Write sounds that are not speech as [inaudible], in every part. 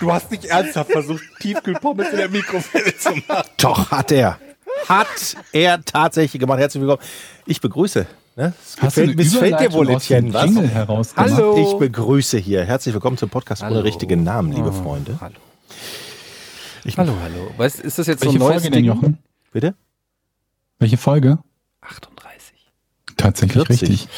Du hast nicht ernsthaft versucht, Tiefkühlpommes in der Mikrofile zu machen. Doch, hat er. Hat er tatsächlich gemacht. Herzlich willkommen. Ich begrüße. Ne? Es gefällt, missfällt dir wohl, Etienne, was? heraus Hallo. Ich begrüße hier. Herzlich willkommen zum Podcast ohne richtigen Namen, liebe Ah. Freunde. Hallo. hallo, hallo. Weißt, ist das jetzt Welche so ein neues Folge denn, Ding? Jochen? Bitte? Welche Folge? 38. Tatsächlich 40. richtig.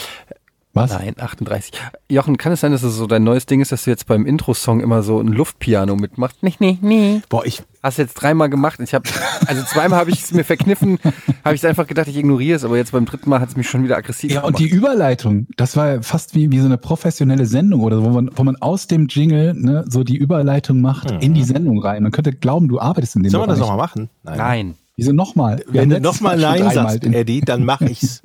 Was? Nein, 38. Jochen, kann es sein, dass es so dein neues Ding ist, dass du jetzt beim Intro-Song immer so ein Luftpiano mitmachst? Nee, nee, nee. Boah, ich, Hast du jetzt dreimal gemacht. Ich habe, also zweimal habe ich es mir verkniffen, habe ich es einfach gedacht, ich ignoriere es, aber jetzt beim dritten Mal hat es mich schon wieder aggressiv Ja, und gemacht. die Überleitung, das war fast wie, wie so eine professionelle Sendung oder so, wo man, wo man aus dem Jingle ne, so die Überleitung macht in die Sendung rein. Man könnte glauben, du arbeitest in dem Hm. sollen wir das Bereich. nochmal machen? Nein, Wieso nochmal? Wenn Wir haben du letztes nochmal schon Nein dreimal sagst, den- Eddie, dann mach [laughs] ich's.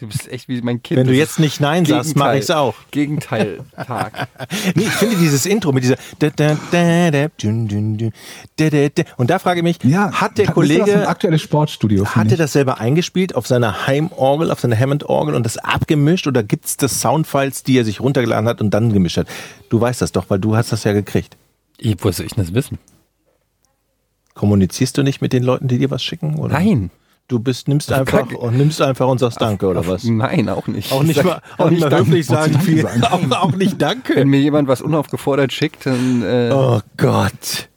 du bist echt wie mein Kind. Wenn du Das jetzt nicht Nein ist sagst, mach Gegenteil. ich's auch. Gegenteil, Tag. Nee, ich finde dieses Intro mit dieser da, da, da, da, dün, dün, dün, da, da, da. und da frage ich mich, ja, hat der das Ist das Kollege ein aktuelles Sportstudio. finde Hat er ich. das selber eingespielt auf seiner Heimorgel, auf seiner Hammond-Orgel und das abgemischt oder gibt es das Soundfiles, die er sich runtergeladen hat und dann gemischt hat? Du weißt das doch, weil du hast das ja gekriegt. Ich, wo soll ich denn das wissen? Kommunizierst du nicht mit den Leuten, die dir was schicken? Oder? Nein. Du bist, nimmst einfach Kacke. und nimmst einfach und sagst Danke oder was? Nein, auch nicht. Auch nicht Ich mal, sag- auch nicht mal danke. höflich sagen Danke viel. [laughs] sagen. Auch, auch nicht Wenn Danke. mir jemand was unaufgefordert schickt, dann äh, Oh Gott.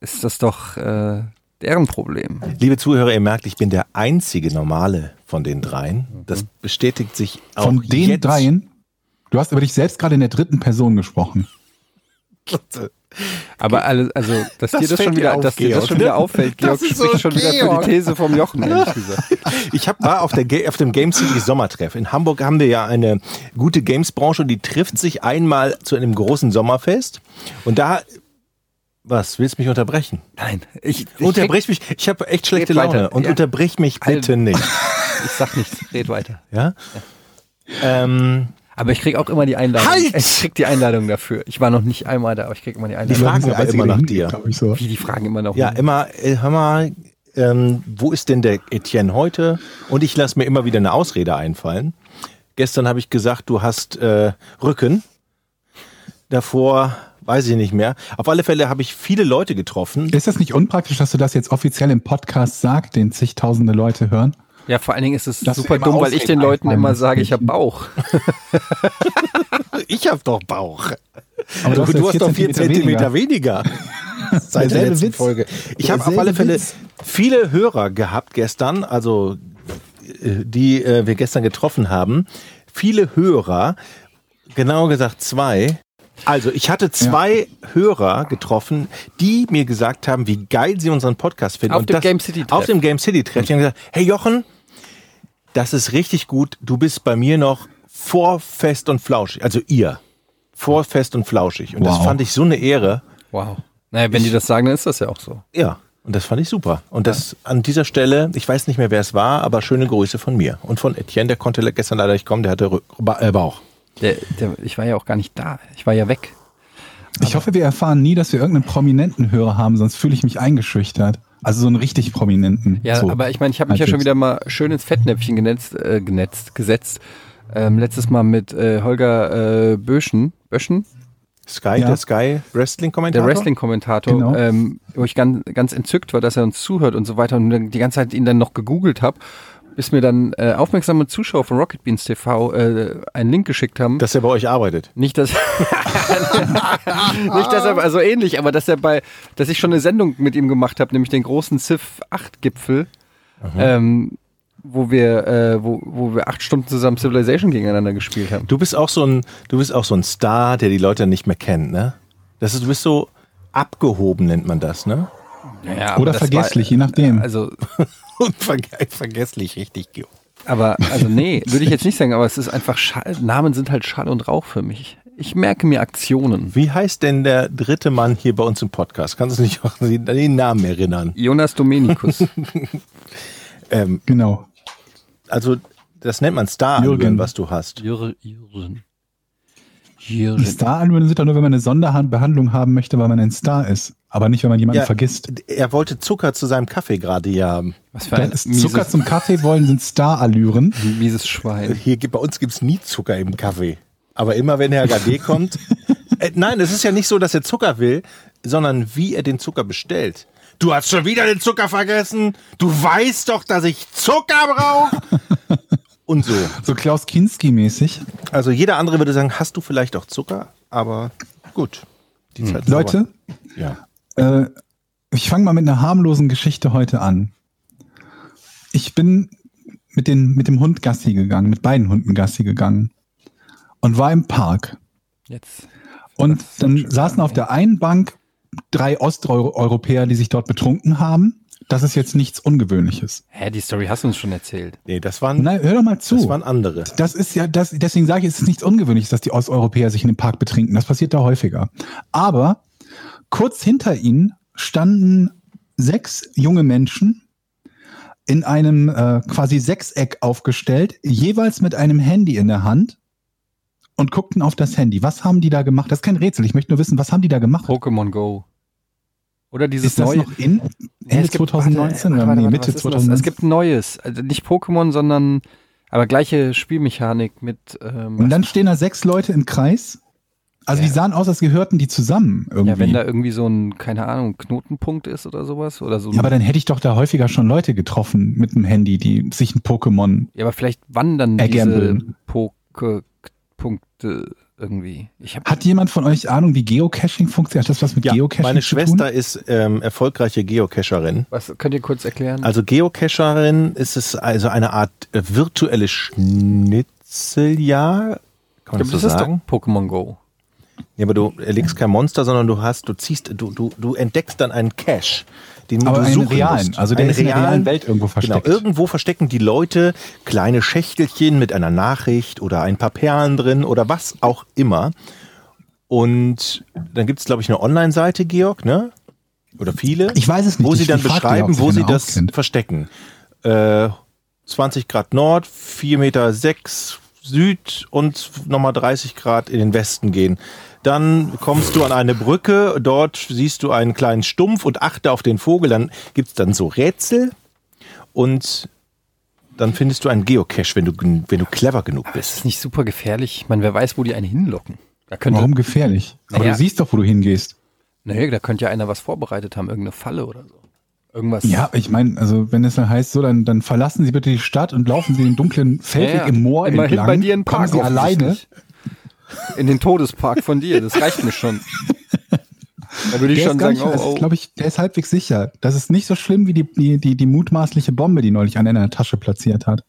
ist das doch äh, deren Problem. Liebe Zuhörer, ihr merkt, ich bin der einzige Normale von den dreien. Das bestätigt sich auch Mhm. Von den jetzt. [laughs] dreien? Du hast über dich selbst gerade in der dritten Person gesprochen. Aber alle, also, dass Das dir das fällt schon dir wieder, auf, dass dir Georg, das schon ne? wieder auffällt, Georg, ist spricht so schon wieder Georg. für die These vom Jochen, ehrlich gesagt. Ich hab, war auf, der, Ga- auf dem Game City Sommertreff. In Hamburg haben wir ja eine gute Games-Branche, die trifft sich einmal zu einem großen Sommerfest. Und da. Was? Willst du mich unterbrechen? Nein, ich, ich, Unterbrich mich. Ich habe echt schlechte Red weiter. Laune. Und Ja. Also unterbrich mich bitte Alter. nicht. krieg- ich sag nichts, red weiter. [laughs] Ja? Ähm, Aber ich krieg auch immer die Einladung. Halt! Ich krieg die Einladung dafür. Ich war noch nicht einmal da, aber ich krieg immer die Einladung. Die fragen Jochen ist der ja Einzige, also immer der nach hingeht, dir. glaub Ich so. Wie, die fragen immer noch. ja, immer, äh, hör mal, ähm, wo ist denn der Etienne heute? Und ich lasse mir immer wieder eine Ausrede einfallen. Gestern habe ich gesagt, du hast äh, Rücken. Davor weiß ich nicht mehr. Auf alle Fälle habe ich viele Leute getroffen. Ist das nicht unpraktisch, dass du das jetzt offiziell im Podcast sagst, den zigtausende Leute hören? ja, vor allen Dingen äh, ist es Dass wir super immer dumm, weil ich den Ausreden Leuten einfallen immer müssen. sage, ich habe Bauch. Ich habe doch Bauch. Aber Du, du hast vier doch vier Zentimeter weniger. weniger. Seit Derselbe letzten Witz. Ich habe auf Derselbe alle Fälle Witz. viele Hörer gehabt gestern, also äh, die äh, wir gestern getroffen haben. Viele Hörer, genauer gesagt zwei. Also ich hatte zwei Hörer getroffen, die mir gesagt haben, wie geil sie unseren Podcast finden. Auf Und dem das- Game City Treff. Auf dem Game City Treff. Die haben gesagt, hey Jochen, das ist richtig gut. Du bist bei mir noch vor Fest und Flauschig. Also ihr. Vor Fest und Flauschig. Und das Wow. fand ich so eine Ehre. Wow. Naja, wenn die das sagen, dann ist das ja auch so. Ja. Und das fand ich super. Und das an dieser Stelle, ich weiß nicht mehr, wer es war, aber schöne Grüße von mir. Und von Etienne, der konnte le- gestern leider nicht kommen, der hatte Rü- Ba- äh, Bauch. Der, der, ich war ja auch gar nicht da. Ich war ja weg. Ich hoffe, wir erfahren nie, dass wir irgendeinen prominenten Hörer haben, sonst fühle ich mich eingeschüchtert. Also so einen richtig prominenten. Ja, so. aber ich meine, ich habe mich ja schon wieder mal schön ins Fettnäpfchen genetzt, äh, genetzt, gesetzt. Ähm, letztes Mal mit äh, Holger äh, Böschen, Böschen, Sky, Ja. der Sky der Wrestling-Kommentator. Wrestling-Kommentator, Genau. ähm, wo ich ganz, ganz entzückt war, dass er uns zuhört und so weiter und dann die ganze Zeit ihn dann noch gegoogelt habe, bis mir dann äh, aufmerksame Zuschauer von Rocket Beans TV äh, einen Link geschickt haben. Dass er bei euch arbeitet. Nicht, dass, [laughs] nicht, dass er, also ähnlich, aber dass er bei, dass ich schon eine Sendung mit ihm gemacht habe, nämlich den großen Civ 8-Gipfel, ähm, wo wir, äh, wo, wo wir acht Stunden zusammen Civilization gegeneinander gespielt haben. Du bist auch so ein, du bist auch so ein Star, der die Leute nicht mehr kennt, ne? Das ist, du bist so abgehoben, nennt man das, ne? aber Oder das vergesslich, war- je nachdem. Also, Unvergesslich, richtig, Georg. [laughs] aber, also nee, würde ich jetzt nicht sagen, aber es ist einfach Schall, Namen sind halt Schall und Rauch für mich. Ich merke mir Aktionen. Wie heißt denn der dritte Mann hier bei uns im Podcast? Kannst du dich auch an den Namen erinnern? Jonas Domenikus. Ähm, Genau. also, das nennt man star Jürgen. was du hast. Jürgen. [laughs] Jürgen. Die Jürgen. Star-Anwendungen sind doch nur, wenn man eine Sonderbehandlung haben möchte, weil man ein Star ist. Aber nicht, wenn man jemanden Ja. vergisst. Er wollte Zucker zu seinem Kaffee gerade hier haben. Was für ein Dann ist Zucker mieses, zum Kaffee wollen sind Star-Allüren. mieses Schwein. Hier, gibt- bei uns gibt es nie Zucker im Kaffee. Aber immer, wenn Herr Gade kommt. Äh, nein, es ist ja nicht so, dass er Zucker will, sondern wie er den Zucker bestellt. Du hast schon wieder den Zucker vergessen. Du weißt doch, dass ich Zucker brauche. Und so. So Klaus Kinski-mäßig. Also jeder andere würde sagen, hast du vielleicht auch Zucker? Aber gut. Die Zeit ist Hm. Leute, vorbei. Ja. Äh, ich fange mal mit einer harmlosen Geschichte heute an. Ich bin mit, den, mit dem Hund Gassi gegangen, mit beiden Hunden Gassi gegangen und war im Park. Jetzt. Und Das ist dann schon saßen geil, auf der einen Bank drei Osteuropäer, die sich dort betrunken haben. Das ist jetzt nichts Ungewöhnliches. Hä, die Story hast du uns schon erzählt. Nee, das waren, Nein, hör doch mal zu. das waren andere. Das ist ja, das, deswegen sage ich, es ist nichts Ungewöhnliches, dass die Osteuropäer sich in dem Park betrinken. Das passiert da häufiger. Aber kurz hinter ihnen standen sechs junge Menschen in einem äh, quasi Sechseck aufgestellt, jeweils mit einem Handy in der Hand und guckten auf das Handy. Was haben die da gemacht? Das ist kein Rätsel. Ich möchte nur wissen, was haben die da gemacht? Pokémon Go. Oder dieses Ist das neue. noch in? Nee, Ende es gibt- warte, 2019 oder warte, nee, warte, Mitte was ist denn das? Es 2019? gibt ein neues. Also nicht Pokémon, sondern aber gleiche Spielmechanik mit. Ähm, Und dann stehen da sechs Leute im Kreis. Also Ja. die sahen aus, als gehörten die zusammen irgendwie. ja, wenn da irgendwie so ein, keine Ahnung, Knotenpunkt ist oder sowas. Oder so ein, Ja, aber dann hätte ich doch da häufiger schon Leute getroffen mit dem Handy, die sich ein Pokémon. Ja, aber vielleicht wandern diese Ergambeln. Poke-Punkte irgendwie. Ich hab, Hat jemand von euch Ahnung, wie Geocaching funktioniert? Hat das was mit Ja, Geocaching meine zu Schwester tun? ist ähm, erfolgreiche Geocacherin. was könnt ihr kurz erklären? Also Geocacherin ist es also eine Art äh, virtuelle Schnitzeljagd. Kann man das ist doch Pokémon Go. Ja, aber du erlegst kein Monster, sondern du hast, du ziehst, du, du, du entdeckst dann einen Cache, den Aber du einen suchen realen, musst. also der Einen ist in der realen Welt irgendwo versteckt. Genau, irgendwo verstecken die Leute kleine Schächtelchen mit einer Nachricht oder ein paar Perlen drin oder was auch immer. Und dann gibt's glaube ich, eine Online-Seite, Georg, ne? Oder viele. Ich weiß es nicht. Wo Ich- sie dann ich frag beschreiben, Georg, wo wenn sie er das auskennt. verstecken. Äh, 20 Grad Nord, 4 Meter 6 Süd und nochmal 30 Grad in den Westen gehen. Dann kommst du an eine Brücke, dort siehst du einen kleinen Stumpf und achte auf den Vogel. Dann gibt's dann so Rätsel und dann findest du einen Geocache, wenn du, gen- wenn du clever genug Das bist. ist nicht super gefährlich. Ich meine, wer weiß, wo die einen hinlocken. Da könnte, Warum gefährlich? Aber Naja. du siehst doch, wo du hingehst. Naja, da könnte ja einer was vorbereitet haben, irgendeine Falle oder so. Irgendwas. Ja, ich meine, also wenn es dann heißt, so, dann, dann verlassen Sie bitte die Stadt und laufen Sie den dunklen Feldweg Ja, ja. im Moor Immerhin entlang. bei dir in den Park Kommen Sie alleine. offensichtlich. In den Todespark von dir, das reicht mir [laughs] schon. Da würde ich Der ist, schon gar sagen, nicht, also, oh, oh. glaub ich, der ist halbwegs sicher. Das ist nicht so schlimm wie die, die, die, die mutmaßliche Bombe, die neulich einer in der Tasche platziert hat.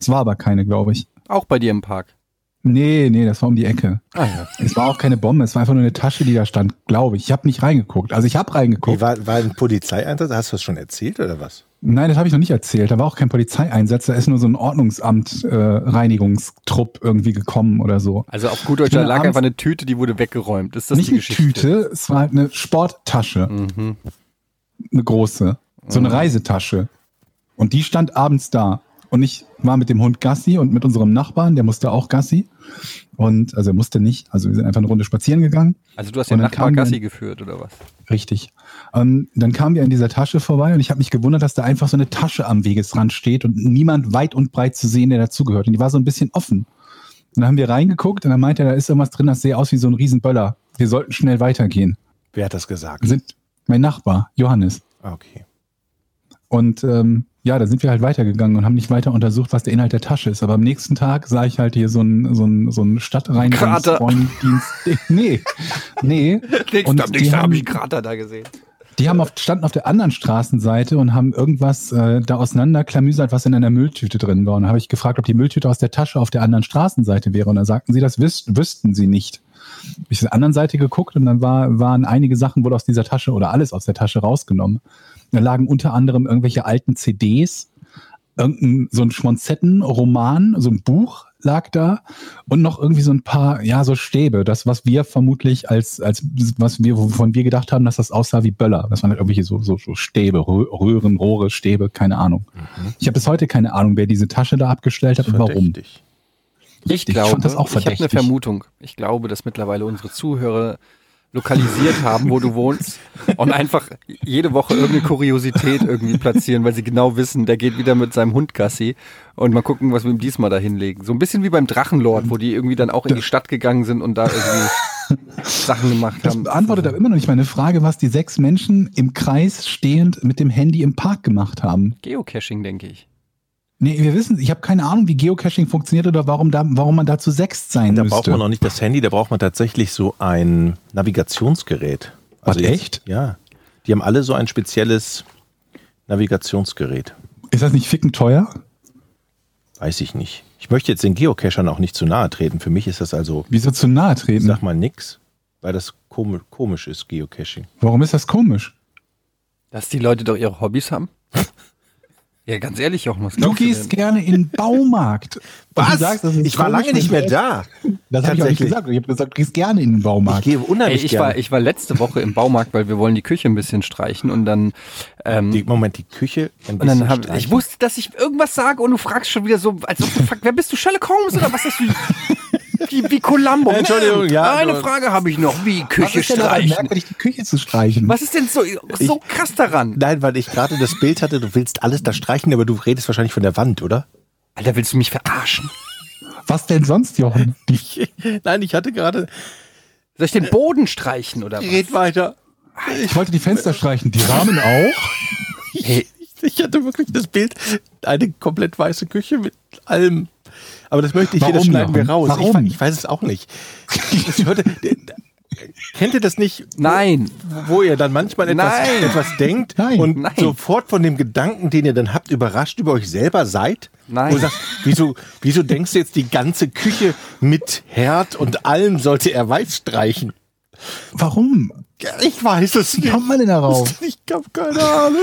Es war aber keine, glaube ich. auch bei dir im Park. Nee, nee, das war um die Ecke. Ah ja. Es war auch keine Bombe, es war einfach nur eine Tasche, die da stand, glaube ich. Ich habe nicht reingeguckt. Also ich habe Wie reingeguckt. war, war ein Polizeieinsatz? Hast du das schon erzählt oder was? Nein, das habe ich noch nicht erzählt. Da war auch kein Polizeieinsatz, da ist nur so ein Ordnungsamt äh, Reinigungstrupp irgendwie gekommen oder so. Also auf gut Ich Deutsch, bin da lag abends- einfach eine Tüte, die wurde weggeräumt. Ist das nicht die eine Geschichte? Tüte, es war halt eine Sporttasche, Mhm. eine große, so eine Reisetasche. Und die stand abends da. Und ich war mit dem Hund Gassi und mit unserem Nachbarn, der musste auch Gassi. Und also er musste nicht, also wir sind einfach eine Runde spazieren gegangen. Also du hast Und den dann Nachbar kam dann- Gassi geführt, oder was? Richtig. Ähm, dann kamen wir an dieser Tasche vorbei und ich habe mich gewundert, dass da einfach so eine Tasche am Wegesrand steht und niemand weit und breit zu sehen, der dazugehört. Und die war so ein bisschen offen. Und dann haben wir reingeguckt und dann meinte er, da ist irgendwas drin, das sähe aus wie so ein Riesenböller. Wir sollten schnell weitergehen. Wer hat das gesagt? Sind mein Nachbar, Johannes. Ah, Okay. Und ähm, ja, da sind wir halt weitergegangen und haben nicht weiter untersucht, was der Inhalt der Tasche ist. Aber am nächsten Tag sah ich halt hier so ein, so ein, so ein Krater. Stadtreinigungsräumdienst. [laughs] Nee, nee. Und die haben- Krater da gesehen. Die haben auf, standen auf der anderen Straßenseite und haben irgendwas äh, da auseinanderklamüsert, was in einer Mülltüte drin war. Und da habe ich gefragt, ob die Mülltüte aus der Tasche auf der anderen Straßenseite wäre. Und da sagten sie, das wüs wüssten sie nicht. Hab Ich zur anderen Seite geguckt und dann war, waren einige Sachen wohl aus dieser Tasche oder alles aus der Tasche rausgenommen. Da lagen unter anderem irgendwelche alten CDs, irgendein so ein Schmonzetten-Roman, so ein Buch lag da und noch irgendwie so ein paar, ja, so Stäbe. Das, was wir vermutlich als, als was wir, wovon wir gedacht haben, dass das aussah wie Böller. Das waren halt irgendwelche so, so, so Stäbe, Rö- Röhren, Rohre, Stäbe, keine Ahnung. Ich habe bis heute keine Ahnung, wer diese Tasche da abgestellt hat und warum. Verdächtig. Richtig, ich fand das auch ich habe eine verdächtig. Vermutung. Ich glaube, dass mittlerweile unsere Zuhörer lokalisiert haben, wo du wohnst und einfach jede Woche irgendeine Kuriosität irgendwie platzieren, weil sie genau wissen, der geht wieder mit seinem Hund Gassi und mal gucken, was wir ihm diesmal da hinlegen. So ein bisschen wie beim Drachenlord, wo die irgendwie dann auch in die Stadt gegangen sind und da irgendwie [laughs] Sachen gemacht das haben. beantwortet aber immer noch nicht meine Frage, was die sechs Menschen im Kreis stehend mit dem Handy im Park gemacht haben. Geocaching, denke ich. Nee, wir wissen, ich habe keine Ahnung, wie Geocaching funktioniert oder warum, da, warum man da zu sechs sein Da braucht müsste. man noch nicht das Handy, da braucht man tatsächlich so ein Navigationsgerät. Also Was, jetzt- echt? Ja. Die haben alle so ein spezielles Navigationsgerät. Ist das nicht ficken teuer? Weiß ich nicht. Ich möchte jetzt den Geocachern auch nicht zu nahe treten. Für mich ist das also, Wieso zu nahe ich treten? sag mal nix, weil das komi- komisch ist, Geocaching. Warum ist das komisch? Dass die Leute doch ihre Hobbys haben? [laughs] Ja, ganz ehrlich, Jochen, was Du glaubst gehst gerne in den Baumarkt. Und du sagst, das ist ich war komisch, lange nicht wenn- mehr da. Das habe ich auch Tatsächlich. nicht gesagt. Ich habe gesagt, du gehst gerne in den Ich Baumarkt. gehe unheimlich Ey, ich, gerne. war, ich war letzte Woche im Baumarkt, weil wir wollen die Küche ein bisschen streichen und dann ähm, die, Moment, die Küche ein und dann bisschen hab, ich streichen. wusste, dass ich irgendwas sage und du fragst schon wieder so, als ob du fragst, wer bist du, Sherlock Holmes oder was ist das wie, wie, wie Columbo? Äh, Entschuldigung, Ma'am, ja, Eine du- Frage habe ich noch, wie Was Küche ist denn daran streichen. merkwürdig, die Küche zu streichen? Was ist denn so, so krass daran? Nein, weil ich gerade das Bild hatte, du willst alles da streichen, aber du redest wahrscheinlich von der Wand, [laughs] oder? Alter, willst du mich verarschen? Was denn sonst, Jochen? Die, Nein, ich hatte gerade. Soll ich den Boden streichen oder was? Red weiter. ich wollte die Fenster streichen, die Rahmen auch. Ich, ich hatte wirklich das Bild, eine komplett weiße Küche mit allem. Aber das möchte ich hier, das Warum, schneiden wir Jochen? raus. Warum? Ich, ich weiß es auch nicht. Das hörte, kennt ihr das nicht? Nein. Wo ihr dann manchmal etwas, Nein. etwas denkt Nein, und nein. sofort von dem Gedanken, den ihr dann habt, überrascht über euch selber seid? Nein. Wo ihr sagt, wieso, wieso denkst du jetzt die ganze Küche mit Herd und allem sollte er weiß streichen? Warum? Ich weiß es Wie nicht. kommt man denn darauf? Ich hab keine Ahnung.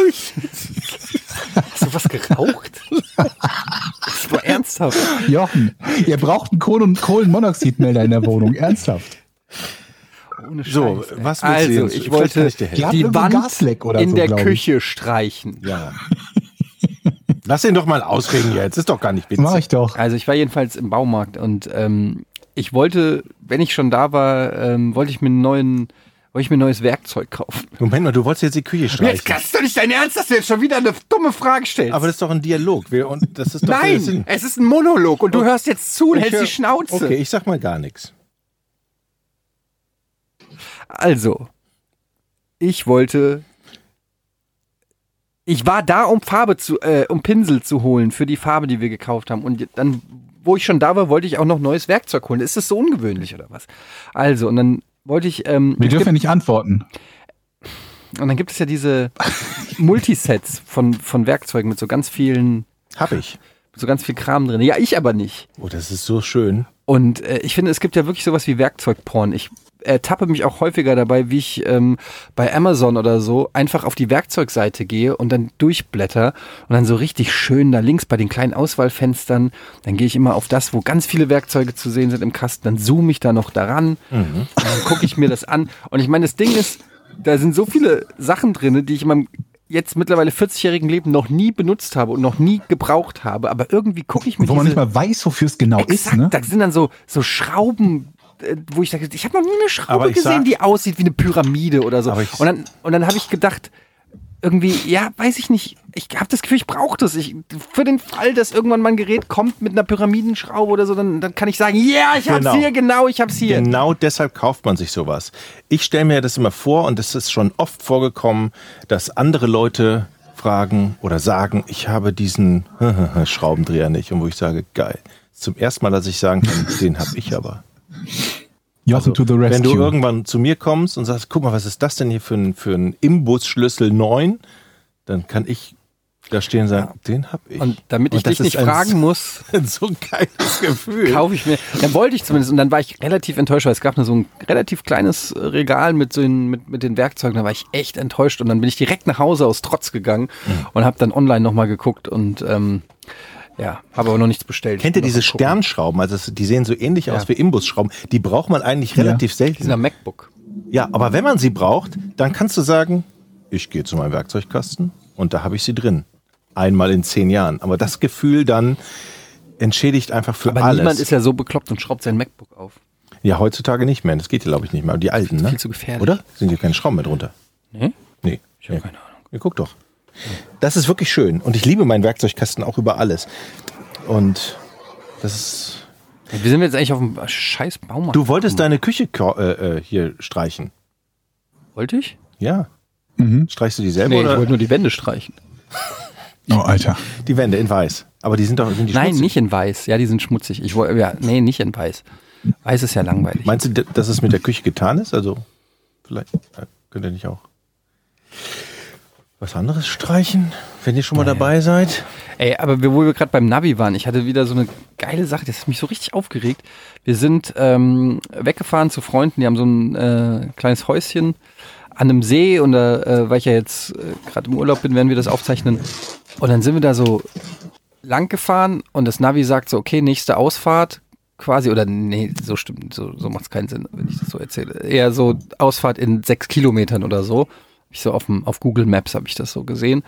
Hast du was geraucht? Das war ernsthaft. Jochen, ihr braucht einen Kohlen Kohlenmonoxidmelder in der Wohnung, ernsthaft. Ohne So, Scheiß, ey. was willst du Also, jetzt? ich Vielleicht kann wollte ich dir helfen. Die haben die irgendwo ein Wand Gasleck oder in so, der glaub ich. Küche streichen. Ja. Lass ihn doch mal ausreden jetzt. Ist doch gar nicht witzig. Mach ich doch. Also ich war jedenfalls im Baumarkt und ähm, ich wollte, wenn ich schon da war, ähm, wollte ich mir einen neuen, wollte ich mir ein neues Werkzeug kaufen. Moment mal, du wolltest jetzt die Küche streichen. kannst du nicht dein Ernst, dass du jetzt schon wieder eine dumme Frage stellst. Aber das ist doch ein Dialog. Wir, und das ist doch das Nein, sind- es ist ein Monolog und du hörst jetzt zu und Ich hältst hör- die Schnauze. Okay, ich sag mal gar nichts. Also, ich wollte. Ich war da, um Farbe zu, äh, um Pinsel zu holen für die Farbe, die wir gekauft haben. Und dann, wo ich schon da war, wollte ich auch noch neues Werkzeug holen. Ist das so ungewöhnlich oder was? Also, und dann wollte ich. Ähm, Wir es dürfen ja nicht antworten. gibt, und dann gibt es ja diese Multisets von, von Werkzeugen mit so ganz vielen, Hab ich. mit so ganz viel Kram drin. Ja, ich aber nicht. Oh, das ist so schön. Und äh, ich finde, es gibt ja wirklich sowas wie Werkzeugporn. Ich ertappe mich auch häufiger dabei, wie ich ähm, bei Amazon oder so einfach auf die Werkzeugseite gehe und dann durchblätter und dann so richtig schön da links bei den kleinen Auswahlfenstern, dann gehe ich immer auf das, wo ganz viele Werkzeuge zu sehen sind im Kasten, dann zoome ich da noch daran Mhm. und dann gucke ich mir das an. Und ich meine, das Ding ist, da sind so viele Sachen drin, die ich in meinem jetzt mittlerweile 40-jährigen Leben noch nie benutzt habe und noch nie gebraucht habe, aber irgendwie gucke ich mir Wo man diese nicht mal weiß, wofür es genau Exakt, ist, ne? da sind dann so, so Schrauben, äh, wo ich dachte, ich habe noch nie eine Aber Schraube ich gesehen, sag- die aussieht wie eine Pyramide oder so. Aber ich- Und dann, und dann habe ich gedacht, irgendwie, ja, weiß ich nicht, ich habe das Gefühl, ich brauche das. Ich, für den Fall, dass irgendwann mal ein Gerät kommt mit einer Pyramidenschraube oder so, dann, dann kann ich sagen, ja, ich hab's Genau. hier, genau, ich hab's hier. Genau deshalb kauft man sich sowas. Ich stelle mir das immer vor und es ist schon oft vorgekommen, dass andere Leute fragen oder sagen, ich habe diesen [laughs] Schraubendreher nicht. Und wo ich sage, geil. Zum ersten Mal, dass ich sagen kann, den habe ich aber. Jochen to the Wenn rescue. du irgendwann zu mir kommst und sagst, guck mal, was ist das denn hier für ein, für ein Imbusschlüssel 9, dann kann ich da stehen und sagen, den hab ich. Und damit ich das dich nicht ist ein fragen [laughs] muss, [laughs] so ein geiles Gefühl. kaufe ich mir. Dann wollte ich zumindest und dann war ich relativ enttäuscht, weil es gab nur so ein relativ kleines äh, Regal mit, so den, mit, mit den Werkzeugen, da war ich echt enttäuscht und dann bin ich direkt nach Hause aus Trotz gegangen und habe dann online nochmal geguckt und ähm, Ja, habe aber noch nichts bestellt. Kennt ihr Ich diese muss noch mal gucken. Sternschrauben? Also es- die sehen so ähnlich aus wie Imbusschrauben. Die braucht man eigentlich relativ Die sind am selten. MacBook. Ja, aber wenn man sie braucht, dann kannst du sagen, ich gehe zu meinem Werkzeugkasten und da habe ich sie drin. Einmal in zehn Jahren. Aber das Gefühl dann entschädigt einfach für Aber alles. niemand ist ja so bekloppt und schraubt sein MacBook auf. Ja, heutzutage nicht mehr. Das geht ja, glaube ich, nicht mehr. Aber die alten, ne? viel zu gefährlich. Oder? Sind ja keine Schrauben mehr drunter. Nee? Nee. Ich habe nee. keine Ahnung. Ja, guck doch. Das ist wirklich schön. Und ich liebe meinen Werkzeugkasten auch über alles. Und das ist. Wie sind wir jetzt eigentlich auf dem scheiß Baumarkt? Du wolltest deine Küche ko- äh, äh, hier streichen. Wollte ich? Ja. Streichst du die selber Nee, ich oder wollte nur die Wände streichen. Oh, Alter. die Wände in weiß? Aber die sind doch sind die Nein, schmutzig? nicht in weiß. Ja, die sind schmutzig. Ich wollte, ja, nee, nicht in weiß. Weiß ist ja langweilig. Meinst du, d- dass es mit der Küche getan ist? Also, vielleicht äh, könnt ihr nicht auch was anderes streichen, wenn ihr schon mal dabei seid. Ey, aber wir- wo wir gerade beim Navi waren, ich hatte wieder so eine geile Sache, das hat mich so richtig aufgeregt. Wir sind ähm, weggefahren zu Freunden, die haben so ein äh, kleines Häuschen an einem See und da, äh, weil ich ja jetzt äh, gerade im Urlaub bin, werden wir das aufzeichnen. Und dann sind wir da so lang gefahren und das Navi sagt so, okay, nächste Ausfahrt quasi, oder nee, so stimmt, so, so macht es keinen Sinn, wenn ich das so erzähle. Eher so Ausfahrt in sechs Kilometern oder so. Ich so auf, dem, auf Google Maps habe ich das so gesehen.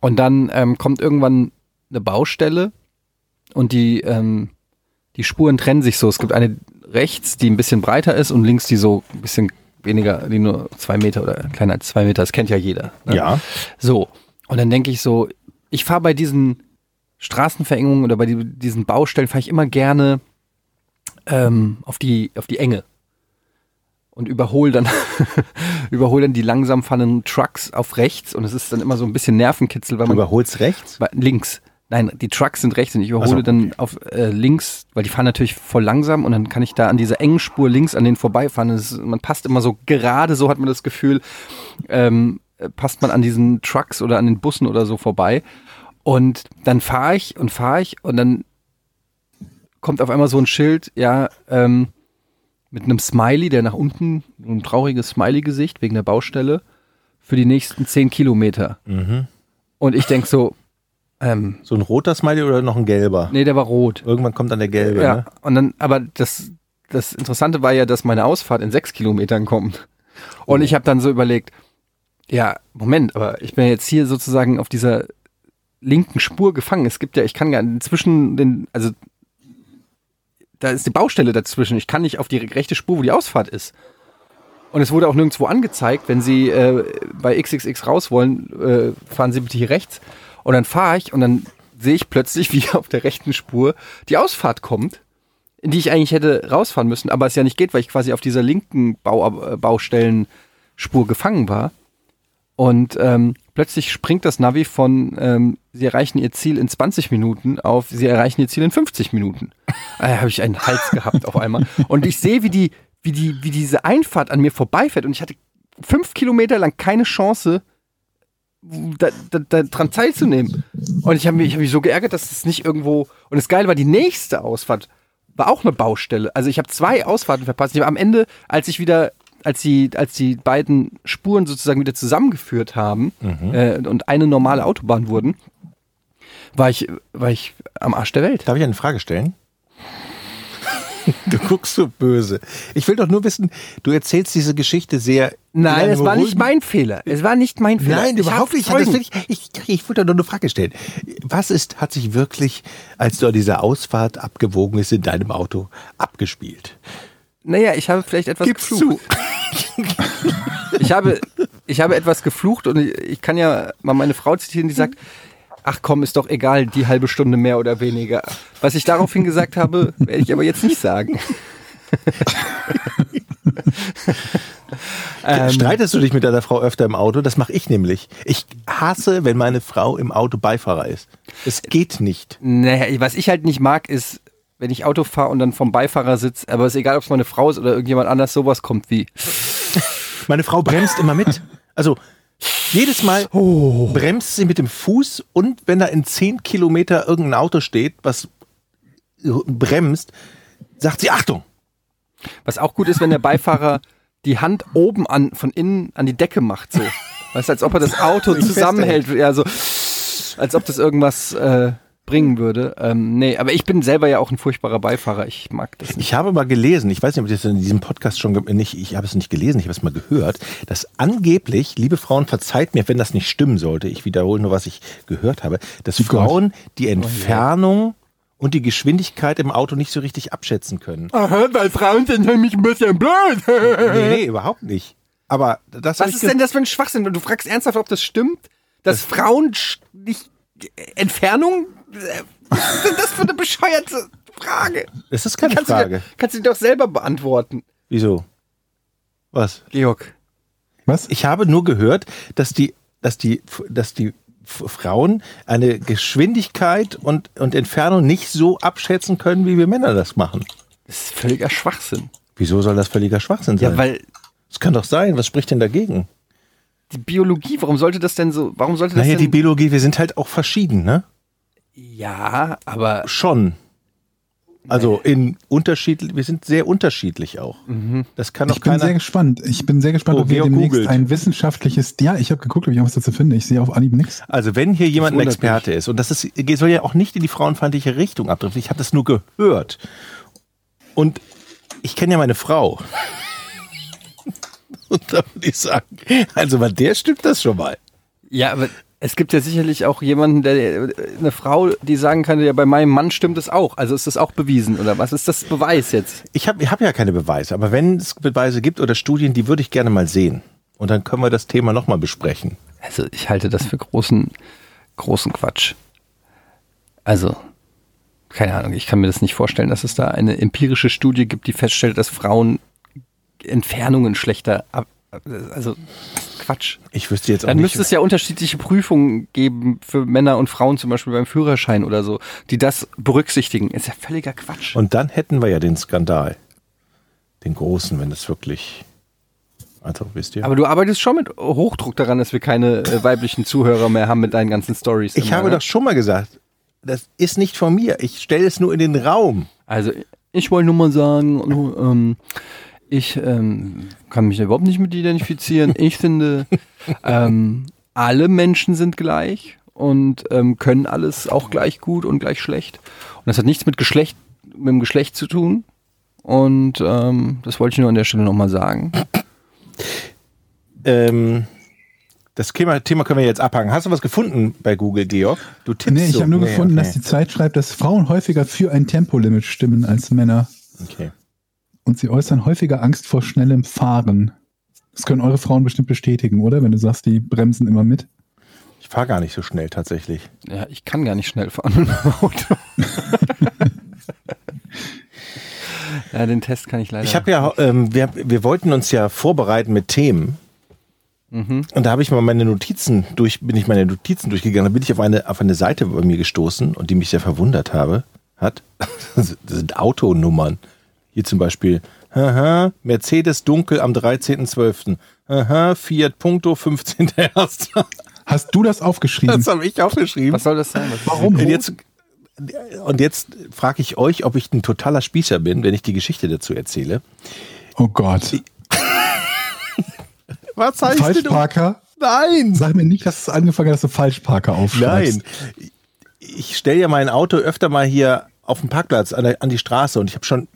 Und dann ähm, kommt irgendwann eine Baustelle und die, ähm, die Spuren trennen sich so. Es gibt eine rechts, die ein bisschen breiter ist und links, die so ein bisschen weniger, die nur zwei Meter oder kleiner als zwei Meter. Das kennt ja jeder. ne? Ja. So. Und dann denke ich so, ich fahre bei diesen Straßenverengungen oder bei die, diesen Baustellen fahre ich immer gerne ähm, auf, die, auf die Enge. Und überhole dann, [laughs] überhole dann die langsam fahrenden Trucks auf rechts und es ist dann immer so ein bisschen Nervenkitzel, weil Du man überholst rechts. Wa- links. Nein, die Trucks sind rechts und ich Ach überhole so, dann auf äh, links, weil die fahren natürlich voll langsam und dann kann ich da an dieser engen Spur links an denen vorbeifahren. Das ist, man passt immer so gerade, so hat man das Gefühl, ähm, äh, passt man an diesen Trucks oder an den Bussen oder so vorbei. Und dann fahre ich und fahre ich und dann kommt auf einmal so ein Schild, ja, ähm, mit einem Smiley, der nach unten, ein trauriges Smiley-Gesicht wegen der Baustelle, für die nächsten 10 Kilometer. Mhm. Und ich denk so, ähm, So ein roter Smiley oder noch ein gelber? nee, der war rot. Irgendwann kommt dann der gelbe. Ja, Ne? und dann, aber das, das Interessante war ja, dass meine Ausfahrt in sechs Kilometern kommt. Und ich habe dann so überlegt, ja, Moment, aber ich bin ja jetzt hier sozusagen auf dieser linken Spur gefangen. Es gibt ja, ich kann gar zwischen den, also da ist die Baustelle dazwischen. Ich kann nicht auf die rechte Spur, wo die Ausfahrt ist. Und es wurde auch nirgendwo angezeigt, wenn Sie äh, bei XXX raus wollen, äh, fahren Sie bitte hier rechts. Und dann fahre ich und dann sehe ich plötzlich, [laughs] wie auf der rechten Spur die Ausfahrt kommt, in die ich eigentlich hätte rausfahren müssen, aber es ja nicht geht, weil ich quasi auf dieser linken Bau, äh, Baustellenspur gefangen war. Und ähm, plötzlich springt das Navi von, ähm, Sie erreichen Ihr Ziel in 20 Minuten auf, Sie erreichen Ihr Ziel in 50 Minuten. Da habe ich einen Hals gehabt auf einmal. Und ich sehe, wie, die, wie, die, wie diese Einfahrt an mir vorbeifährt. Und ich hatte fünf Kilometer lang keine Chance, da, da, da dran teilzunehmen. Und ich habe mich, ich hab mich so geärgert, dass es nicht irgendwo. Und das Geile war, die nächste Ausfahrt war auch eine Baustelle. Also ich habe zwei Ausfahrten verpasst. Ich hab am Ende, als ich wieder, als die, als die beiden Spuren sozusagen wieder zusammengeführt haben Mhm. äh, und eine normale Autobahn wurden, war ich, war ich am Arsch der Welt. Darf ich eine Frage stellen? [laughs] Du guckst so böse. Ich will doch nur wissen, du erzählst diese Geschichte sehr. Nein, in es einem war nicht ruhigen- mein Fehler. Es war nicht mein Fehler. Nein, Ich überhaupt hab nicht. Zeugen. Das will ich, ich, ich wollte doch nur eine Frage stellen. Was ist, hat sich wirklich, als du an dieser Ausfahrt abgewogen ist, in deinem Auto abgespielt? Naja, ich habe vielleicht etwas Gib's geflucht. ich, habe, ich habe etwas geflucht und ich, ich kann ja mal meine Frau zitieren, die sagt, ach komm, ist doch egal, die halbe Stunde mehr oder weniger. Was ich daraufhin gesagt habe, werde ich aber jetzt nicht sagen. Ähm. Streitest du dich mit deiner Frau öfter im Auto? Das mache ich nämlich. Ich hasse, wenn meine Frau im Auto Beifahrer ist. Es geht nicht. Naja, was ich halt nicht mag, ist, wenn ich Auto fahre und dann vom Beifahrer sitze, aber es ist egal, ob es meine Frau ist oder irgendjemand anders, sowas kommt wie. Meine Frau bremst immer mit. Also jedes Mal Oh. bremst sie mit dem Fuß und wenn da in 10 Kilometer irgendein Auto steht, was bremst, sagt sie Achtung. Was auch gut ist, wenn der Beifahrer die Hand oben an, von innen an die Decke macht, so. Weißt du, als ob er das Auto zusammenhält. Ja, so, als ob das irgendwas äh, bringen würde. Ähm, nee, aber ich bin selber ja auch ein furchtbarer Beifahrer. Ich mag das nicht. Ich habe mal gelesen, ich weiß nicht, ob ich das in diesem Podcast schon, ge- nicht, ich habe es nicht gelesen, ich habe es mal gehört, dass angeblich, liebe Frauen, verzeiht mir, wenn das nicht stimmen sollte, ich wiederhole nur, was ich gehört habe, dass Frauen Oh die Entfernung und die Geschwindigkeit im Auto nicht so richtig abschätzen können. Aha, weil Frauen sind nämlich ein bisschen blöd. [laughs] Nee, nee, überhaupt nicht. Aber das Äh, Was hab ich ist ge- denn das für ein Schwachsinn? Und du fragst ernsthaft, ob das stimmt, dass Frauen sch- nicht Entfernung? Äh, Was ist denn das für eine bescheuerte Frage? Das ist keine kannst Du Frage. dir, kannst du dir doch selber beantworten, Wieso? Was? Georg. Was? Ich habe nur gehört, dass die, dass die, dass die F- Frauen eine Geschwindigkeit und, und Entfernung nicht so abschätzen können, wie wir Männer das machen. Das ist völliger Schwachsinn. Wieso soll das völliger Schwachsinn sein? Ja, weil das kann doch sein. Was spricht denn dagegen? die Biologie, warum sollte das denn so, warum sollte das Naja, die denn... Biologie, wir sind halt auch verschieden, ne? ja, aber Schon. Also in unterschiedlich, wir sind sehr unterschiedlich auch. Das kann doch Ich bin sehr keiner. gespannt. Ich bin sehr gespannt, Oh, ob wir Georg demnächst googelt. ein wissenschaftliches. Ja, ich habe geguckt, ob ich noch was dazu finde. Ich sehe auf Anhieb nichts. Also wenn hier jemand ein wundert Experte ist, und das ist, soll ja auch nicht in die frauenfeindliche Richtung abdriften, ich habe das nur gehört. Und ich kenne ja meine Frau. [laughs] Und da würde ich sagen, also bei der stimmt das schon mal. Ja, aber es gibt ja sicherlich auch jemanden, der äh, eine Frau, die sagen kann, ja, bei meinem Mann stimmt es auch. Also ist das auch bewiesen oder was ist das Beweis jetzt? Ich habe ich hab ja keine Beweise, aber wenn es Beweise gibt oder Studien, die würde ich gerne mal sehen. Und dann können wir das Thema nochmal besprechen. Also ich halte das für großen, großen Quatsch. Also, keine Ahnung, ich kann mir das nicht vorstellen, dass es da eine empirische Studie gibt, die feststellt, dass Frauen Entfernungen schlechter ab. Also Quatsch. Ich wüsste jetzt auch Dann nicht. müsste es ja unterschiedliche Prüfungen geben für Männer und Frauen, zum Beispiel beim Führerschein oder so, die das berücksichtigen. Ist ja völliger Quatsch. und dann hätten wir ja den Skandal. Den großen, wenn das wirklich. Also, wisst ihr. Aber du arbeitest schon mit Hochdruck daran, dass wir keine äh, weiblichen Zuhörer mehr haben mit deinen ganzen Stories. Ich immer, habe ne? doch schon mal gesagt, das ist nicht von mir. Ich stelle es nur in den Raum. Also, ich wollte nur mal sagen, nur, ähm, ich ähm, kann mich überhaupt nicht mit identifizieren. Ich finde, ähm, alle Menschen sind gleich und ähm, können alles auch gleich gut und gleich schlecht. Und das hat nichts mit Geschlecht, mit dem Geschlecht zu tun. Und ähm, das wollte ich nur an der Stelle nochmal sagen. Ähm, das Thema, Thema können wir jetzt abhaken. Hast du was gefunden bei Google, Georg? Du tippst Nee, ich so. habe nur Nee, gefunden, okay. dass die Zeit schreibt, dass Frauen häufiger für ein Tempolimit stimmen als Männer Okay. und sie äußern häufiger Angst vor schnellem Fahren. Das können eure Frauen bestimmt bestätigen, oder? Wenn du sagst, die bremsen immer mit. Ich fahre gar nicht so schnell tatsächlich. Ja, ich kann gar nicht schnell fahren mit dem Auto. ja, den Test kann ich leider. Ich habe ja, ähm, wir, wir wollten uns ja vorbereiten mit Themen. Mhm. Und da habe ich mal meine Notizen durch, bin ich meine Notizen durchgegangen. Da bin ich auf eine, auf eine Seite bei mir gestoßen und die mich sehr verwundert habe, hat. [laughs] Das sind Autonummern. Hier zum Beispiel, haha, Mercedes dunkel am 13.12. Haha, Fiat Punto 15.01. Hast du das aufgeschrieben? [laughs] Das habe ich aufgeschrieben. Was soll das sein? Was Warum? Und jetzt, und jetzt frage ich euch, ob ich ein totaler Spießer bin, wenn ich die Geschichte dazu erzähle. Oh Gott. Was heißt um Falschparker? Nein! Sag mir nicht, dass es angefangen hat, dass du Falschparker aufschreibst. Nein. Ich stelle ja mein Auto öfter mal hier auf den Parkplatz an, der, an die Straße und ich habe schon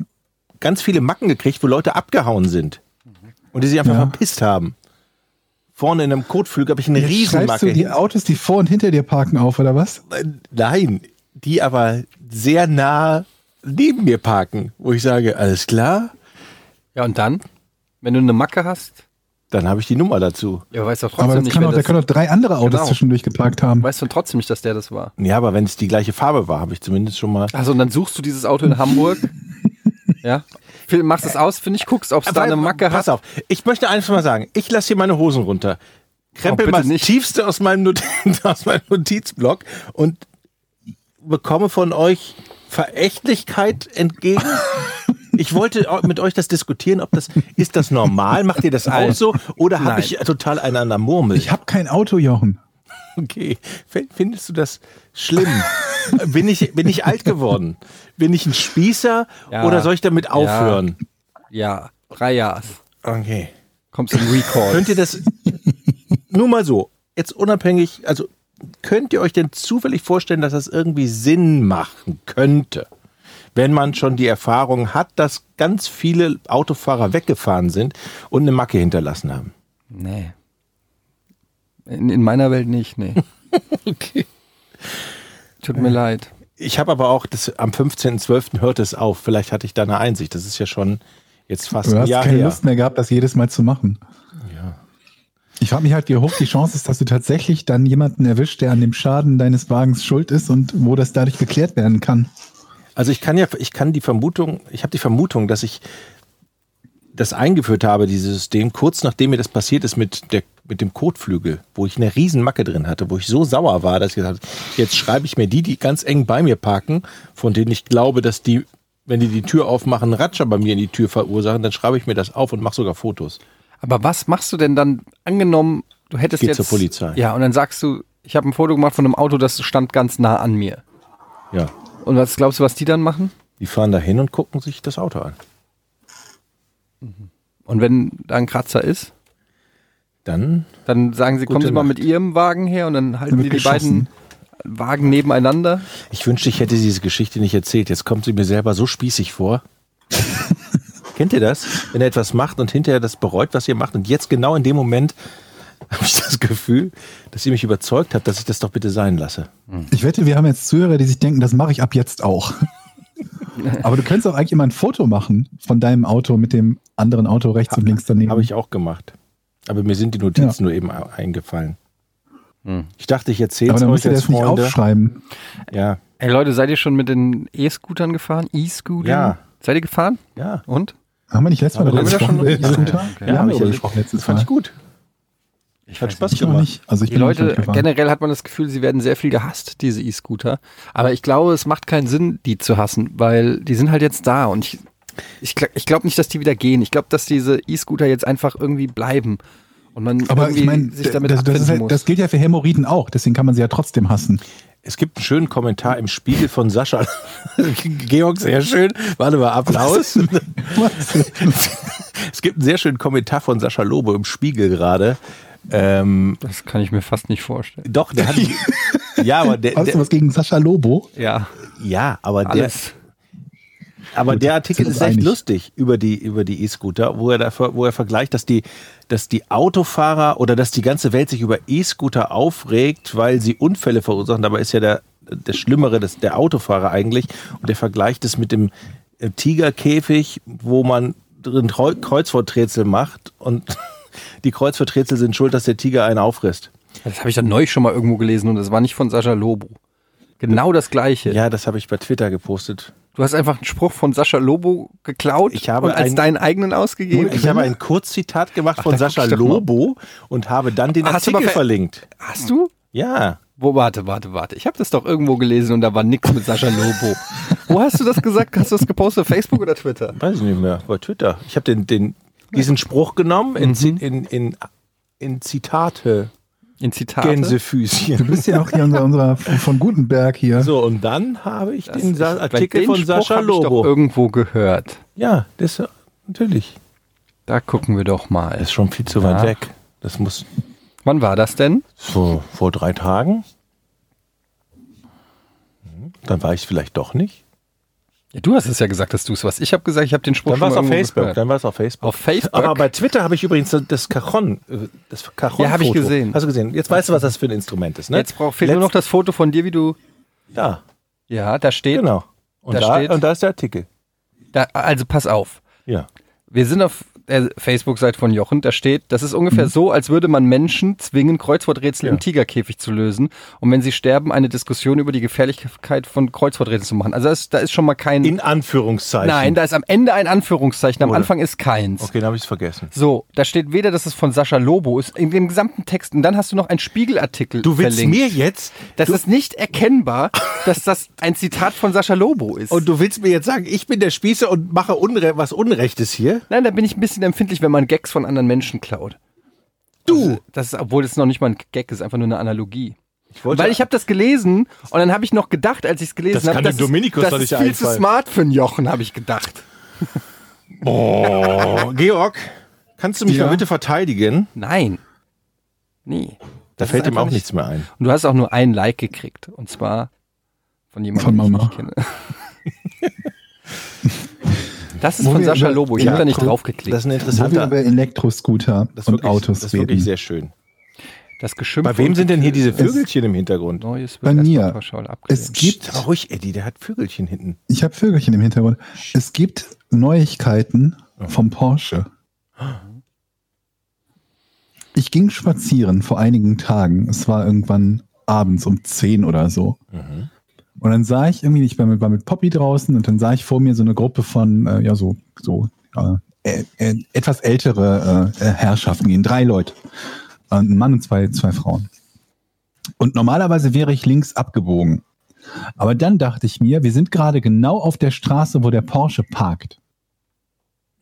ganz viele Macken gekriegt, wo Leute abgehauen sind. Und die sich einfach Mhm. Ja. verpisst haben. Vorne in einem Kotflügel habe ich eine Jetzt schreibst du Riesenmacke. die Autos, die vor und hinter dir parken, auf, oder was? Nein, die aber sehr nah neben mir parken, wo ich sage, alles klar, Ja, und dann? Wenn du eine Macke hast, dann habe ich die Nummer dazu. ja, weißt du Aber trotzdem das nicht, kann wer auch, da das, können doch drei andere Autos Genau. zwischendurch geparkt haben. weißt du trotzdem nicht, dass der das war. Ja, aber wenn es die gleiche Farbe war, habe ich zumindest schon mal. Also, und dann suchst du dieses Auto in [laughs] Hamburg. ja. Fil- Machst es aus, finde ich, guckst, ob es da eine Macke Pass hat. auf, ich möchte eins mal sagen. Ich lasse hier meine Hosen runter. Krempel Oh, bitte mal das nicht. Tiefste aus meinem, Not [laughs] aus meinem Notizblock und bekomme von euch Verächtlichkeit [laughs] entgegen. Ich wollte au- mit euch das diskutieren, ob das ist das normal, macht ihr das auch so oder habe Nein. ich total einen an der Murmel? Ich habe kein Auto, Jochen. okay, F- findest du das [laughs] schlimm? bin ich bin ich alt geworden? Bin ich ein Spießer Ja. oder soll ich damit aufhören? Ja, drei Jahres. Okay. Kommst in Recall. [laughs] Könnt ihr das nur mal so, jetzt unabhängig, also könnt ihr euch denn zufällig vorstellen, dass das irgendwie Sinn machen könnte? Wenn man schon die Erfahrung hat, dass ganz viele Autofahrer weggefahren sind und eine Macke hinterlassen haben. Nee. In, in meiner Welt nicht, [laughs] nee. Okay. Tut mir leid. Ich habe aber auch, das, am 15.12. hört es auf. Vielleicht hatte ich da eine Einsicht. Das ist ja schon jetzt fast Du ein hast Jahr keine her. Lust mehr gehabt, das jedes Mal zu machen. Ja. Ich frage mich halt, wie hoch die Chance ist, dass du tatsächlich dann jemanden erwischt, der an dem Schaden deines Wagens schuld ist und wo das dadurch geklärt werden kann. Also ich kann ja, ich kann die Vermutung, ich habe die Vermutung, dass ich das eingeführt habe, dieses System, kurz nachdem mir das passiert ist mit, der, mit dem Kotflügel, wo ich eine riesen Macke drin hatte, wo ich so sauer war, dass ich gesagt habe, jetzt schreibe ich mir die, die ganz eng bei mir parken, von denen ich glaube, dass die, wenn die die Tür aufmachen, einen Ratscher bei mir in die Tür verursachen, dann schreibe ich mir das auf und mache sogar Fotos. Aber was machst du denn dann, angenommen, du hättest Geh jetzt... zur Polizei. Ja, und dann sagst du, ich habe ein Foto gemacht von einem Auto, das stand ganz nah an mir. Ja, Und was glaubst du, was die dann machen? die fahren da hin und gucken sich das Auto an. Und wenn da ein Kratzer ist, Dann dann sagen sie, Gute kommen Sie mal Nacht. mit Ihrem Wagen her und dann halten Dann sie wird die beiden Wagen nebeneinander. Ich wünschte, ich hätte diese Geschichte nicht erzählt. Jetzt kommt sie mir selber so spießig [laughs] vor. Kennt ihr das? Wenn ihr etwas macht und hinterher das bereut, was ihr macht. Und jetzt genau in dem Moment [laughs] habe ich das Gefühl, dass ihr mich überzeugt habt, dass ich das doch bitte sein lasse. Ich wette, wir haben jetzt Zuhörer, die sich denken, das mache ich ab [laughs] jetzt auch. Aber du könntest auch eigentlich immer ein Foto machen von deinem Auto mit dem anderen Auto rechts und links daneben. Habe ich auch gemacht. Aber mir sind die Notizen nur eben a- eingefallen. Hm. Ich dachte, ich erzähle Aber es dann euch musst du als das nicht Freunde. aufschreiben. Ja, Ey Leute, seid ihr schon mit den E-Scootern gefahren? E-Scootern? Ja. Seid ihr gefahren? ja. Und? Haben wir nicht letztes Mal Aber darüber haben wir gesprochen? da schon- Ist gut, [laughs] Ja, Ja, hab ich haben wir darüber erlebt. gesprochen letztes Das fand Mal. ich gut. Hat Spaß Ich auch gemacht. nicht. Also ich Die bin nicht Leute, mitgefahren. generell hat man das Gefühl, sie werden sehr viel gehasst, diese E-Scooter. Aber ich glaube, es macht keinen Sinn, die zu hassen, weil die sind halt jetzt da und ich, ich, gl- ich glaube nicht, dass die wieder gehen. Ich glaube, dass diese E-Scooter jetzt einfach irgendwie bleiben und man Aber irgendwie ich meine, sich damit das, das, abfinden ist halt, muss. das gilt ja für Hämorrhoiden auch, deswegen kann man sie ja [laughs] trotzdem hassen. Es gibt einen schönen Kommentar im Spiegel von Sascha. [laughs] Georg, sehr schön. Warte mal, Applaus. [laughs] es gibt einen sehr schönen Kommentar von Sascha Lobe im Spiegel gerade. Ähm, das kann ich mir fast nicht vorstellen. doch, [laughs] der hat. ja, aber der, Hast du der, was gegen Sascha Lobo? Ja, ja, aber der, alles. aber der Artikel sind uns ist echt einig. lustig über die über die E-Scooter, wo er da, ver- wo er vergleicht, dass die dass die Autofahrer oder dass die ganze Welt sich über E-Scooter aufregt, weil sie Unfälle verursachen. Dabei ist ja der das Schlimmere das, der Autofahrer eigentlich und der vergleicht es mit dem äh, Tigerkäfig, wo man drin Treu- Kreuzworträtsel macht und [laughs] die Kreuzworträtsel sind schuld, dass der Tiger einen auffrisst. Das habe ich dann neulich schon mal irgendwo gelesen und das war nicht von Sascha Lobo. Genau das Gleiche. Ja, das habe ich bei Twitter gepostet. Du hast einfach einen Spruch von Sascha Lobo geklaut Ich habe und als ein- deinen eigenen ausgegeben. Ich habe ein Kurzzitat gemacht da von guck ich Sascha doch mal. Lobo und habe dann den Hast du Artikel aber ver- verlinkt. Hast du? Ja, Wo, warte, warte, warte. Ich habe das doch irgendwo gelesen und da war nix mit Sascha Lobo. Wo hast du das gesagt? Hast du das gepostet? Facebook oder Twitter? weiß ich nicht mehr, bei Twitter. Ich habe den, den, diesen Spruch genommen in, Zi- in, in, in Zitate. In Zitate. Du Gänsefüßchen. bist ja auch hier unser, unser von Gutenberg hier. So, und dann habe ich den Sa Ich- Artikel den von Spruch Sascha hab Ich doch Lobo. irgendwo gehört. Ja, das natürlich. Da gucken wir doch mal. Das ist schon viel zu weit Ja. weg. Das muss Wann war das denn? so vor drei Tagen. Hm, Dann war ich vielleicht doch nicht. Ja, du hast es ja gesagt, dass du es warst. Ich habe gesagt, ich habe den Spruch Dann war es schon auf mal irgendwo Facebook. gehört. Dann war es auf Facebook. Auf Facebook? Aber bei Twitter habe ich übrigens das Cajon, äh, das Cajon. Ja, habe ich gesehen. Hast du gesehen? Jetzt weißt du, was das für ein Instrument ist, ne? Jetzt braucht fehlt nur noch Letzt- das Foto von dir, wie du. Ja, Ja, da steht. genau. Und Da da, steht- und da ist der Artikel. Da, also pass auf. Ja. Wir sind auf der Facebook-Seite von Jochen, da steht, das ist ungefähr so, als würde man Menschen zwingen, Kreuzworträtsel Mhm. Ja. im Tigerkäfig zu lösen und wenn sie sterben, eine Diskussion über die Gefährlichkeit von Kreuzworträtseln zu machen. Also da ist, da ist schon mal kein... In Anführungszeichen. nein, da ist am Ende ein Anführungszeichen, am Oder? Anfang ist keins. Okay, dann habe ich es vergessen. So, da steht weder, dass es von Sascha Lobo ist, in dem gesamten Text und dann hast du noch einen Spiegelartikel Du willst verlinkt. mir jetzt das ist nicht erkennbar, dass das ein Zitat von Sascha Lobo ist. und du willst mir jetzt sagen, ich bin der Spießer und mache Unre was Unrechtes hier? Nein, da bin ich ein bisschen empfindlich, wenn man Gags von anderen Menschen klaut. Du. Das ist, obwohl es noch nicht mal ein Gag ist, einfach nur eine Analogie. wollte- Weil ich habe das gelesen und dann habe ich noch gedacht, als ich es gelesen Das habe, kann dem Dominikus das doch ist nicht viel zu einfallen. smart für einen Jochen, habe ich gedacht. Oh, Georg, kannst du mich Ja. mal bitte verteidigen? Nein. Nee. Da Das fällt ist ihm auch einfach nichts mehr ein. Und du hast auch nur ein Like gekriegt. Und zwar von jemandem, Von den Mama. ich nicht kenne. [laughs] Das ist Wo von wir Sascha über- Lobo. Ich Ja, habe da nicht cool. drauf Das geklickt. ist ein Wo wir interessanter. über Elektroscooter Das ist und wirklich, Autos das ist reden. wirklich sehr schön. Das Geschimpf. Bei wem und sind denn hier diese Getöse. Vögelchen im Hintergrund? Neues Bei wird mir. erstmal pauschal abgelehnt. Es gibt- Psst, ruhig, Eddie, der hat Vögelchen hinten. Ich habe Vögelchen im Hintergrund. Es gibt Neuigkeiten vom Porsche. Ich ging spazieren vor einigen Tagen. Es war irgendwann abends um 10 oder so. Mhm. Und dann sah ich irgendwie, ich war mit, war mit Poppy draußen und dann sah ich vor mir so eine Gruppe von, äh, ja, so, so äh, äh, äh, etwas ältere äh, äh, Herrschaften gehen. Drei Leute. Äh, Ein Mann und zwei, zwei Frauen. Und normalerweise wäre ich links abgebogen. Aber dann dachte ich mir, wir sind gerade genau auf der Straße, wo der Porsche parkt.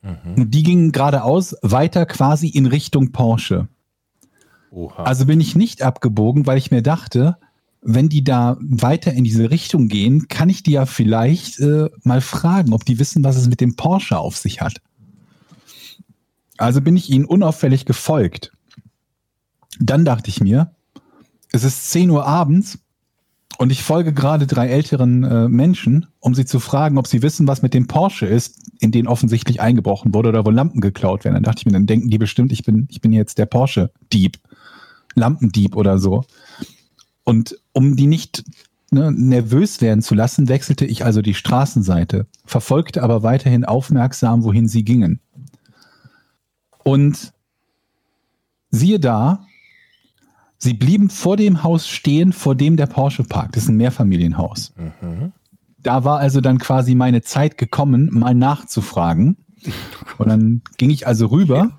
Mhm. Und die gingen geradeaus weiter quasi in Richtung Porsche. Oha. Also bin ich nicht abgebogen, weil ich mir dachte, wenn die da weiter in diese Richtung gehen, kann ich die ja vielleicht äh, mal fragen, ob die wissen, was es mit dem Porsche auf sich hat. Also bin ich ihnen unauffällig gefolgt. Dann dachte ich mir, es ist 10 Uhr abends und ich folge gerade drei älteren äh, Menschen, um sie zu fragen, ob sie wissen, was mit dem Porsche ist, in den offensichtlich eingebrochen wurde oder wo Lampen geklaut werden. Dann dachte ich mir, dann denken die bestimmt, ich bin, ich bin jetzt der Porsche-Dieb. Lampendieb oder so. Und um die nicht ne, nervös werden zu lassen, wechselte ich also die Straßenseite, verfolgte aber weiterhin aufmerksam, wohin sie gingen. Und siehe da, sie blieben vor dem Haus stehen, vor dem der Porsche parkt. Das ist ein Mehrfamilienhaus. Mhm. Da war also dann quasi meine Zeit gekommen, mal nachzufragen. Und dann ging ich also rüber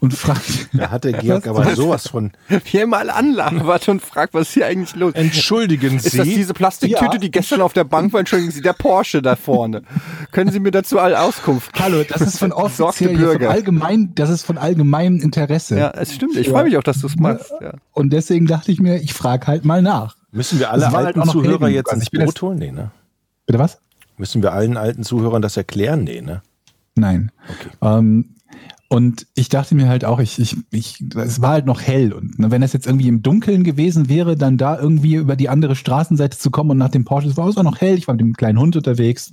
und fragte, Da hatte Georg [laughs] aber sowas von. [laughs] Hier immer alle anlachen. Warte und frag, was ist hier eigentlich los? Entschuldigen Ist das diese Plastiktüte, Ja. die gestern auf der Bank war? Entschuldigen Sie, der Porsche da vorne. Können Sie mir dazu alle Auskunft geben? Hallo, [laughs] das ist von Sorgte offiziell, von Bürger. allgemein, das ist von allgemeinem Interesse. Ja, es stimmt. Ich freue mich auch, dass du es machst. Ja. Und deswegen dachte ich mir, ich frage halt mal nach. Müssen wir alle Das war halt alten auch noch hell Zuhörer genug. jetzt Also ins ich bin Boot jetzt- holen? Nee, ne? Bitte was? Müssen wir allen alten Zuhörern das erklären? Nee, ne? Nein. Ähm, und ich dachte mir halt auch, ich, ich, ich, es war halt noch hell. Und ne, wenn das jetzt irgendwie im Dunkeln gewesen wäre, dann da irgendwie über die andere Straßenseite zu kommen und nach dem Porsche, es war auch noch hell, ich war mit dem kleinen Hund unterwegs.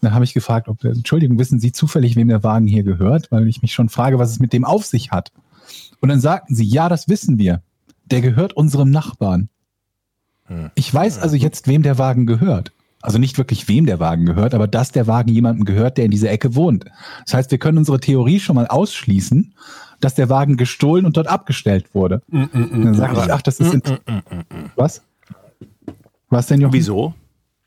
Dann habe ich gefragt, ob, Entschuldigung, wissen Sie zufällig, wem der Wagen hier gehört? Weil ich mich schon frage, was es mit dem auf sich hat. Und dann sagten sie, ja, das wissen wir. Der gehört unserem Nachbarn. Hm. Ich weiß also jetzt, wem der Wagen gehört. Also nicht wirklich, wem der Wagen gehört, aber dass der Wagen jemandem gehört, der in dieser Ecke wohnt. Das heißt, wir können unsere Theorie schon mal ausschließen, dass der Wagen gestohlen und dort abgestellt wurde. Mm, Und dann sage ich, ach, das ist... int- Was? Was denn, Jochen? Wieso?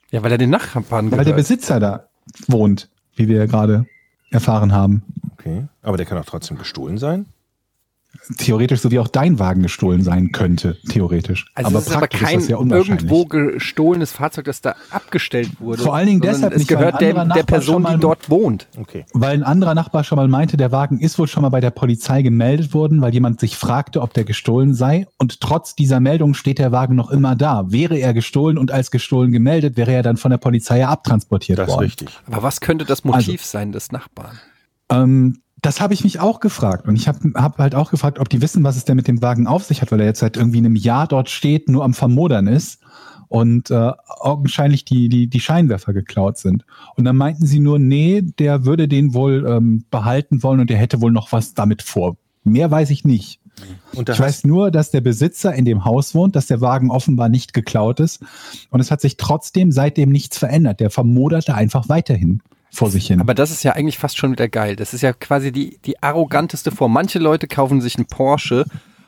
ja, weil er den Nachbarn Weil der gehört. Besitzer da wohnt, wie wir gerade erfahren haben. Okay. Aber der kann auch trotzdem gestohlen sein. Theoretisch, so wie auch dein Wagen gestohlen sein könnte, theoretisch. Also aber es ist aber praktisch kein ist das ja unwahrscheinlich. irgendwo gestohlenes Fahrzeug, das da abgestellt wurde. Vor allen Dingen sondern deshalb es nicht, weil gehört ein der, anderer der Nachbar schon Person, mal- die dort wohnt. Okay. Weil ein anderer Nachbar schon mal meinte, der Wagen ist wohl schon mal bei der Polizei gemeldet worden, weil jemand sich fragte, ob der gestohlen sei. Und trotz dieser Meldung steht der Wagen noch immer da. Wäre er gestohlen und als gestohlen gemeldet, wäre er dann von der Polizei ja abtransportiert Das ist worden. richtig. Aber was könnte Also das Motiv sein des Nachbarn? Ähm, das habe ich mich auch gefragt. Und ich habe hab halt auch gefragt, ob die wissen, was es denn mit dem Wagen auf sich hat, weil er jetzt seit irgendwie einem Jahr dort steht, nur am Vermodern ist und äh, augenscheinlich die, die, die Scheinwerfer geklaut sind. Und dann meinten sie nur, nee, der würde den wohl ähm, behalten wollen und der hätte wohl noch was damit vor. Mehr weiß ich nicht. Und da Ich weiß nur, dass der Besitzer in dem Haus wohnt, dass der Wagen offenbar nicht geklaut ist. Und es hat sich trotzdem seitdem nichts verändert. Der vermoderte einfach weiterhin vor sich hin. Aber das ist ja eigentlich fast schon wieder geil. Das ist ja quasi die, die arroganteste Form. Manche Leute kaufen sich einen Porsche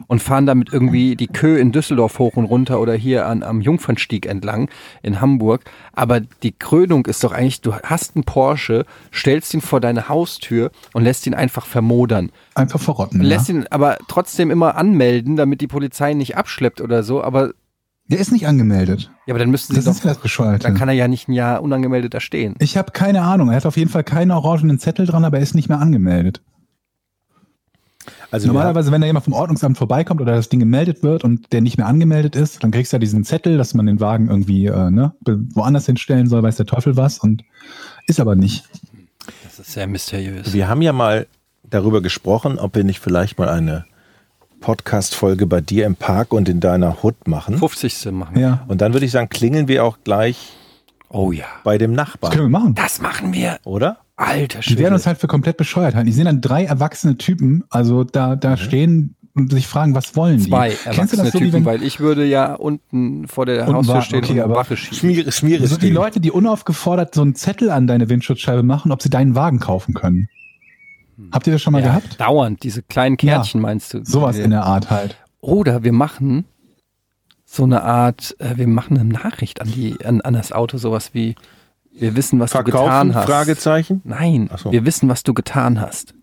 und fahren damit irgendwie die Kö in Düsseldorf hoch und runter oder hier an, am Jungfernstieg entlang in Hamburg. Aber die Krönung ist doch eigentlich, du hast einen Porsche, stellst ihn vor deine Haustür und lässt ihn einfach vermodern. einfach verrotten. ja. Lässt ihn aber trotzdem immer anmelden, damit die Polizei ihn nicht abschleppt oder so. Aber, Der ist nicht angemeldet. ja, aber dann müssten sie Das ist ja doch, das Bescheuerte. dann kann er ja nicht ein Jahr unangemeldet da stehen. ich habe keine Ahnung. Er hat auf jeden Fall keinen orangenen Zettel dran, aber er ist nicht mehr angemeldet. also wir, Normalerweise, wenn da jemand vom Ordnungsamt vorbeikommt oder das Ding gemeldet wird und der nicht mehr angemeldet ist, dann kriegst du ja diesen Zettel, dass man den Wagen irgendwie äh, ne, be- woanders hinstellen soll, weiß der Teufel was und ist aber nicht. Das ist sehr mysteriös. wir haben ja mal darüber gesprochen, ob wir nicht vielleicht mal eine Podcast-Folge bei dir im Park und in deiner Hut machen. 50. machen. Ja. Und dann würde ich sagen, klingeln wir auch gleich Oh ja. bei dem Das können Nachbarn, wir machen. Das machen wir. oder? Alter Die werden Schwede. uns halt für komplett bescheuert halten. Die sehen dann drei erwachsene Typen, also da, da stehen und sich fragen, was wollen die? Mhm. Zwei halt Kennst du erwachsene das so, wie Typen, wenn, weil ich würde ja unten vor der Unten Haustür warten, stehen okay, und aber- Wache schieben. Schmier, schmieres so Also die Leute, die unaufgefordert so einen Zettel an deine Windschutzscheibe machen, ob sie deinen Wagen kaufen können? Habt ihr das schon mal gehabt? Dauernd, diese kleinen Kärtchen meinst du? Sowas Ja. in der Art halt. Oder wir machen so eine Art, äh, wir machen eine Nachricht an, die, an, an das Auto, sowas wie, wir wissen, was du Verkaufen, getan hast. Fragezeichen. Nein, Ach so. wir wissen, was du getan hast.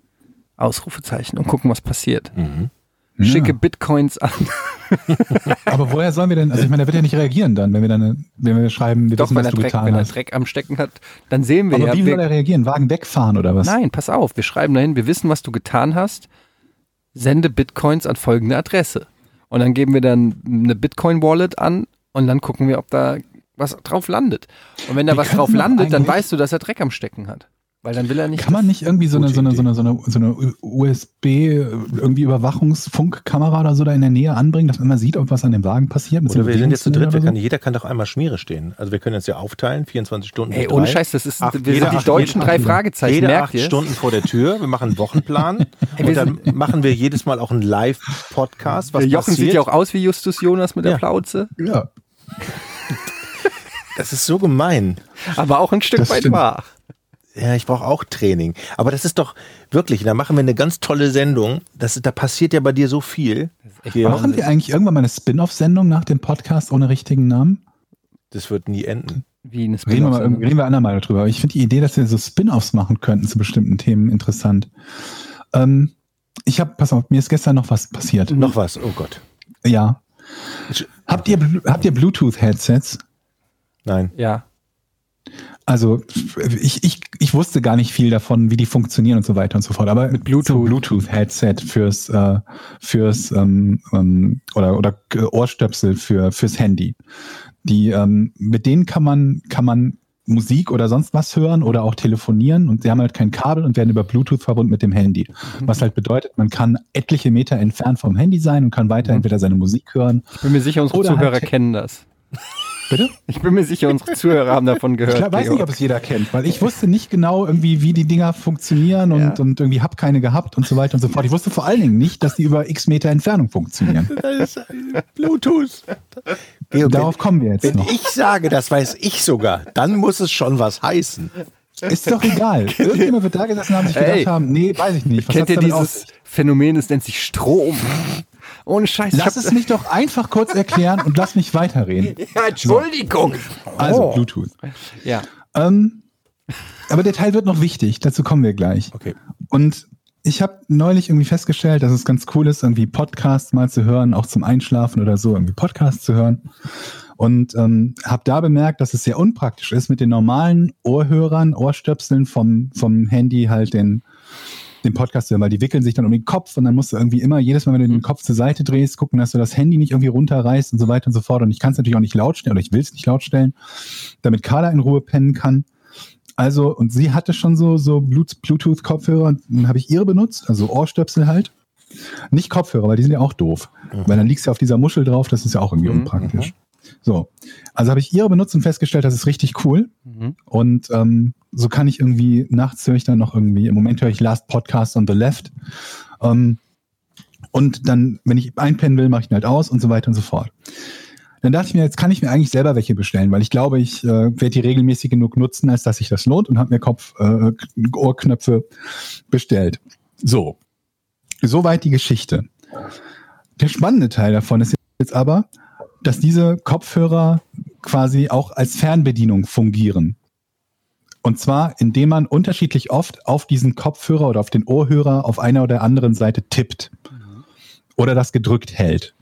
Ausrufezeichen und gucken, was passiert. Mhm. Schicke Bitcoins an. Aber woher sollen wir denn, also ich meine, der wird ja nicht reagieren dann, wenn wir dann, eine- wenn wir schreiben, wir Doch, wissen, wenn, was er du Dreck, getan wenn er hast. Dreck am Stecken hat, dann sehen wir Aber ja. wie wir, soll er reagieren? Wagen wegfahren oder was? Nein, pass auf, wir schreiben dahin, wir wissen, was du getan hast, sende Bitcoins an folgende Adresse. Und dann geben wir dann eine Bitcoin-Wallet an und dann gucken wir, ob da was drauf landet. Und wenn da Wir was könnten drauf doch landet, dann eigentlich- weißt du, dass er Dreck am Stecken hat. Weil dann will er nicht. Kann man nicht irgendwie so eine, Gute so eine, Idee. so eine, so eine, so eine USB, irgendwie Überwachungsfunkkamera oder so da in der Nähe anbringen, dass man immer sieht, ob was an dem Wagen passiert? mit so Oder wir sind jetzt zu dritt, Bewegungsmelder wir oder können, jeder kann doch einmal Schmiere stehen. Also wir können uns ja aufteilen, 24 Stunden. Ey, durch ohne drei. Scheiß, das ist, Acht- wir jeder sind die acht- deutschen jede- drei Fragezeichen, Jede merkt acht ihr? Stunden vor der Tür, wir machen [laughs] einen Wochenplan wir und dann machen wir jedes Mal auch einen Live-Podcast, was Der Jochen passiert. sieht ja auch aus wie Justus Jonas mit der Ja. Plauze, so? Ja, das ist so gemein. aber auch ein Stück Das weit stimmt. wahr. Ja, ich brauche auch Training. Aber das ist doch wirklich, da machen wir eine ganz tolle Sendung. Das, da passiert ja bei dir so viel. Hier, Machen wir eigentlich irgendwann mal eine Spin-off-Sendung nach dem Podcast ohne richtigen Namen? das wird nie enden. Wie eine Reden wir, mal, Spin-off-Sendung. reden wir andermal darüber. Aber ich finde die Idee, dass wir so Spin-offs machen könnten zu bestimmten Themen interessant. Ähm, ich habe, pass auf, mir ist gestern noch was passiert. Mhm. Noch was, oh Gott. Ja. Habt ihr, Blu- habt ihr Bluetooth-Headsets? Nein. Ja. Also ich, ich, ich wusste gar nicht viel davon, wie die funktionieren und so weiter und so fort. Aber mit Bluetooth, so Bluetooth Headset fürs äh, fürs ähm, ähm, oder oder Ohrstöpsel für fürs Handy. Die ähm, mit denen kann man kann man Musik oder sonst was hören oder auch telefonieren und sie haben halt kein Kabel und werden über Bluetooth verbunden mit dem Handy. Was halt bedeutet, man kann etliche Meter entfernt vom Handy sein und kann weiter entweder seine Musik hören. Ich bin mir sicher, unsere Oder Zuhörer halt- kennen das. Bitte? Ich bin mir sicher, unsere Zuhörer haben davon gehört. Ich glaub, weiß Georg. nicht, ob es jeder kennt, weil ich wusste nicht genau irgendwie, wie die Dinger funktionieren und, Ja. und irgendwie hab keine gehabt und so weiter und so fort. Ich wusste vor allen Dingen nicht, dass die über x Meter Entfernung [laughs] funktionieren. Das ist Bluetooth. Georg, Darauf kommen wir jetzt wenn, wenn noch. ich sage, das weiß ich sogar, dann muss es schon was heißen. Ist [laughs] doch egal. Irgendjemand wird da gesessen haben, sich gedacht Ey. haben, nee, weiß ich nicht. Was Kennt hat's ihr damit auf dieses sich? Phänomen, es nennt sich Strom? Ohne Scheiß. ich Lass hab- es mich doch einfach kurz erklären und lass mich weiterreden. [laughs] ja, Oh. Entschuldigung. Also Bluetooth. Ja. Ähm, aber der Teil wird noch wichtig, dazu kommen wir gleich. Okay. Und ich habe neulich irgendwie festgestellt, dass es ganz cool ist, irgendwie Podcasts mal zu hören, auch zum Einschlafen oder so, irgendwie Podcasts zu hören. Und ähm, habe da bemerkt, dass es sehr unpraktisch ist, mit den normalen Ohrhörern, Ohrstöpseln vom, vom Handy halt den, den Podcast zu hören, weil die wickeln sich dann um den Kopf und dann musst du irgendwie immer jedes Mal, wenn du den Kopf zur Seite drehst, gucken, dass du das Handy nicht irgendwie runterreißt und so weiter und so fort. Und ich kann es natürlich auch nicht laut stellen oder ich will es nicht laut stellen, damit Carla in Ruhe pennen kann. Also, und sie hatte schon so, so Blut- Bluetooth-Kopfhörer und dann habe ich ihre benutzt, also Ohrstöpsel halt. Nicht Kopfhörer, weil die sind ja auch doof. Weil dann liegst du ja auf dieser Muschel drauf, das ist ja auch irgendwie unpraktisch. So, also habe ich ihre benutzt und festgestellt, das ist richtig cool. Mhm. Und ähm, so kann ich irgendwie, nachts höre ich dann noch irgendwie, im Moment höre ich Last Podcast on the Left. Ähm, und dann, wenn ich einpennen will, mache ich ihn halt aus und so weiter und so fort. Dann dachte ich mir, jetzt kann ich mir eigentlich selber welche bestellen, weil ich glaube, ich äh, werde die regelmäßig genug nutzen, als dass sich das lohnt und habe mir Kopf, äh, Ohrknöpfe bestellt. So. Soweit die Geschichte. Der spannende Teil davon ist jetzt aber, dass diese Kopfhörer quasi auch als Fernbedienung fungieren. Und zwar, indem man unterschiedlich oft auf diesen Kopfhörer oder auf den Ohrhörer auf einer oder anderen Seite tippt oder das gedrückt hält.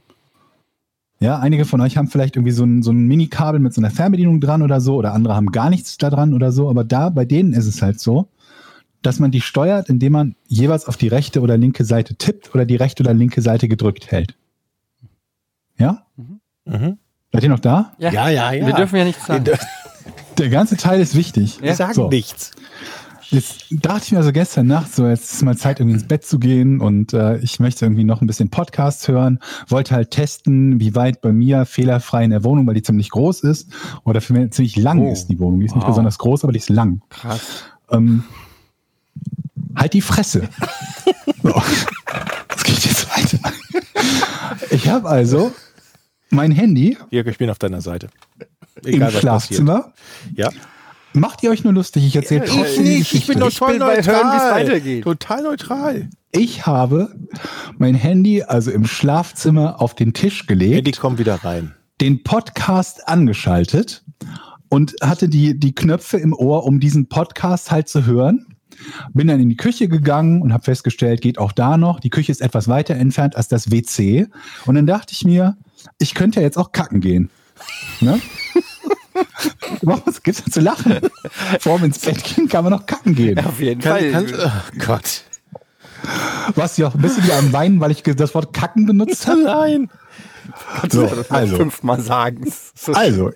Ja, einige von euch haben vielleicht irgendwie so ein, so ein Mini-Kabel mit so einer Fernbedienung dran oder so, oder andere haben gar nichts da dran oder so, aber da, bei denen ist es halt so, dass man die steuert, indem man jeweils auf die rechte oder linke Seite tippt oder die rechte oder linke Seite gedrückt hält. Ja? Mhm. Seid ihr noch da? Ja. ja, ja. Wir dürfen ja nichts sagen. Wir Der ganze Teil ist wichtig. Wir sagen So. nichts. Jetzt dachte ich mir also gestern Nacht, so jetzt ist mal Zeit, irgendwie ins Bett zu gehen und äh, ich möchte irgendwie noch ein bisschen Podcast hören. Wollte halt testen, wie weit bei mir fehlerfrei in der Wohnung, weil die ziemlich groß ist oder für mich ziemlich lang ist die Wohnung. Die ist nicht besonders groß, aber die ist lang. Krass. Ähm, halt die Fresse. [laughs] so. Es geht jetzt weiter. Ich habe also mein Handy Jörg, ich bin auf deiner Seite. im Schlafzimmer. Ja. Macht ihr euch nur lustig? Ich erzähle Ich trotzdem die nicht, ich Geschichte. bin total will mal hören, neutral. wie's weitergeht. Total neutral. Ich habe mein Handy also im Schlafzimmer auf den Tisch Eddie, gelegt, komm wieder rein. den Podcast angeschaltet und hatte die, die Knöpfe im Ohr, um diesen Podcast halt zu hören. Bin dann in die Küche gegangen und habe festgestellt, geht auch da noch. Die Küche ist etwas weiter entfernt als das WC. Und dann dachte ich mir, ich könnte ja jetzt auch kacken gehen. Ne? Was gibt's denn zu lachen? Vorm ins Bett gehen kann man noch kacken gehen. Auf jeden Kann, Fall. kannst, oh Gott. Was ja auch ein bisschen wie am Weinen, weil ich ge- das Wort kacken benutzt habe. Nein. So, also. also, fünfmal sagen. So- also,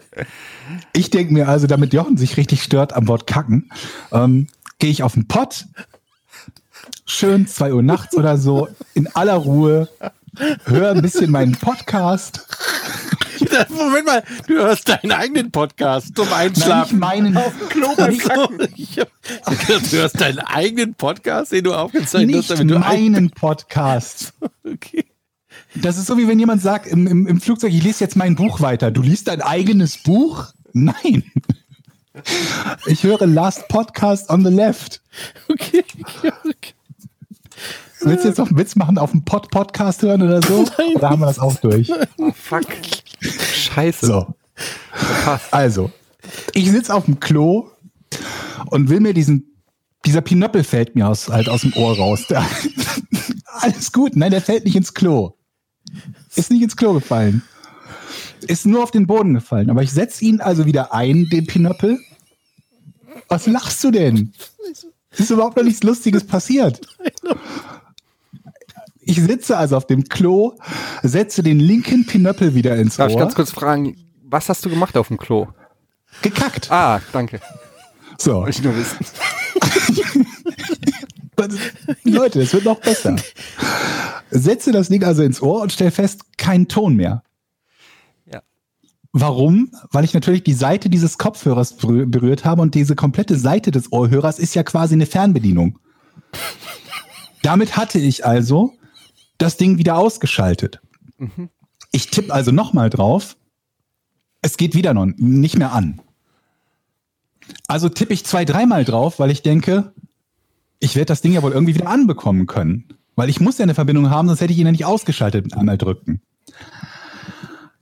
ich denke mir also, damit Jochen sich richtig stört am Wort kacken, ähm, gehe ich auf den Pott, schön 2 Uhr nachts oder so, in aller Ruhe, höre ein bisschen meinen Podcast, [laughs] Moment mal, du hörst deinen eigenen Podcast zum Nein, ich [laughs] Einschlafen. meinen, So, ich hab, ich hab, du hörst deinen eigenen Podcast, den du aufgezeichnet hast, nicht damit du ein- meinen Podcast. [laughs] okay. Das ist so, wie wenn jemand sagt im, im, im Flugzeug, ich lese jetzt mein Buch weiter. Du liest dein eigenes Buch? Nein. [laughs] Ich höre Last Podcast on the Left. okay. okay. Willst du jetzt noch einen Witz machen, auf einen Pod Podcast hören oder [laughs] so? Da haben wir das auch durch. Fuck. Scheiße. So. Also, ich sitze auf dem Klo und will mir diesen, dieser Pinöppel fällt mir aus, halt aus dem Ohr raus. Da, [laughs] alles gut, nein, der fällt nicht ins Klo. Ist nicht ins Klo gefallen. Ist nur auf den Boden gefallen. Aber ich setze ihn also wieder ein, den Pinöppel. Was lachst du denn? Ist überhaupt noch nichts Lustiges passiert. Ich sitze also auf dem Klo, setze den linken Pinöppel wieder ins Darf ich Ohr. ganz kurz fragen, was hast du gemacht auf dem Klo? Gekackt. Ah, danke. So. Wollte ich nur wissen. Das- Leute, es wird noch besser. Setze das Ding also ins Ohr und stell fest, kein Ton mehr. Ja. Warum? Weil ich natürlich die Seite dieses Kopfhörers berü- berührt habe und diese komplette Seite des Ohrhörers ist ja quasi eine Fernbedienung. Damit hatte ich also das Ding wieder ausgeschaltet. Ich tippe also nochmal drauf. Es geht wieder noch nicht mehr an. Also tippe ich zwei, dreimal drauf, weil ich denke, ich werde das Ding ja wohl irgendwie wieder anbekommen können. Weil ich muss ja eine Verbindung haben, sonst hätte ich ihn ja nicht ausgeschaltet mit einmal drücken.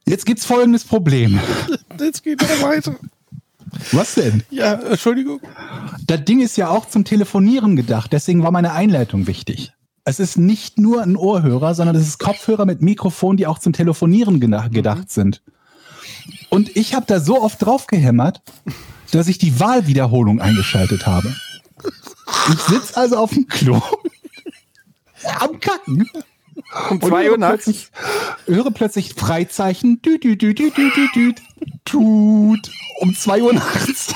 Jetzt gibt's folgendes Problem. Jetzt geht er weiter. Was denn? Ja, Entschuldigung. Das Ding ist ja auch zum Telefonieren gedacht, deswegen war meine Einleitung wichtig. Es ist nicht nur ein Ohrhörer, sondern es ist Kopfhörer mit Mikrofon, die auch zum Telefonieren gena- gedacht sind. Und ich habe da so oft drauf gehämmert, dass ich die Wahlwiederholung eingeschaltet habe. Ich sitze also auf dem Klo [laughs] am Kacken Um und zwei höre Uhr nachts. plötzlich- Höre plötzlich Freizeichen. Düt, düt, düt, düt, düt, düt, düt, tut. Um zwei Uhr nachts.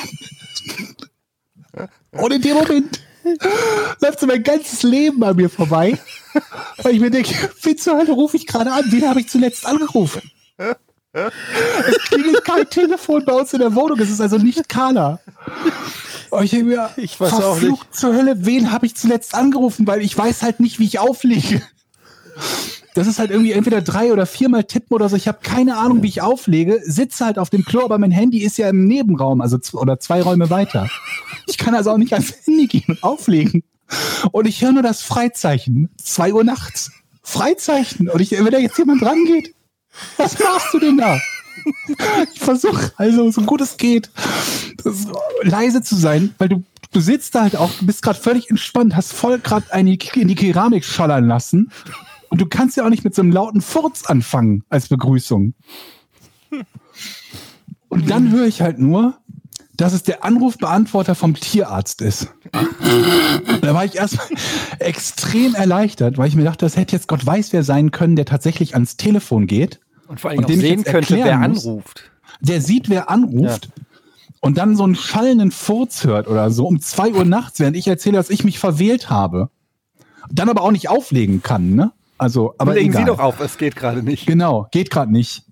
Und in dem Moment läuft so mein ganzes Leben an mir vorbei. Weil ich mir denke, [laughs] wie zur Hölle rufe ich gerade an? Wen habe ich zuletzt angerufen? Es [laughs] klingelt kein Telefon bei uns in der Wohnung. Es ist also nicht Carla. Und ich, denke mir, Ich weiß auch verflucht zur Hölle, wen habe ich zuletzt angerufen? Weil ich weiß halt nicht, wie ich auflege. Das ist halt irgendwie entweder drei oder viermal tippen oder so. Ich habe keine Ahnung, wie ich auflege. Sitze halt auf dem Klo, aber mein Handy ist ja im Nebenraum, also z- oder zwei Räume weiter. Ich kann also auch nicht ans Handy gehen und auflegen. Und ich höre nur das Freizeichen. Zwei Uhr nachts. Freizeichen. Und ich, wenn da jetzt jemand rangeht, was machst du denn da? Ich versuche also, so gut es geht, so leise zu sein, weil du, du sitzt da halt auch, du bist gerade völlig entspannt, hast voll gerade eine Ki- in die Keramik schallern lassen. Und du kannst ja auch nicht mit so einem lauten Furz anfangen als Begrüßung. Und dann höre ich halt nur, dass es der Anrufbeantworter vom Tierarzt ist. Da war ich erstmal [laughs] extrem erleichtert, weil ich mir dachte, das hätte jetzt Gott weiß wer sein können, der tatsächlich ans Telefon geht Und vor allem Und dem ich sehen jetzt könnte, wer erklären muss. anruft. der sieht, wer anruft. und dann so einen schallenden Furz hört oder so um 2 Uhr nachts, während ich erzähle, dass ich mich verwählt habe, dann aber auch nicht auflegen kann, ne? Also, aber Legen egal. Sie doch auf, es geht gerade nicht. Genau, geht gerade nicht.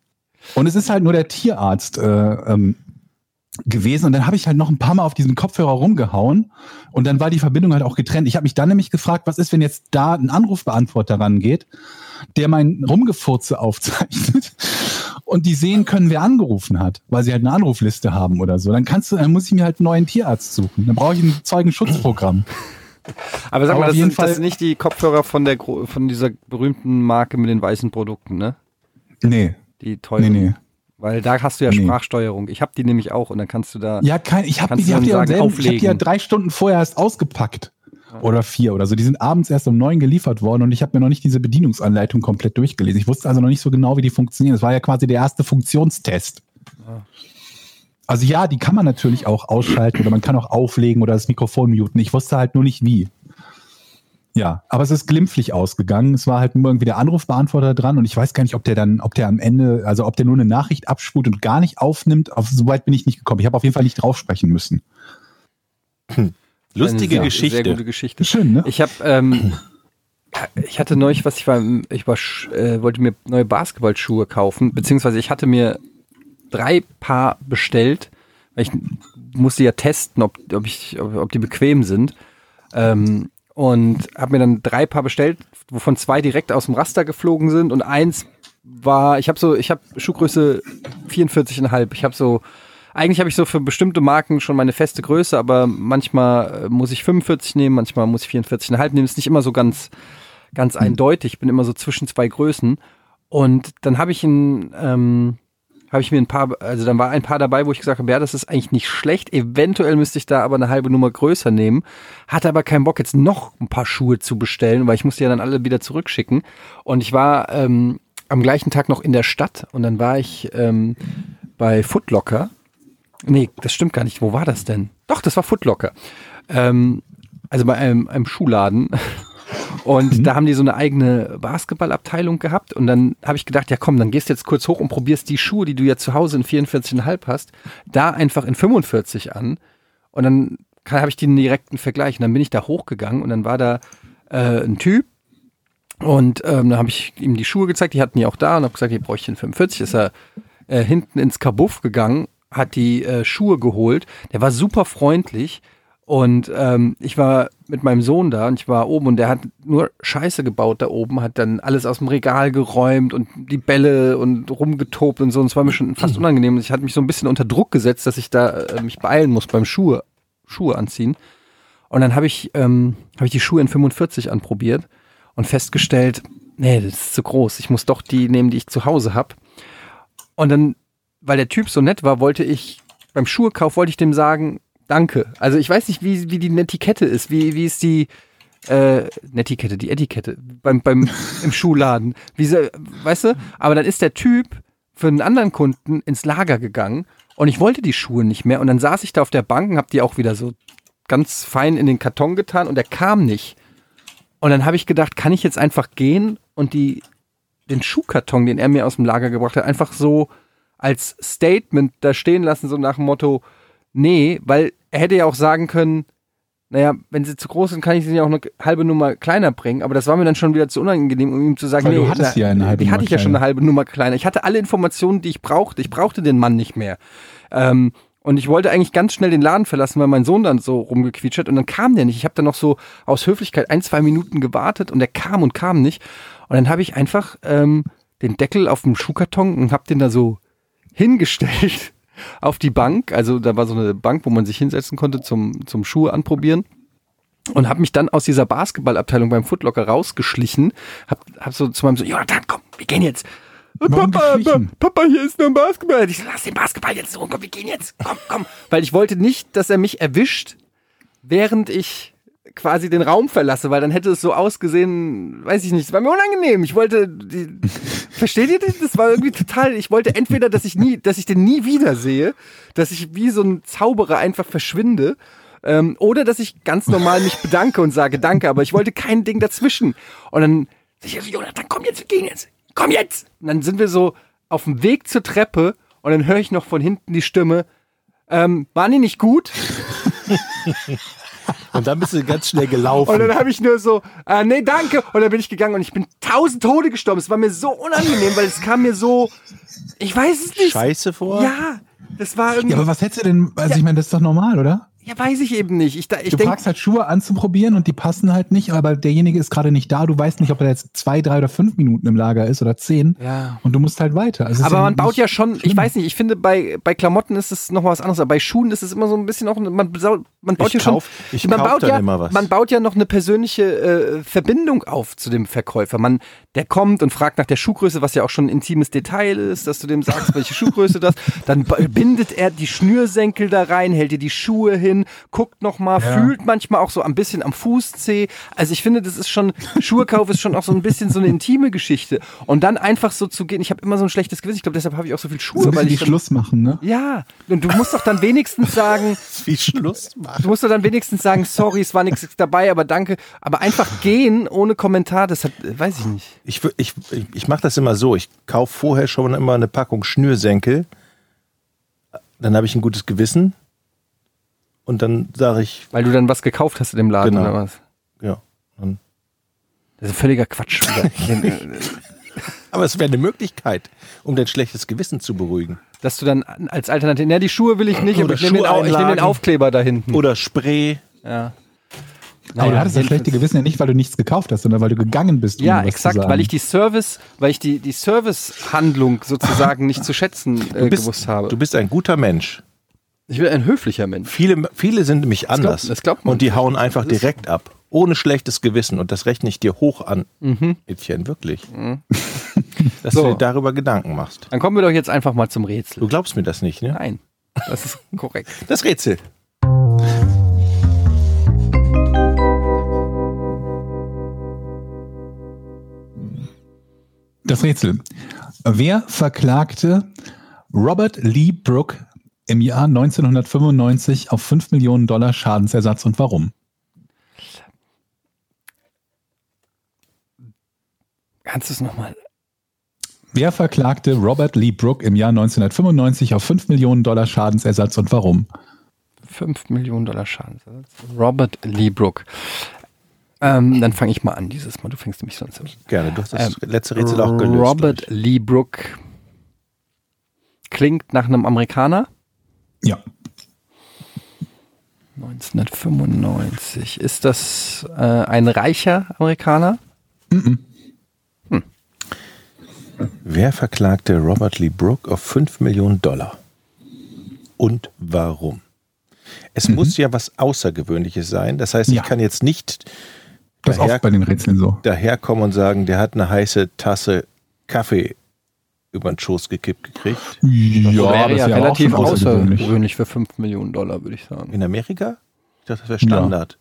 Und es ist halt nur der Tierarzt äh, ähm, gewesen. Und dann habe ich halt noch ein paar Mal auf diesen Kopfhörer rumgehauen. Und dann war die Verbindung halt auch getrennt. Ich habe mich dann nämlich gefragt, was ist, wenn jetzt da ein Anrufbeantworter rangeht, der mein Rumgefurze aufzeichnet [laughs] und die sehen können, wer angerufen hat, weil sie halt eine Anrufliste haben oder so. Dann kannst du, dann muss ich mir halt einen neuen Tierarzt suchen. Dann brauche ich ein Zeugenschutzprogramm. [laughs] Aber sag Aber mal, auf das jeden sind, das Fall- sind nicht die Kopfhörer von, der, gro- von dieser berühmten Marke mit den weißen Produkten, ne? Nee, Die nee, teuren. nee. Weil da hast du ja Nee. Sprachsteuerung. Ich habe die nämlich auch und dann kannst du da. Ja, kein, ich habe Kannst die, du hab die, dann am sagen, selben- ich hab die ja auflegen? drei Stunden vorher erst ausgepackt. Oder vier oder so. Die sind abends erst um neun geliefert worden und ich habe mir noch nicht diese Bedienungsanleitung komplett durchgelesen. Ich wusste also noch nicht so genau, wie die funktionieren. Das war ja quasi der erste Funktionstest. Also ja, die kann man natürlich auch ausschalten oder man kann auch auflegen oder das Mikrofon muten. Ich wusste halt nur nicht wie. Ja, aber es ist glimpflich ausgegangen. Es war halt nur irgendwie der Anrufbeantworter dran und ich weiß gar nicht, ob der dann, ob der am Ende, also ob der nur eine Nachricht abspult und gar nicht aufnimmt. Auf, so weit bin ich nicht gekommen. Ich habe auf jeden Fall nicht drauf sprechen müssen. Lustige eine sehr, Sehr Geschichte. gute Geschichte. Schön, ne? Ich habe, ähm, ich hatte neulich was, ich war, ich war, sch- äh, wollte mir neue Basketballschuhe kaufen, beziehungsweise ich hatte mir drei Paar bestellt, weil ich musste ja testen, ob, ob, ich, ob, ob die bequem sind. Ähm, und habe mir dann drei Paar bestellt, wovon zwei direkt aus dem Raster geflogen sind und eins war, ich habe so, ich habe Schuhgröße 44,5. Ich habe so, eigentlich habe ich so für bestimmte Marken schon meine feste Größe, aber manchmal äh, muss ich 45 nehmen, manchmal muss ich 44,5 nehmen. Ist nicht immer so ganz, ganz eindeutig. Ich bin immer so zwischen zwei Größen. Und dann habe ich ein, ähm, habe ich mir ein paar, also dann war ein paar dabei, wo ich gesagt habe, ja, das ist eigentlich nicht schlecht. Eventuell müsste ich da aber eine halbe Nummer größer nehmen. Hatte aber keinen Bock, jetzt noch ein paar Schuhe zu bestellen, weil ich musste ja dann alle wieder zurückschicken. Und ich war ähm, am gleichen Tag noch in der Stadt und dann war ich ähm, bei Footlocker. Nee, das stimmt gar nicht. Wo war das denn? Doch, das war Footlocker. Ähm, also bei einem, einem Schuhladen. Und da haben die so eine eigene Basketballabteilung gehabt. Und dann habe ich gedacht, ja komm, dann gehst du jetzt kurz hoch und probierst die Schuhe, die du ja zu Hause in 44,5 hast, da einfach in 45 an. Und dann kann- habe ich den direkten Vergleich. Und dann bin ich da hochgegangen und dann war da äh, ein Typ. Und ähm, dann habe ich ihm die Schuhe gezeigt, die hatten die auch da und habe gesagt, hier bräuchte ich in 45. Ist er äh, hinten ins Kabuff gegangen, hat die äh, Schuhe geholt. Der war super freundlich. Und ähm, ich war mit meinem Sohn da und ich war oben und der hat nur Scheiße gebaut da oben, hat dann alles aus dem Regal geräumt und die Bälle und rumgetobt und so. Und es war mir schon fast unangenehm. Ich hatte mich so ein bisschen unter Druck gesetzt, dass ich da äh, mich beeilen muss beim Schuhe, Schuhe anziehen. Und dann habe ich, ähm, hab ich die Schuhe in 45 anprobiert und festgestellt, nee, das ist zu groß. Ich muss doch die nehmen, die ich zu Hause habe. Und dann, weil der Typ so nett war, wollte ich beim Schuhekauf wollte ich dem sagen, danke. Also ich weiß nicht, wie, wie die Netiquette ist, wie, wie ist die äh, Netiquette, die Etikette beim, beim [laughs] im Schuhladen. Wie so, weißt du? Aber dann ist der Typ für einen anderen Kunden ins Lager gegangen und ich wollte die Schuhe nicht mehr und dann saß ich da auf der Bank und habe die auch wieder so ganz fein in den Karton getan und er kam nicht. Und dann habe ich gedacht, kann ich jetzt einfach gehen und die, den Schuhkarton, den er mir aus dem Lager gebracht hat, einfach so als Statement da stehen lassen, so nach dem Motto, nee, weil er hätte ja auch sagen können, naja, wenn sie zu groß sind, kann ich sie ja auch eine halbe Nummer kleiner bringen. Aber das war mir dann schon wieder zu unangenehm, um ihm zu sagen, Weil nee, du hattest na, ja eine halbe die hatte Nummer ich ja schon kleiner. eine halbe Nummer kleiner. Ich hatte alle Informationen, die ich brauchte. Ich brauchte den Mann nicht mehr. Ähm, und ich wollte eigentlich ganz schnell den Laden verlassen, weil mein Sohn dann so rumgequietscht hat. Und dann kam der nicht. Ich habe dann noch so aus Höflichkeit ein, zwei Minuten gewartet und der kam und kam nicht. Und dann habe ich einfach ähm, den Deckel auf dem Schuhkarton und habe den da so hingestellt [laughs] auf die Bank. Also da war so eine Bank, wo man sich hinsetzen konnte zum, zum Schuhe anprobieren. Und habe mich dann aus dieser Basketballabteilung beim Footlocker rausgeschlichen. Hab, hab so zu meinem Sohn, Jonathan, komm, wir gehen jetzt. Äh, Warum Papa, geschlichen? Papa, hier ist nur ein Basketball. Ich so, lass den Basketball jetzt so, komm, wir gehen jetzt. Komm, komm. Weil ich wollte nicht, dass er mich erwischt, während ich quasi den Raum verlasse, weil dann hätte es so ausgesehen, weiß ich nicht, es war mir unangenehm. Ich wollte, die, versteht ihr das? Das war irgendwie total, ich wollte entweder, dass ich nie, dass ich den nie wiedersehe, dass ich wie so ein Zauberer einfach verschwinde, ähm, oder dass ich ganz normal mich bedanke und sage Danke, aber ich wollte kein Ding dazwischen. Und dann, ich so, Jonathan, komm jetzt, wir gehen jetzt, komm jetzt! Und dann sind wir so auf dem Weg zur Treppe und dann höre ich noch von hinten die Stimme, Ähm, waren die nicht gut? Und dann bist du ganz schnell Und dann gelaufen. habe ich nur so, äh, nee, danke. Und dann bin ich gegangen und ich bin tausend Tode gestorben. Es war mir so unangenehm, weil es kam mir so, ich weiß es nicht. Scheiße vor. Ja, das war irgendwie, Ja, aber was hättest du denn? Also ich meine, das ist doch normal, oder? ja, weiß ich eben nicht. Ich, da- ich Du denke, fragst halt Schuhe anzuprobieren und die passen halt nicht, aber derjenige ist gerade nicht da. Du weißt nicht, ob er jetzt zwei, drei oder fünf Minuten im Lager ist oder zehn. Ja. Und du musst halt weiter. Also es ist Aber man baut nicht ja schon, ich schlimm. weiß nicht, ich finde, bei, bei Klamotten ist es noch mal was anderes, aber bei Schuhen ist es immer so ein bisschen auch, man, besau- man baut Ich ja schon, kauf- ich man kauf baut dann ja, immer was. man baut ja noch eine persönliche äh, Verbindung auf zu dem Verkäufer. Man, der kommt und fragt nach der Schuhgröße, was ja auch schon ein intimes Detail ist, dass du dem sagst, welche Schuhgröße [laughs] das, dann ba- bindet er die Schnürsenkel da rein, hält dir die Schuhe hin, guckt noch mal, fühlt manchmal auch so ein bisschen am Fußzeh. Also ich finde, das ist schon, Schuhekauf ist schon auch so ein bisschen so eine intime Geschichte. Und dann einfach so zu gehen, ich habe immer so ein schlechtes Gewissen, ich glaube, deshalb habe ich auch so viel Schuhe, so ein weil bisschen ich die dann- Schluss machen, ne? ja, und du musst doch dann wenigstens sagen, Wie Schluss machen. du musst doch dann wenigstens sagen, sorry, es war nichts dabei, aber danke. Aber einfach gehen ohne Kommentar, das hat, weiß ich nicht. Ich, wür- ich, ich- ich mache das immer so. Ich kaufe vorher schon immer eine Packung Schnürsenkel. Dann habe ich ein gutes Gewissen. Und dann sage ich, Weil du dann was gekauft hast in dem Laden Genau. oder was? ja. Dann. Das ist völliger Quatsch. Aber es wäre eine Möglichkeit, um dein schlechtes Gewissen zu beruhigen. Dass du dann als Alternative, na, die Schuhe will ich nicht, aber Oder ich nehme den, Au- ich nehm den Schuheinlagen. Aufkleber da hinten. Oder Spray. Ja. Aber du hattest das schlechte Gewissen ja nicht, weil du nichts gekauft hast, sondern weil du gegangen bist. ohne Ja, was zu exakt, sagen. weil ich die Service, weil ich die, die Servicehandlung sozusagen nicht zu schätzen äh, Du bist, gewusst habe. du bist ein guter Mensch. ich bin ein höflicher Mensch. Viele, viele sind nämlich glaubt- anders. das glaubt man und die hauen einfach direkt ab. Ohne schlechtes Gewissen. Und das rechne ich dir hoch an, Mädchen, wirklich. Dass Mhm. So. du dir darüber Gedanken machst. Dann kommen wir doch jetzt einfach mal zum Rätsel. Du glaubst mir das nicht, ne? Nein, das ist korrekt. Das Rätsel. Das Rätsel. Wer verklagte Robert Lee Brook im Jahr 1995 auf 5 Millionen Dollar Schadensersatz und warum? Kannst du es nochmal? Wer verklagte Robert Lee Brook im Jahr 1995 auf 5 Millionen Dollar Schadensersatz und warum? 5 Millionen Dollar Schadensersatz. Robert Lee Brook. Ähm, dann fange ich mal an dieses Mal. Du fängst nämlich sonst an. Gerne, du hast das Ähm, letzte Rätsel auch gelöst. Robert Lee Brook klingt nach einem Amerikaner. Ja. 1995. Ist das äh, ein reicher Amerikaner? Wer verklagte Robert Lee Brook auf 5 Millionen Dollar? Und warum? Es muss ja was Außergewöhnliches sein. Das heißt, Mhm. Ja. ich kann jetzt nicht Das ist Daher- oft bei den Rätseln so. daherkommen und sagen, der hat eine heiße Tasse Kaffee über den Schoß gekippt gekriegt. Ja, wäre ja relativ auch schon außergewöhnlich für 5 Millionen Dollar, würde ich sagen. In Amerika? Ich dachte, das wäre Standard.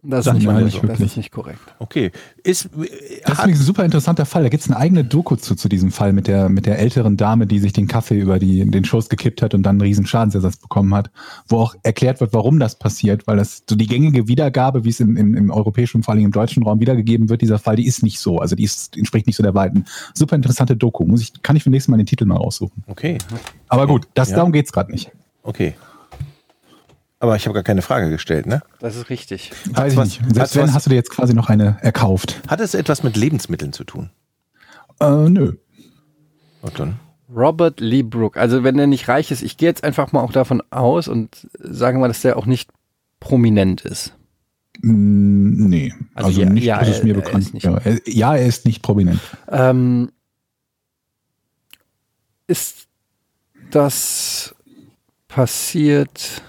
Das ist, Sagt nicht, man ja korrekt. so. das ist nicht korrekt. Okay. Ist, Das ist hat, übrigens ein super interessanter Fall. Da gibt es eine eigene Doku zu, zu diesem Fall mit der, mit der älteren Dame, die sich den Kaffee über die, den Schoß gekippt hat und dann einen riesen Schadensersatz bekommen hat, wo auch erklärt wird, warum das passiert, weil das so die gängige Wiedergabe, wie es im, im, im europäischen, vor allem im deutschen Raum wiedergegeben wird, dieser Fall, die ist nicht so. Also die ist, die entspricht nicht so der weiten. Super interessante Doku. Muss ich, kann ich für nächstes Mal den Titel mal raussuchen. okay. Aber gut, das, Ja. darum geht's gerade nicht. Okay. Aber ich habe gar keine Frage gestellt, ne? Das ist richtig. Weiß ich was- nicht. Selbst hat's wenn, was- hast du dir jetzt quasi noch eine erkauft. Hat es etwas mit Lebensmitteln zu tun? ne? Äh, nö. Und dann? Robert Lee Brook. Also wenn er nicht reich ist, ich gehe jetzt einfach mal auch davon aus und sagen wir, dass der auch nicht prominent ist. Mm, Nee, Also also, ja- nicht, ja, dass es mir er- er bekannt ist nicht- wäre. Er- Ja, er ist nicht prominent. Ähm, ist das passiert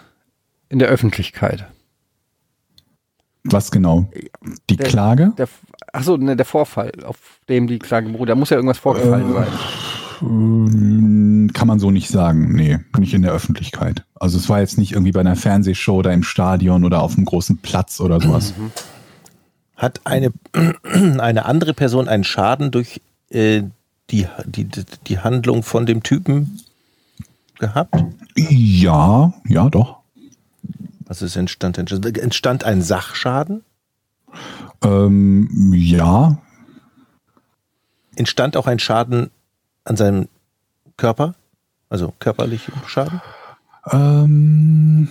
in der Öffentlichkeit? Was genau? Die Der- Klage? Der, achso, ne, der Vorfall, auf dem die Klage beruht. Da muss ja irgendwas vorgefallen sein. Mm, Kann man so nicht sagen. Nee, nicht in der Öffentlichkeit. Also es war jetzt nicht irgendwie bei einer Fernsehshow oder im Stadion oder auf einem großen Platz oder sowas. Mhm. Hat eine, [clears throat] eine andere Person einen Schaden durch äh, die, die, die Handlung von dem Typen gehabt? Ja, ja, doch. Was ist entstand? Entstand ein Sachschaden? Ähm, ja, Entstand auch ein Schaden an seinem Körper? Also körperlicher Schaden? Ähm,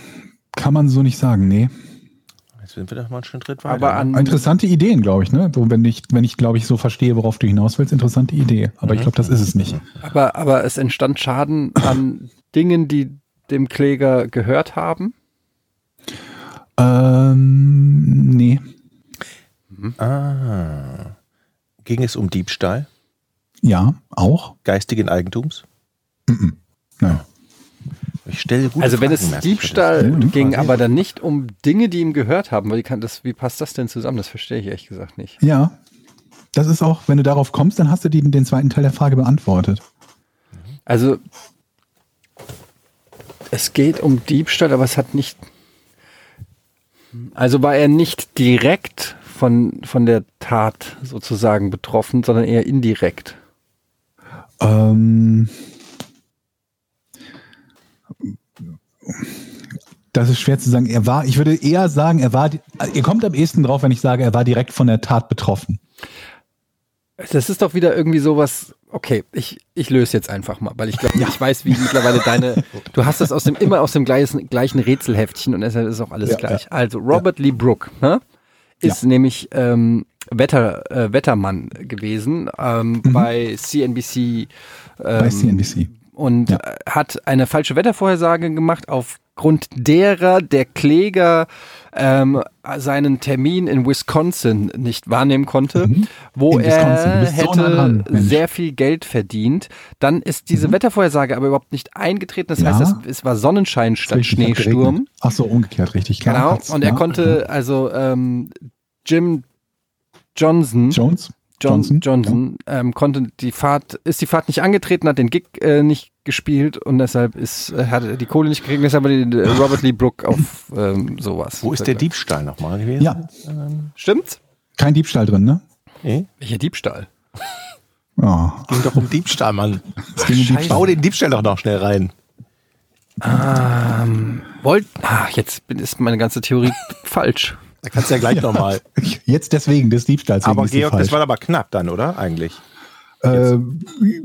kann man so nicht sagen, nee. Jetzt sind wir doch mal einen schönen Schritt weiter. ne? Aber an, Interessante Ideen, glaube ich, ne? So, wenn ich, wenn ich, glaube ich, so verstehe, worauf du hinaus willst, interessante Idee. Aber ich glaube, das ist es nicht. aber, aber es entstand Schaden an Dingen, die dem Kläger gehört haben. Ähm, nee. ah. Ging es um Diebstahl, Ja, auch. geistigen Eigentums? Nein. Ich stelle gute Also wenn Fragen, es merke ich, Diebstahl das- Mhm. ging, aber dann nicht um Dinge, die ihm gehört haben, weil die kann das, wie passt das denn zusammen? Das verstehe ich ehrlich gesagt nicht. Ja. Das ist auch, wenn du darauf kommst, dann hast du die, den zweiten Teil der Frage beantwortet. Also es geht um Diebstahl, aber es hat nicht. Also war er nicht direkt von, von der Tat sozusagen betroffen, sondern eher indirekt. Ähm, das ist schwer zu sagen. Er war, ich würde eher sagen, er war, ihr kommt am ehesten drauf, wenn ich sage, er war direkt von der Tat betroffen. Das ist doch wieder irgendwie sowas. Okay, ich, ich löse jetzt einfach mal, weil ich glaube, ich weiß, wie mittlerweile [laughs] deine. Du hast das aus dem, immer aus dem gleichen, gleichen Rätselheftchen und deshalb ist auch alles Ja, gleich. Also, Robert Lee Brooke ne, ist nämlich ähm, Wetter, äh, Wettermann gewesen ähm, Mhm. bei CNBC. Ähm, Bei CNBC. und Ja. äh, hat eine falsche Wettervorhersage gemacht, aufgrund derer der Kläger ähm, seinen Termin in Wisconsin nicht wahrnehmen konnte, wo Mhm. In Wisconsin. Du er bist so nah hätte dran, Mensch. Mhm. sehr viel Geld verdient. Dann ist diese Wettervorhersage aber überhaupt nicht eingetreten. Das Ja. heißt, es, es war Sonnenschein statt Richtig, hat Schneesturm. geregnet. Ach so, umgekehrt, richtig. Klar, Genau. hat's, Und er ja. Mhm. konnte also ähm, Jim Johnson, Jones? Johnson, Johnson, Johnson ähm, konnte die Fahrt, ist die Fahrt nicht angetreten, hat den Gig äh, nicht gespielt und deshalb ist, äh, hat er die Kohle nicht gekriegt, deshalb hat er den äh, Robert Lee Brook auf ähm, sowas. Wo ist der Diebstahl nochmal gewesen? Ja, Stimmt's? kein Diebstahl drin, ne? Nee? Welcher Diebstahl? Ja. Ging doch um Diebstahl, Mann. Ah, es ging um Diebstahl. Bau den Diebstahl doch noch schnell rein. Wollt, ah, jetzt bin- ist meine ganze Theorie falsch. Da kannst du [laughs] ja gleich nochmal. [laughs] Jetzt deswegen des Diebstahls. wegen Aber ist sie Georg, das falsch. war aber knapp dann, oder? Eigentlich. Äh,